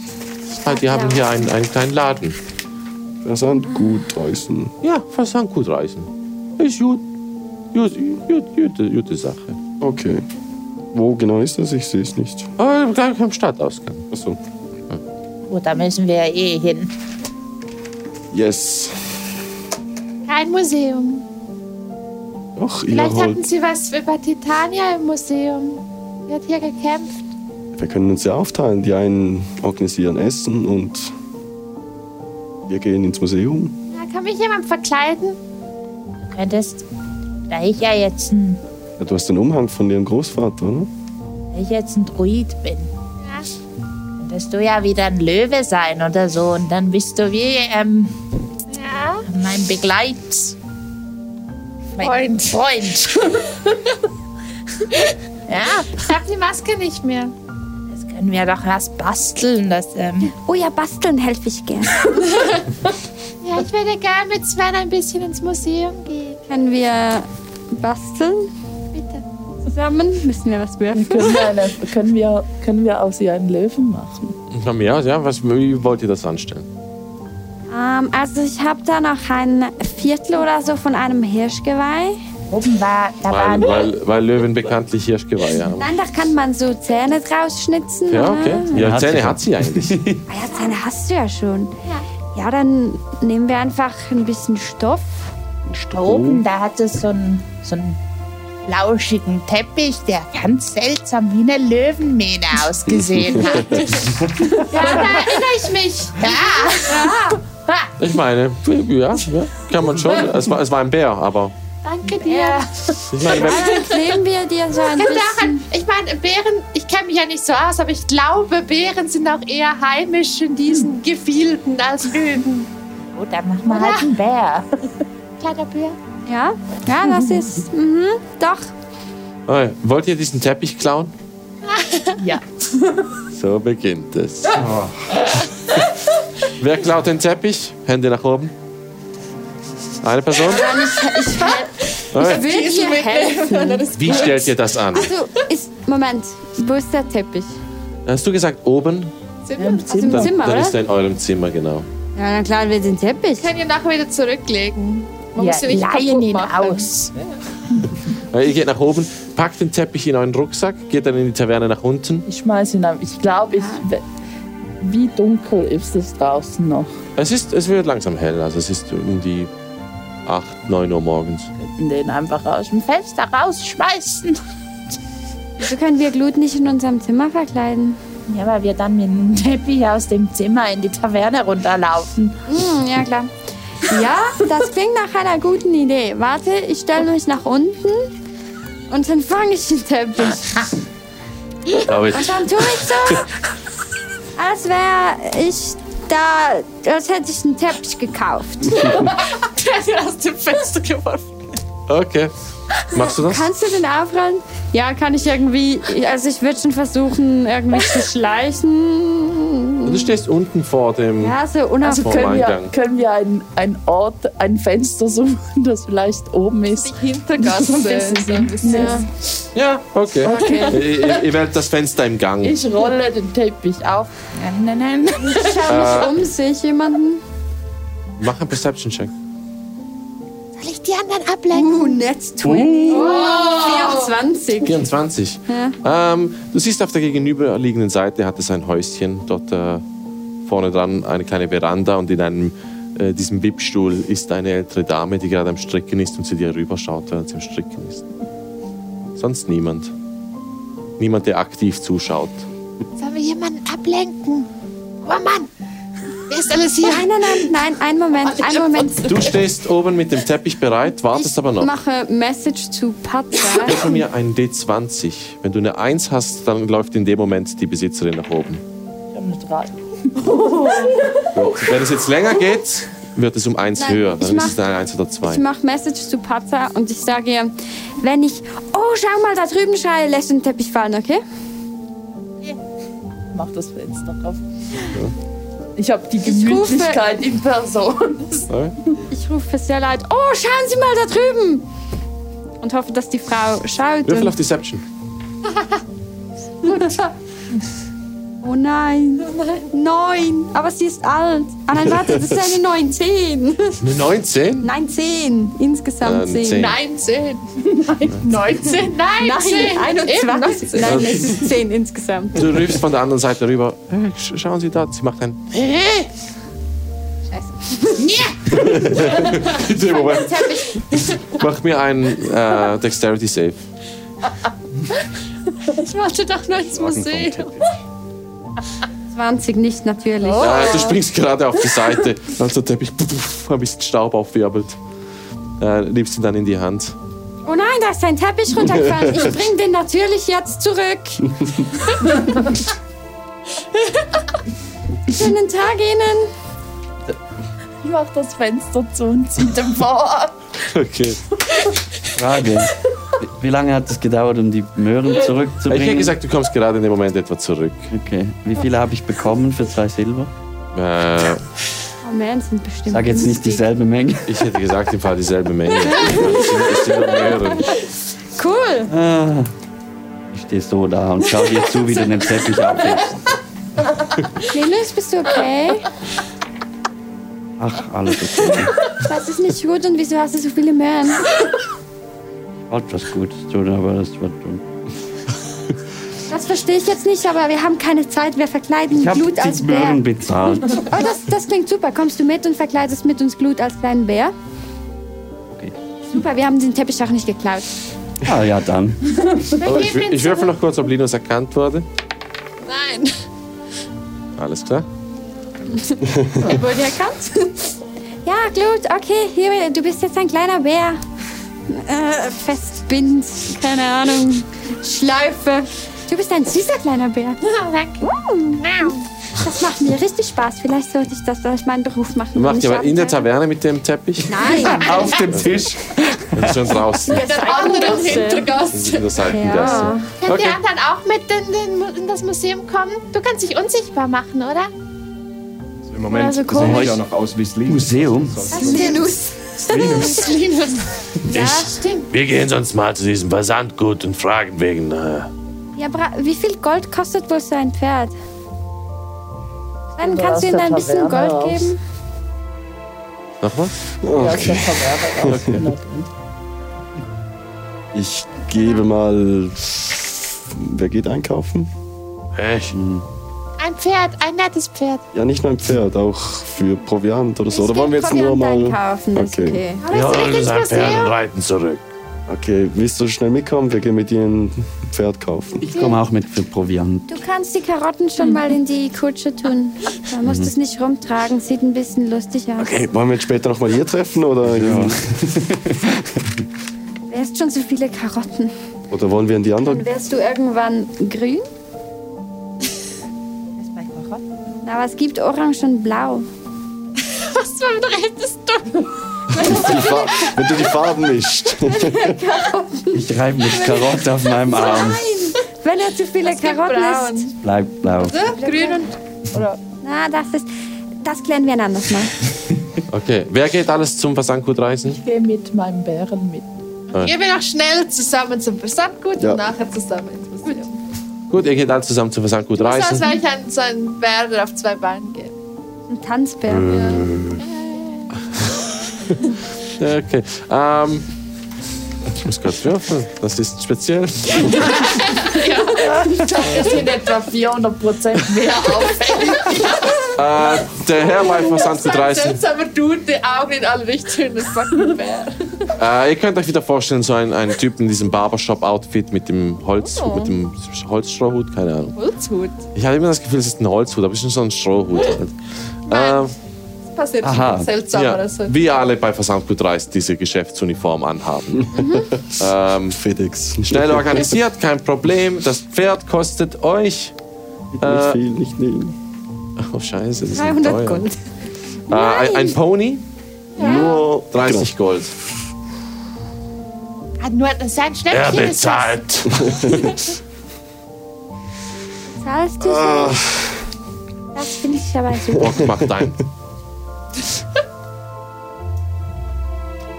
Speaker 1: Ah, Die haben hier einen, einen kleinen Laden.
Speaker 3: Versandgut Reisen.
Speaker 1: Ja, Versandgut Reisen. Ist gut. Gut, gut, gut, gute Sache.
Speaker 3: Okay. Wo genau ist das? Ich sehe es nicht.
Speaker 1: Ah, gleich am Stadtausgang.
Speaker 3: Achso.
Speaker 8: Gut, da müssen wir ja eh hin.
Speaker 3: Yes.
Speaker 6: Kein Museum.
Speaker 3: Ach, ihr
Speaker 6: Vielleicht hatten
Speaker 3: holt.
Speaker 6: sie was über Titania im Museum. Die hat hier gekämpft.
Speaker 3: Wir können uns ja aufteilen. Die einen organisieren Essen und wir gehen ins Museum.
Speaker 6: Da kann mich jemand verkleiden.
Speaker 8: Du könntest. Da ich ja jetzt ein,
Speaker 3: Ja, du hast den Umhang von ihrem Großvater, oder?
Speaker 8: da ich jetzt ein Druid bin. Könntest du ja wieder ein Löwe sein oder so. Und dann bist du wie ähm,
Speaker 6: Ja.
Speaker 8: mein Begleit. Mein
Speaker 7: <laughs>
Speaker 8: Freund. Freund. ja,
Speaker 6: Ich hab die Maske nicht mehr.
Speaker 8: das können wir doch was basteln. Das, ähm,
Speaker 7: Oh ja, basteln helfe ich
Speaker 8: <laughs>
Speaker 7: gern.
Speaker 6: Ja, ich würde gern mit Sven ein bisschen ins Museum gehen.
Speaker 7: Können
Speaker 3: Äh,
Speaker 7: wir basteln
Speaker 6: Bitte.
Speaker 7: zusammen? Müssen wir was werfen?
Speaker 2: Können wir,
Speaker 7: <laughs>
Speaker 2: eine, können, wir, können wir aus ihr einen Löwen machen?
Speaker 1: Von mir aus, ja, was, wie wollt ihr das anstellen?
Speaker 7: Ähm, also ich habe da noch ein Viertel oder so von einem Hirschgeweih.
Speaker 8: oben war, da
Speaker 1: Weil,
Speaker 8: waren
Speaker 1: weil, weil Löwen bekanntlich Hirschgeweih haben.
Speaker 7: Nein, da kann man so Zähne draus schnitzen.
Speaker 1: Ja,
Speaker 7: oder?
Speaker 1: okay. Ja, Zähne hat sie eigentlich. <laughs>
Speaker 7: Ah ja, Zähne hast du ja schon. Ja. dann nehmen wir einfach ein bisschen Stoff.
Speaker 8: Da oben, da hatte es so einen, so einen flauschigen Teppich, der ganz seltsam wie eine Löwenmähne ausgesehen hat.
Speaker 6: <laughs> Ja, da erinnere ich mich. Ja.
Speaker 1: Ich meine, ja, ja kann man schon. Es war, es war ein Bär, aber
Speaker 6: Danke dir.
Speaker 1: ich meine, wenn,
Speaker 7: Dann kleben wir dir so ein
Speaker 6: Ich, kann
Speaker 7: bisschen.
Speaker 6: daran, ich meine, Bären, ich kenne mich ja nicht so aus, aber ich glaube, Bären sind auch eher heimisch in diesen Gefilden als Löwen.
Speaker 8: Oh, da machen wir halt einen Bär.
Speaker 6: Kleiner Bär.
Speaker 7: Ja, ja, das
Speaker 8: <laughs>
Speaker 7: ist. Mhm, doch.
Speaker 1: Oh, wollt ihr diesen Teppich klauen?
Speaker 8: Ja.
Speaker 1: So beginnt es. <laughs> Wer klaut den Teppich? Hände nach oben. Eine Person?
Speaker 7: Nein, ich, ich,
Speaker 1: Oh,
Speaker 7: ich will dir helfen.
Speaker 1: Wie stellt ihr das an?
Speaker 7: Also, ist, Moment, wo ist der Teppich?
Speaker 1: Hast du gesagt oben?
Speaker 7: Im Zimmer,
Speaker 1: Dann, dann
Speaker 7: oder?
Speaker 1: ist er in eurem Zimmer, genau.
Speaker 7: Ja, dann klauen wir den Teppich.
Speaker 11: Können wir nachher wieder zurücklegen. Man
Speaker 8: Wir
Speaker 11: muss ja nicht
Speaker 8: leihen
Speaker 11: kaputt
Speaker 8: ihn
Speaker 11: machen.
Speaker 8: aus.
Speaker 1: Äh, Ihr geht nach oben, packt den Teppich in euren Rucksack, geht dann in die Taverne nach unten.
Speaker 2: Ich schmeiß ihn ab. Ich glaube, ich. Wie dunkel ist es draußen noch?
Speaker 1: Es, ist, es wird langsam hell, also es ist um die 8, 9 Uhr morgens.
Speaker 2: Den einfach raus.
Speaker 8: Aus dem Fenster rausschmeißen.
Speaker 7: Wieso können wir Glut nicht in unserem Zimmer verkleiden?
Speaker 8: Ja, weil wir dann mit dem Teppich aus dem Zimmer in die Taverne runterlaufen.
Speaker 7: Hm, ja, klar. Ja, das klingt nach einer guten Idee. Warte, ich stelle mich nach unten und dann fange ich den Teppich.
Speaker 1: Aber ich,
Speaker 7: Und dann tue ich so, als wäre ich da, als hätte ich einen Teppich gekauft.
Speaker 11: Der aus dem Fenster geworfen.
Speaker 1: okay. Machst du das?
Speaker 7: Kannst du den aufrollen? Ja, kann ich irgendwie, also ich würde schon versuchen, irgendwie zu schleichen.
Speaker 1: Also Du stehst unten vor dem.
Speaker 7: Ja, so
Speaker 2: Also
Speaker 1: Vom
Speaker 2: können wir,
Speaker 1: Eingang.
Speaker 2: können wir einen, einen Ort, ein Fenster suchen, <laughs> das vielleicht oben ist?
Speaker 11: Die Hintergasse.
Speaker 2: Ein bisschen.
Speaker 11: so ein bisschen.
Speaker 2: Ja.
Speaker 1: Ja, okay.
Speaker 2: Okay.
Speaker 1: Ihr, ihr, ihr wählt das Fenster im Gang.
Speaker 2: Ich rolle den Teppich auf. Äh.
Speaker 8: Nein,
Speaker 11: <laughs>
Speaker 8: nein, nein.
Speaker 7: Ich schaue mich um, sehe ich jemanden?
Speaker 1: Mach einen Perception-Check.
Speaker 6: Soll ich die anderen ablenken?
Speaker 7: Uh, Netz 20.
Speaker 11: Oh.
Speaker 7: 24.
Speaker 2: Genau.
Speaker 1: 24. Ähm, du siehst auf der gegenüberliegenden Seite hat es ein Häuschen. Dort äh, vorne dran eine kleine Veranda und in einem äh, diesem Wippstuhl ist eine ältere Dame, die gerade am Stricken ist und zu dir rüberschaut, während sie am Stricken ist. Sonst niemand. Niemand, der aktiv zuschaut.
Speaker 6: Sollen wir jemanden ablenken? Oh Mann! Wer ist alles hier?
Speaker 7: Nein, nein, nein, nein, einen Moment, einen Moment.
Speaker 1: Du stehst oben mit dem Teppich bereit, wartest aber noch.
Speaker 7: Ich mache Message zu Patza.
Speaker 6: <laughs>
Speaker 1: Gib von mir ein D20. Wenn du eine 1 hast, dann läuft in dem Moment die Besitzerin nach oben.
Speaker 2: Ich habe eine 3.
Speaker 1: So, Wenn es jetzt länger geht, wird es um 1
Speaker 7: Nein,
Speaker 1: höher.
Speaker 7: ich
Speaker 1: Dann ist
Speaker 7: mach-
Speaker 1: es eine 1 oder
Speaker 7: Ich
Speaker 1: 2.
Speaker 7: mache Message zu Patza und ich sage ihr, wenn ich, oh, schau mal, da drüben schreie, lässt du den Teppich fallen, okay?
Speaker 2: Mach das Fenster auf. Ich habe die
Speaker 7: Ich rufe-
Speaker 2: Gemütlichkeit in Person.
Speaker 7: Ich rufe sehr laut, oh, schauen Sie mal da drüben! Und hoffe, dass die Frau schaut.
Speaker 1: Würfel
Speaker 7: und-
Speaker 1: auf Deception.
Speaker 7: Oh nein. Neun. Aber sie ist alt. Ah nein, warte, das ist eine 19.
Speaker 1: Eine 19?
Speaker 7: Nein, 10. Insgesamt
Speaker 1: Ähm,
Speaker 7: 10.
Speaker 1: zehn.
Speaker 7: 10.
Speaker 11: Nein, 19, nein,
Speaker 7: Nein, <laughs>
Speaker 11: 10.
Speaker 7: 21.
Speaker 1: Eben
Speaker 7: Nein,
Speaker 1: neunzehn.
Speaker 7: es ist 10 insgesamt.
Speaker 1: Du rufst von der anderen Seite rüber. Hey, sch schauen Sie da. Sie macht ein. <laughs> in dem Moment. Mach mir ein äh, Dexterity Save.
Speaker 7: Ich warte doch nur ins Museum. 20 nicht natürlich.
Speaker 1: Ja, Äh, du springst gerade auf die Seite, als der Teppich ein bisschen Staub aufwirbelt. Äh, nimmst ihn dann in die Hand.
Speaker 7: Oh nein, da ist ein Teppich runtergefallen. Ich bring den natürlich jetzt zurück. Schönen Tag Ihnen.
Speaker 2: Ich mach das Fenster zu und zieh den Vorhang.
Speaker 1: Okay.
Speaker 4: Frage. Wie- Wie lange hat es gedauert, um die Möhren zurückzubringen?
Speaker 1: Ich hätte gesagt, du kommst gerade in dem Moment etwa zurück.
Speaker 4: Okay. Wie viele habe ich bekommen für zwei Silber?
Speaker 1: Äh,
Speaker 7: Oh man, sind bestimmt.
Speaker 4: Sag jetzt nicht dieselbe Menge.
Speaker 1: ich hätte gesagt, im Fall dieselbe Menge. Es sind nur mehrere.
Speaker 7: Cool.
Speaker 4: Ah, ich stehe so da und schau dir zu, wie du den Teppich ablegst.
Speaker 7: Linus, bist du okay?
Speaker 4: Ach, alles okay.
Speaker 7: Das ist nicht gut und wieso hast du so viele Möhren?
Speaker 4: Wollte was Gutes tun, aber das war dumm.
Speaker 7: Das verstehe ich jetzt nicht, aber wir haben keine Zeit. Wir verkleiden
Speaker 4: Ich habe
Speaker 7: Glut als
Speaker 4: die
Speaker 7: Bär.
Speaker 4: Möhren bezahlt.
Speaker 7: Oh, das, das klingt super. Kommst du mit und verkleidest mit uns Glut als kleinen Bär?
Speaker 4: Okay.
Speaker 7: Super, wir haben den Teppich auch nicht geklaut.
Speaker 4: Ah ja, dann.
Speaker 1: Aber ich, wür- ich würfel noch kurz, ob Linus erkannt wurde.
Speaker 11: Nein.
Speaker 1: Alles klar.
Speaker 7: Er wurde erkannt. Ja, Glut, okay, hier, du bist jetzt ein kleiner Bär. Äh, festbind, keine Ahnung. Schleife. Du bist ein süßer kleiner Bär. Mm. Das macht mir richtig Spaß. Vielleicht sollte ich das als meinen Beruf machen.
Speaker 1: Du machst
Speaker 7: Ich
Speaker 1: aber in der
Speaker 7: arbeite.
Speaker 1: Taverne mit dem Teppich.
Speaker 7: Nein.
Speaker 1: <laughs> Auf dem
Speaker 7: <laughs>
Speaker 1: Tisch. Und schon draußen.
Speaker 11: In der anderen Hintergasse.
Speaker 1: In der Seitengasse.
Speaker 6: Können die
Speaker 1: Okay.
Speaker 6: anderen auch mit in, den Mu- in das Museum kommen? Du kannst dich unsichtbar machen, oder?
Speaker 9: Im Moment
Speaker 6: Also
Speaker 9: also
Speaker 6: komisch.
Speaker 9: sieht ja noch aus wie Sleep.
Speaker 4: Museum?
Speaker 6: Linus. Linus. Linus.
Speaker 1: <laughs>
Speaker 6: Ja,
Speaker 13: Ich-
Speaker 6: stimmt.
Speaker 13: Wir gehen sonst mal zu diesem Versandgut und fragen wegen. Äh,
Speaker 7: Ja, bra wie viel Gold kostet wohl so ein Pferd? Dann
Speaker 2: Oder
Speaker 7: kannst du
Speaker 2: aus
Speaker 7: ihnen
Speaker 2: der
Speaker 7: ein bisschen
Speaker 2: Taverne
Speaker 7: Gold
Speaker 2: raus.
Speaker 7: geben.
Speaker 3: Ah,
Speaker 1: Nochmal?
Speaker 2: Ja, ist der Verwerber raus.
Speaker 1: Okay.
Speaker 3: Ich gebe mal. Wer geht einkaufen? Hm.
Speaker 13: Ich?
Speaker 6: Ein Pferd, ein nettes Pferd.
Speaker 3: Ja, nicht nur ein Pferd, auch für Proviant oder so. Oder wollen wir jetzt nur
Speaker 7: Proviant
Speaker 3: mal.
Speaker 7: einkaufen, das ist okay.
Speaker 6: Aber
Speaker 13: wir
Speaker 6: zurück
Speaker 13: holen
Speaker 6: ins
Speaker 13: uns ein also Pferd
Speaker 6: Museum.
Speaker 13: und reiten zurück.
Speaker 3: Okay, willst du schnell mitkommen? Wir gehen mit dir ein Pferd kaufen.
Speaker 4: Ich komme auch mit für Proviant.
Speaker 7: Du kannst die Karotten schon mal in die Kutsche tun. Man muss das nicht rumtragen, sieht ein bisschen lustig aus.
Speaker 3: Okay, wollen wir uns später nochmal hier treffen oder,
Speaker 7: Wärst schon so viele Karotten.
Speaker 3: oder wollen wir in die andere? <laughs>
Speaker 7: Dann wärst du irgendwann grün? Na, Aber es gibt Orange und Blau.
Speaker 6: Was zum Rest ist dumm?
Speaker 7: <laughs>
Speaker 3: Die Fa- Wenn du die Farben <laughs> mischst.
Speaker 4: Ich reibe mit Karotte auf
Speaker 7: <laughs>
Speaker 4: meinem Arm.
Speaker 7: Wenn er zu viele Karotten isst.
Speaker 4: Bleibt blau.
Speaker 11: Grün und
Speaker 7: Na, das ist. Das klären wir ein anderes Mal.
Speaker 1: okay. Wer geht alles zum Versandgut reisen? Äh.
Speaker 2: Ich gehe mit meinem Bären mit.
Speaker 11: Gehen wir noch schnell zusammen zum Versandgut
Speaker 3: Ja.
Speaker 11: und nachher zusammen ins Museum.
Speaker 1: Gut, ihr geht alle zusammen zum Versandgut
Speaker 11: Sonst
Speaker 1: reisen.
Speaker 11: wäre ich ein, so ein Bär, der auf zwei Beinen geht.
Speaker 7: Ein Tanzbär.
Speaker 1: Ähm, Äh. <laughs> Okay. Ähm, ich muss gerade würfeln. Das ist speziell. <laughs> Äh,
Speaker 2: Das sind etwa 400 Prozent mehr auffällig.
Speaker 1: Äh, der
Speaker 11: <laughs>
Speaker 1: Herr war etwas an zu 30.
Speaker 11: seltsamer Dude, die Augen in alle Richtungen, das macht mir Bär.
Speaker 1: Äh, ihr könnt euch wieder vorstellen, so ein, ein Typ in diesem Barbershop-Outfit mit dem Holz,
Speaker 11: Oh.
Speaker 1: mit dem Holzstrohhut, keine Ahnung.
Speaker 11: Holzhut.
Speaker 1: Ich habe immer das Gefühl, es ist ein Holzhut, aber es ist so ein Strohhut. Halt. Ähm,
Speaker 11: Das passiert schon seltsam
Speaker 1: ja.
Speaker 11: oder so.
Speaker 1: Wie alle bei Versandgut Reis diese Geschäftsuniform anhaben.
Speaker 3: <laughs>
Speaker 1: ähm,
Speaker 3: FedEx.
Speaker 1: Schnell organisiert, kein Problem. Das Pferd kostet euch.
Speaker 3: Nicht
Speaker 1: äh,
Speaker 3: viel, nicht nehmen.
Speaker 1: Oh, Scheiße. Das ist
Speaker 7: 300
Speaker 1: 300 teuer.
Speaker 7: Gold.
Speaker 1: Äh, ein, ein Pony? Nur 30
Speaker 3: genau.
Speaker 1: Gold.
Speaker 6: Hat nur sein
Speaker 1: Er
Speaker 6: Schnäppchen ist das.
Speaker 1: bezahlt.
Speaker 7: Zahlst du
Speaker 1: Ah.
Speaker 7: so? Das finde ich aber super.
Speaker 1: Bock macht ein.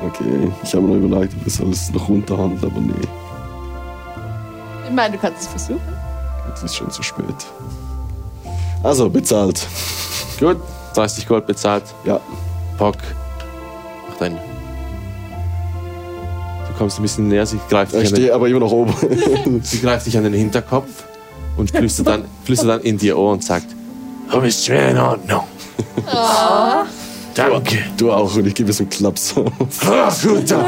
Speaker 3: Okay, ich habe mir noch überlegt, ob ich soll es noch runterhandeln, aber nee,
Speaker 11: Ich meine, du kannst es versuchen.
Speaker 3: jetzt ist schon zu spät. Also, bezahlt.
Speaker 1: <laughs> Gut, 30 Gold bezahlt.
Speaker 3: Ja.
Speaker 1: Bock. Macht ein. Du kommst ein bisschen näher, sie greift
Speaker 3: Ich
Speaker 1: dich an
Speaker 3: stehe aber immer noch oben. <laughs>
Speaker 1: den, sie greift dich an den Hinterkopf und flüstert dann, flüstert dann in dir Ohr und sagt, du bist schwer in Ordnung.
Speaker 3: Danke. Du, auch und ich gebe es einen Klaps.
Speaker 1: Ah, guter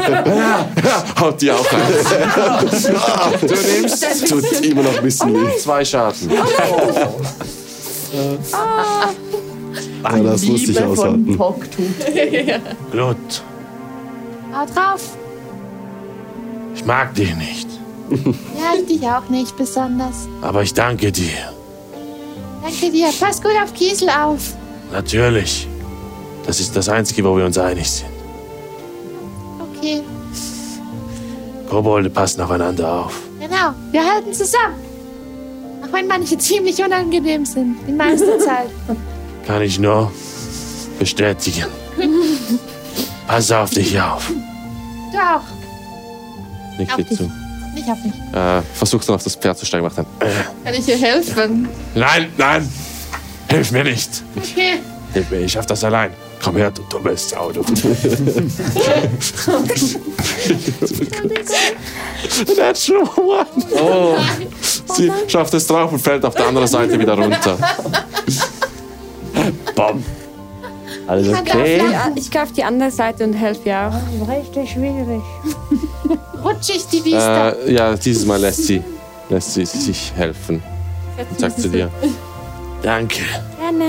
Speaker 3: <laughs>
Speaker 1: Herr, Herr, Haut dir auch ein. Du nimmst
Speaker 3: Es tut immer noch ein bisschen weh.
Speaker 1: zwei Schaden.
Speaker 6: Ah,
Speaker 3: Ja, das muss ich aushalten.
Speaker 13: Glut,
Speaker 6: ah. Hau drauf.
Speaker 13: ich mag dich nicht,
Speaker 6: Ja, ich dich auch nicht besonders.
Speaker 13: aber ich danke dir.
Speaker 6: Danke dir. Pass gut auf Kiesel auf.
Speaker 13: Natürlich. Das ist das Einzige, wo wir uns einig sind.
Speaker 6: Okay,
Speaker 13: Kobolde passen aufeinander auf.
Speaker 6: genau. Wir halten zusammen. Auch wenn manche ziemlich unangenehm sind. Die meiste Zeit.
Speaker 13: Kann ich nur bestätigen.
Speaker 6: du
Speaker 13: Pass auf dich auf.
Speaker 6: auch.
Speaker 1: Nicht
Speaker 6: Auf dich.
Speaker 1: zu.
Speaker 6: Nicht auf mich.
Speaker 1: Äh, versuchst dann auf das Pferd zu steigen, macht dann. Äh,
Speaker 11: Kann ich dir helfen?
Speaker 13: Nein, nein. Hilf mir nicht.
Speaker 11: Okay.
Speaker 13: Hilf mir, ich schaff das allein. Komm her, du dummes Auto.
Speaker 1: Natural one. Oh. Sie schafft es drauf und fällt auf der anderen Seite wieder runter. Bom. Also
Speaker 4: Alles
Speaker 7: Ich kaufe die
Speaker 1: Äh,
Speaker 7: an- Ich kaufe die andere Seite und helfe ihr auch. Richtig <laughs> schwierig.
Speaker 6: Rutschig die Wiester.
Speaker 1: Äh, ja, dieses Mal lässt sie, lässt sie sich helfen. Und sagt zu dir. Danke.
Speaker 7: Gerne.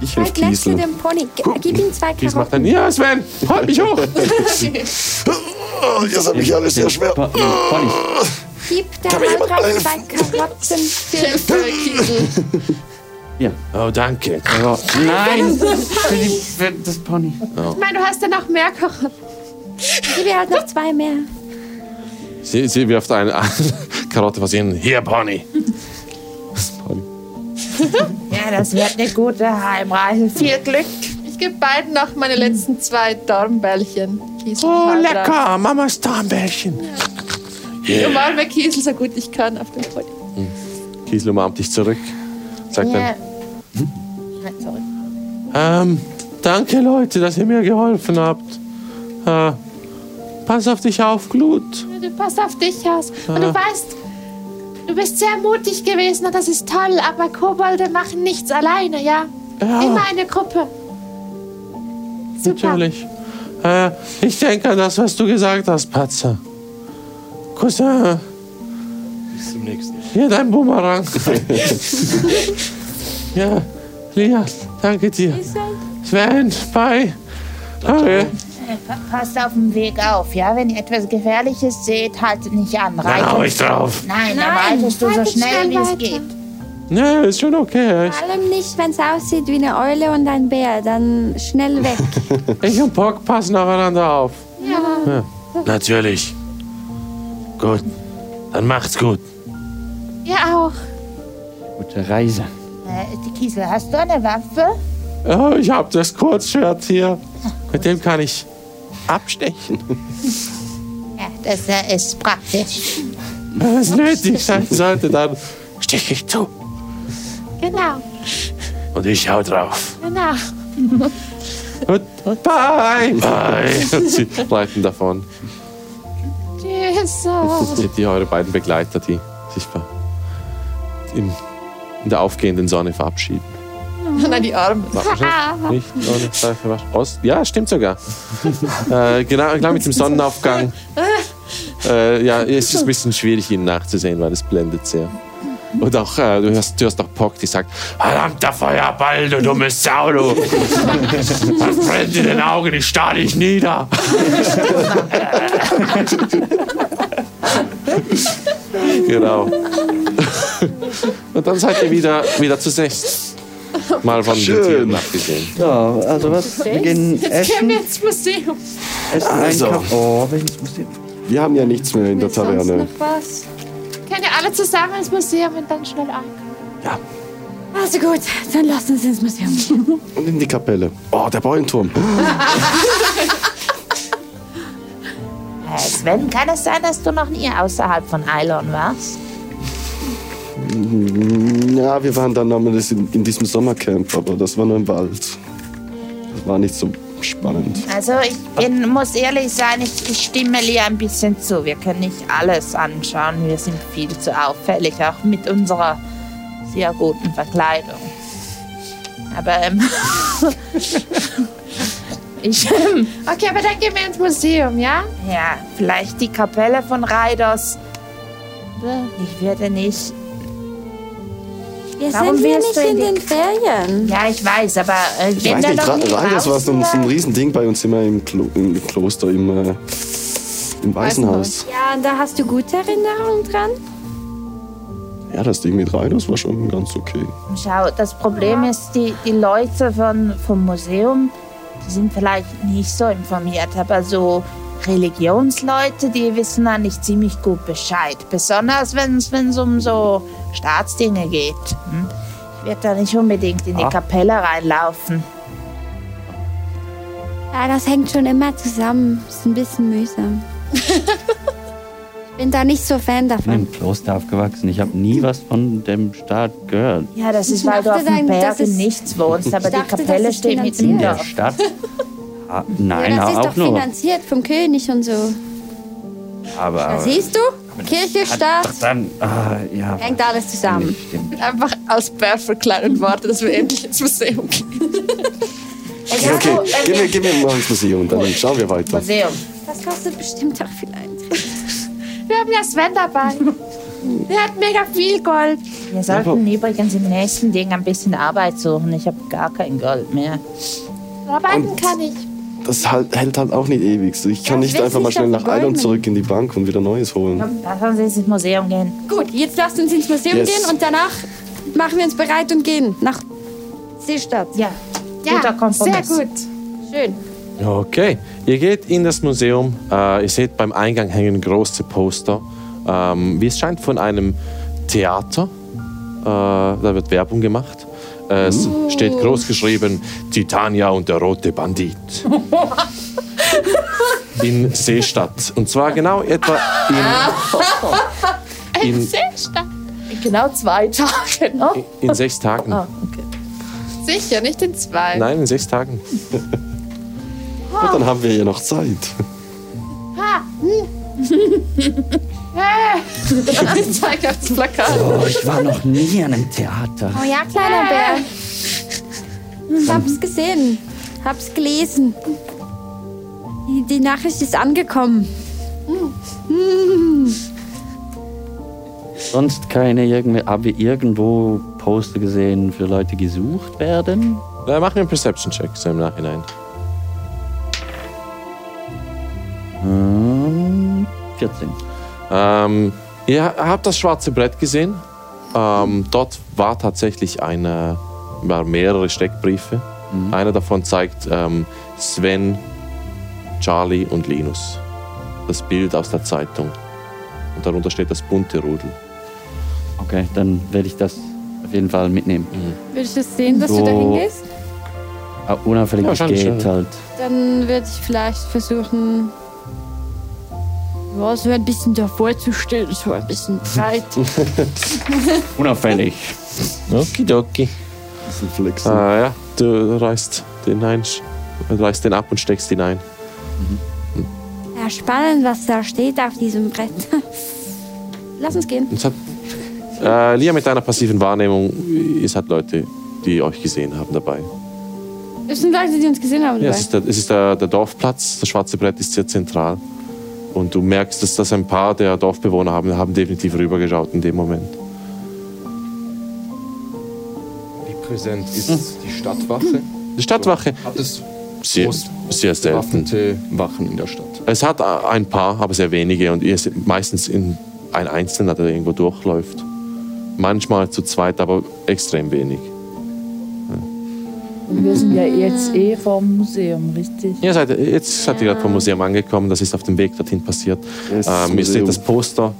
Speaker 1: Ich
Speaker 7: Zwei Gläser halt dem Pony. G gib ihm zwei
Speaker 1: Dies macht
Speaker 7: Karotten.
Speaker 1: dann, ja, Sven, halt mich hoch.
Speaker 3: Oh, jetzt habe ich alles sehr schwer.
Speaker 7: <laughs> Gib der
Speaker 3: Kann mir jemand
Speaker 7: Handrauf
Speaker 3: helfen?
Speaker 7: zwei Karotten.
Speaker 4: Ja.
Speaker 13: Oh, danke.
Speaker 4: Nein! Für, die, für das Pony.
Speaker 6: Ich meine, du hast ja noch mehr Kochen.
Speaker 7: Gib ihr halt noch zwei mehr.
Speaker 1: Sie, sie wirft eine <laughs> Karotte vor ihnen.
Speaker 13: Hier, Pony.
Speaker 8: <laughs> Ja, das wird eine gute Heimreise. Viel Glück.
Speaker 11: Ich gebe beiden noch meine letzten zwei Darmbällchen. Kiesel
Speaker 13: Oh,
Speaker 11: haut drauf.
Speaker 13: lecker. Mamas Darmbällchen.
Speaker 11: Ich
Speaker 13: Yeah.
Speaker 11: umarme Kiesel so gut ich kann auf dem Pony.
Speaker 1: Kiesel umarmt dich zurück. Sagt
Speaker 11: Ja.
Speaker 1: Hm?
Speaker 8: Nein, sorry.
Speaker 1: dann, ähm, danke Leute, dass ihr mir geholfen habt. Äh, pass auf dich auf, Glut.
Speaker 6: Du passt auf dich aus. Und
Speaker 1: Ah.
Speaker 6: du weißt, du bist sehr mutig gewesen und das ist toll, aber Kobolde machen nichts alleine, ja?
Speaker 1: Ja.
Speaker 6: Immer eine Gruppe.
Speaker 1: Natürlich. Äh, ich denke an das, was du gesagt hast, Patzer. Cousin,
Speaker 13: Bis zum nächsten Mal.
Speaker 1: hier
Speaker 13: <laughs>
Speaker 1: dein Bumerang. ja, Lia, danke dir. Sven, bye. Äh, Okay.
Speaker 8: Pa- Passt auf dem Weg auf, ja? Wenn ihr etwas Gefährliches seht, haltet nicht an. Reitet-
Speaker 13: hau ich drauf.
Speaker 7: Nein,
Speaker 8: Nein, dann reitest du so
Speaker 7: reitet
Speaker 8: schnell,
Speaker 7: schnell
Speaker 8: wie es
Speaker 7: weiter.
Speaker 8: geht.
Speaker 1: Ja, Ne, ist schon okay.
Speaker 7: Vor allem nicht, wenn es aussieht wie eine Eule und ein Bär. Dann schnell weg.
Speaker 1: Ich und Pock passen aufeinander auf.
Speaker 13: Natürlich. Gut. Dann macht's gut.
Speaker 6: Ihr auch.
Speaker 4: Gute Reise.
Speaker 8: Äh, die Kiesel, hast du eine Waffe?
Speaker 1: Oh, ich hab das Kurzschwert hier. Mit dem kann ich abstechen.
Speaker 8: Ja, das äh, ist praktisch.
Speaker 1: Wenn es nötig sein sollte, dann steche ich zu.
Speaker 6: Genau,
Speaker 13: Und ich hau drauf.
Speaker 6: genau.
Speaker 1: <laughs> Und bye! Bye! Und sie reiten davon.
Speaker 6: Tschüss.
Speaker 1: Ihr habt die eure beiden Begleiter, die sich ver- im, in der aufgehenden Sonne verabschieden.
Speaker 11: <laughs> Nein, die Arme. <laughs>
Speaker 1: Nicht, noch nicht frei verwaschen. Ost? Ja, stimmt sogar. äh, genau, genau mit dem Sonnenaufgang.
Speaker 11: Ah.
Speaker 1: Äh, ja, es ist ein bisschen schwierig, ihn nachzusehen, weil es blendet sehr. Und auch, äh, du, hörst, du hörst auch Pock, die sagt,
Speaker 13: Verdammter Feuerball, du dumme Sau,
Speaker 1: <laughs>
Speaker 13: du. Was brennt in den Augen? Ich starr dich nieder.
Speaker 1: <laughs>
Speaker 11: <laughs>
Speaker 1: genau. Und dann seid ihr wieder, wieder zu sechs. Mal von den
Speaker 4: Schön.
Speaker 1: Tieren abgesehen.
Speaker 4: Ja, also was? Wir gehen
Speaker 11: Jetzt kämen
Speaker 4: essen.
Speaker 11: wir ins Museum.
Speaker 4: essen
Speaker 1: Ah,
Speaker 3: Also.
Speaker 4: einkaufen. Oh, welches Museum?
Speaker 3: Wir haben ja nichts mehr in der Taverne.
Speaker 6: Was? Können wir alle zusammen ins Museum und dann schnell ein?
Speaker 7: Also gut, dann lass uns ins
Speaker 1: <laughs>
Speaker 7: Museum.
Speaker 3: Und in die Kapelle. Oh, der
Speaker 8: <laughs>
Speaker 3: Beulenturm.
Speaker 8: Äh, Sven, kann es sein, dass du noch nie außerhalb von Eilon warst?
Speaker 3: Ja, wir waren dann damals in, in diesem Sommercamp, aber das war nur im Wald. Das war nicht so spannend.
Speaker 8: Also, ich bin, muss ehrlich sein, ich, ich stimme Lia ein bisschen zu. Wir können nicht alles anschauen. Wir sind viel zu auffällig, auch mit unserer sehr guten Verkleidung. Aber, ähm. <laughs> ich. Ähm,
Speaker 6: Okay, aber dann gehen wir ins Museum, ja?
Speaker 8: ja, vielleicht die Kapelle von Raidos. Ich werde nicht.
Speaker 7: Wir
Speaker 8: Warum
Speaker 7: sind hier nicht
Speaker 8: wärst du in
Speaker 7: in
Speaker 8: die-
Speaker 7: den Ferien.
Speaker 8: Ja, ich weiß, aber äh,
Speaker 3: Ich
Speaker 8: wenn
Speaker 3: weiß
Speaker 8: da
Speaker 3: nicht,
Speaker 8: noch
Speaker 3: Ra-
Speaker 8: nie
Speaker 3: Ra- das war so ein, so
Speaker 8: draußen
Speaker 3: ein Riesending bei uns immer im, Klo, im Kloster, im, äh, im Waisenhaus.
Speaker 7: Ja, und da hast du gute Erinnerungen dran?
Speaker 3: Ja, das Ding mit rein, das war schon ganz okay.
Speaker 8: Schau, das Problem ist, die, die Leute von, vom Museum, die sind vielleicht nicht so informiert, aber so Religionsleute, die wissen eigentlich ziemlich gut Bescheid. Besonders wenn es um so Staatsdinge geht. Hm? Ich werde da nicht unbedingt in die
Speaker 7: Ah.
Speaker 8: Kapelle reinlaufen.
Speaker 7: Ja, das hängt schon immer zusammen. Ist ein bisschen mühsam. ich bin da nicht so Fan
Speaker 4: Ich bin
Speaker 7: davon.
Speaker 4: im Kloster aufgewachsen. Ich habe nie was von dem Staat gehört.
Speaker 8: Ja, das ist,
Speaker 7: Ich
Speaker 8: weil du auf
Speaker 7: dachte dann,
Speaker 8: dem Berg
Speaker 7: das
Speaker 8: im
Speaker 7: ist-
Speaker 8: Nichts wohnst, aber
Speaker 7: Ich dachte,
Speaker 8: die
Speaker 7: das
Speaker 8: Kapelle
Speaker 7: ist
Speaker 8: steht mitten im
Speaker 4: In der
Speaker 7: <laughs>
Speaker 8: Dorf.
Speaker 4: Stadt? Ah, nein,
Speaker 7: ja, das ist
Speaker 4: auch
Speaker 7: doch
Speaker 4: nur.
Speaker 7: finanziert vom König und so.
Speaker 4: Aber,
Speaker 7: Da
Speaker 4: aber
Speaker 7: siehst du? Kirche, Staat,
Speaker 4: dann, ah, ja.
Speaker 7: hängt alles zusammen.
Speaker 11: Einfach als Bär verkleiden und warten, dass wir endlich ins Museum gehen.
Speaker 3: Okay, okay. Gehen wir, gehen wir mal ins Museum, dann schauen wir weiter.
Speaker 8: äh, Museum.
Speaker 11: <laughs>
Speaker 7: Das kostet bestimmt auch viel Eintritt.
Speaker 6: Wir haben ja Sven dabei. Der hat mega viel Gold.
Speaker 8: Wir sollten übrigens im nächsten Ding ein bisschen Arbeit suchen. Ich habe gar kein Gold mehr.
Speaker 6: Arbeiten kann ich.
Speaker 3: Das halt, hält halt auch nicht ewig. So, Ich kann
Speaker 8: Ja,
Speaker 3: nicht einfach mal
Speaker 8: witzig,
Speaker 3: schnell
Speaker 8: das
Speaker 3: nach Eilon
Speaker 8: Goldene.
Speaker 3: zurück in die Bank und wieder Neues holen.
Speaker 8: Lass uns ins Museum gehen.
Speaker 7: Gut, jetzt lasst uns ins Museum
Speaker 3: Yes.
Speaker 7: gehen und danach machen wir uns bereit und gehen nach Seestadt.
Speaker 8: Ja,
Speaker 7: ja
Speaker 8: guter Kompromiss.
Speaker 7: Sehr gut. Schön.
Speaker 1: Okay, ihr geht in das Museum. Äh, ihr seht beim Eingang hängen große Poster. Ähm, wie es scheint von einem Theater. Äh, da wird Werbung gemacht. Äh, es steht groß geschrieben: Titania und der rote Bandit in Seestadt. Und zwar genau etwa
Speaker 11: Ah.
Speaker 1: in, in,
Speaker 11: In genau zwei Tagen. Oh,
Speaker 1: in sechs Tagen.
Speaker 11: Ah, okay. Sicher, nicht in zwei.
Speaker 1: Nein, in sechs Tagen. <laughs>
Speaker 3: Gut, dann haben wir ja noch Zeit.
Speaker 11: <laughs>
Speaker 6: Ha.
Speaker 11: ich zeige auf das Plakat.
Speaker 4: Oh, ich war noch nie an einem Theater.
Speaker 7: Oh ja, kleiner Bär. Ich hab's gesehen. Hab's gelesen. Die, die Nachricht ist angekommen. Mm.
Speaker 4: Sonst keine irgendwie, habe ich irgendwo Poster gesehen für Leute die gesucht werden?
Speaker 1: Äh, machen wir einen Perception-Check so im Nachhinein.
Speaker 4: Ähm, 14.
Speaker 1: Ähm, ihr habt das schwarze Brett gesehen. Ähm, dort war tatsächlich eine, war mehrere Steckbriefe. Einer davon zeigt ähm, Sven, Charlie und Linus. Das Bild aus der Zeitung. Und darunter steht das bunte Rudel.
Speaker 4: Okay, dann werde ich das auf jeden Fall mitnehmen.
Speaker 1: Mhm.
Speaker 10: Willst du es sehen, dass du
Speaker 4: So.
Speaker 10: da hingehst?
Speaker 4: Ah, unauffällig
Speaker 1: Ja,
Speaker 4: ja,
Speaker 1: wahrscheinlich
Speaker 4: geht
Speaker 1: schon.
Speaker 4: halt.
Speaker 10: Dann würde ich vielleicht versuchen, ja, so ein bisschen davor zu stehen, so ein bisschen Zeit.
Speaker 4: Unauffällig.
Speaker 1: Okidoki.
Speaker 3: Bisschen flexen.
Speaker 1: Ah, ja, du reißt den, ein, reißt den ab und steckst ihn ein.
Speaker 7: Ja, spannend, was da steht auf diesem Brett. Lass uns gehen.
Speaker 1: Es hat, äh, Lia mit deiner passiven Wahrnehmung, es hat Leute die euch gesehen haben dabei.
Speaker 10: Es sind Leute, die uns gesehen haben.
Speaker 1: Ja,
Speaker 10: dabei.
Speaker 1: es ist, der, es ist der, der Dorfplatz, das schwarze Brett ist sehr zentral. Und du merkst, dass das ein paar der Dorfbewohner haben, haben definitiv rübergeschaut in dem Moment.
Speaker 9: Wie präsent ist die Stadtwache?
Speaker 1: Hm. Die Stadtwache.
Speaker 9: Hat es
Speaker 1: Sehr, sehr selten.
Speaker 9: Wachen in der Stadt?
Speaker 1: Es hat a- ein paar, aber sehr wenige. Und ihr seht meistens in ein Einzelner, der irgendwo durchläuft. Manchmal zu zweit, aber extrem wenig.
Speaker 2: Wir sind ja jetzt eh vom Museum, richtig?
Speaker 1: Ihr seid, jetzt seid ihr gerade vom Museum angekommen, das ist auf dem Weg dorthin passiert.
Speaker 2: Yes,
Speaker 1: ähm, ihr
Speaker 2: Museum.
Speaker 1: seht das Poster,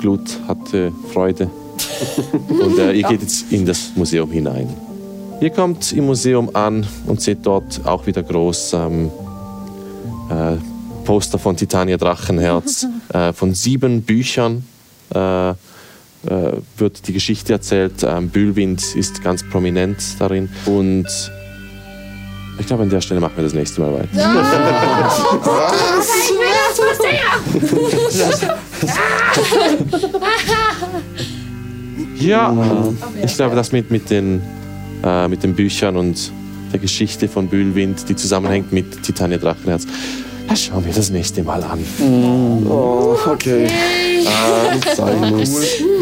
Speaker 1: Glut hatte Freude. und äh, ihr
Speaker 2: Ja.
Speaker 1: geht jetzt in das Museum hinein. Ihr kommt im Museum an und seht dort auch wieder groß ähm, äh, Poster von Titania Drachenherz. äh, von sieben Büchern äh, äh, wird die Geschichte erzählt. Ähm, Bühlwind ist ganz prominent darin. Und ich glaube, an der Stelle machen wir das nächste Mal weiter.
Speaker 11: Ah.
Speaker 6: Ich will
Speaker 1: <laughs>
Speaker 6: das Museum!
Speaker 1: Ja, ich glaube, das mit, mit, den, äh, mit den Büchern und der Geschichte von Bühlwind, die zusammenhängt mit Titania Drachenherz, das schauen wir das nächste Mal an.
Speaker 3: Oh, okay.
Speaker 1: Ähm,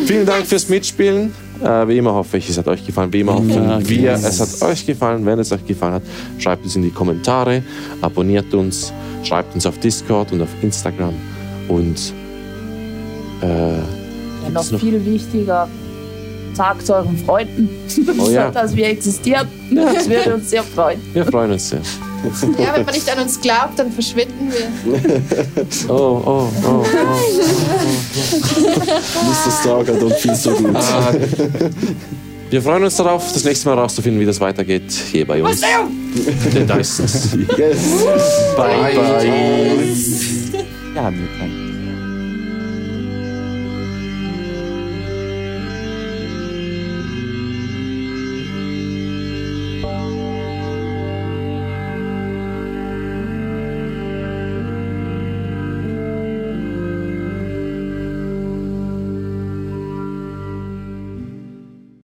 Speaker 1: vielen Dank fürs Mitspielen. Äh, wie immer hoffe ich, es hat euch gefallen. Wie immer hoffen
Speaker 4: Ja,
Speaker 1: wir,
Speaker 4: yes.
Speaker 1: es hat euch gefallen. Wenn es euch gefallen hat, schreibt es in die Kommentare, abonniert uns, schreibt uns auf Discord und auf Instagram und äh,
Speaker 2: Ja, noch
Speaker 1: gibt's noch
Speaker 2: viel wichtiger, sagt euren Freunden,
Speaker 1: Oh
Speaker 2: <laughs>
Speaker 1: ja.
Speaker 2: dass wir existieren. Das würde uns sehr freuen.
Speaker 1: wir freuen uns sehr.
Speaker 11: Ja, wenn man nicht an uns glaubt, dann verschwinden wir.
Speaker 1: <laughs> oh, oh, oh.
Speaker 11: <laughs>
Speaker 3: Mr. Stark hat uns viel so gut.
Speaker 1: Ah. Äh, Wir freuen uns darauf, das nächste Mal rauszufinden, wie das weitergeht, hier bei uns. Den Dysons.
Speaker 3: Yes.
Speaker 1: Bye.
Speaker 4: Ja, wir können.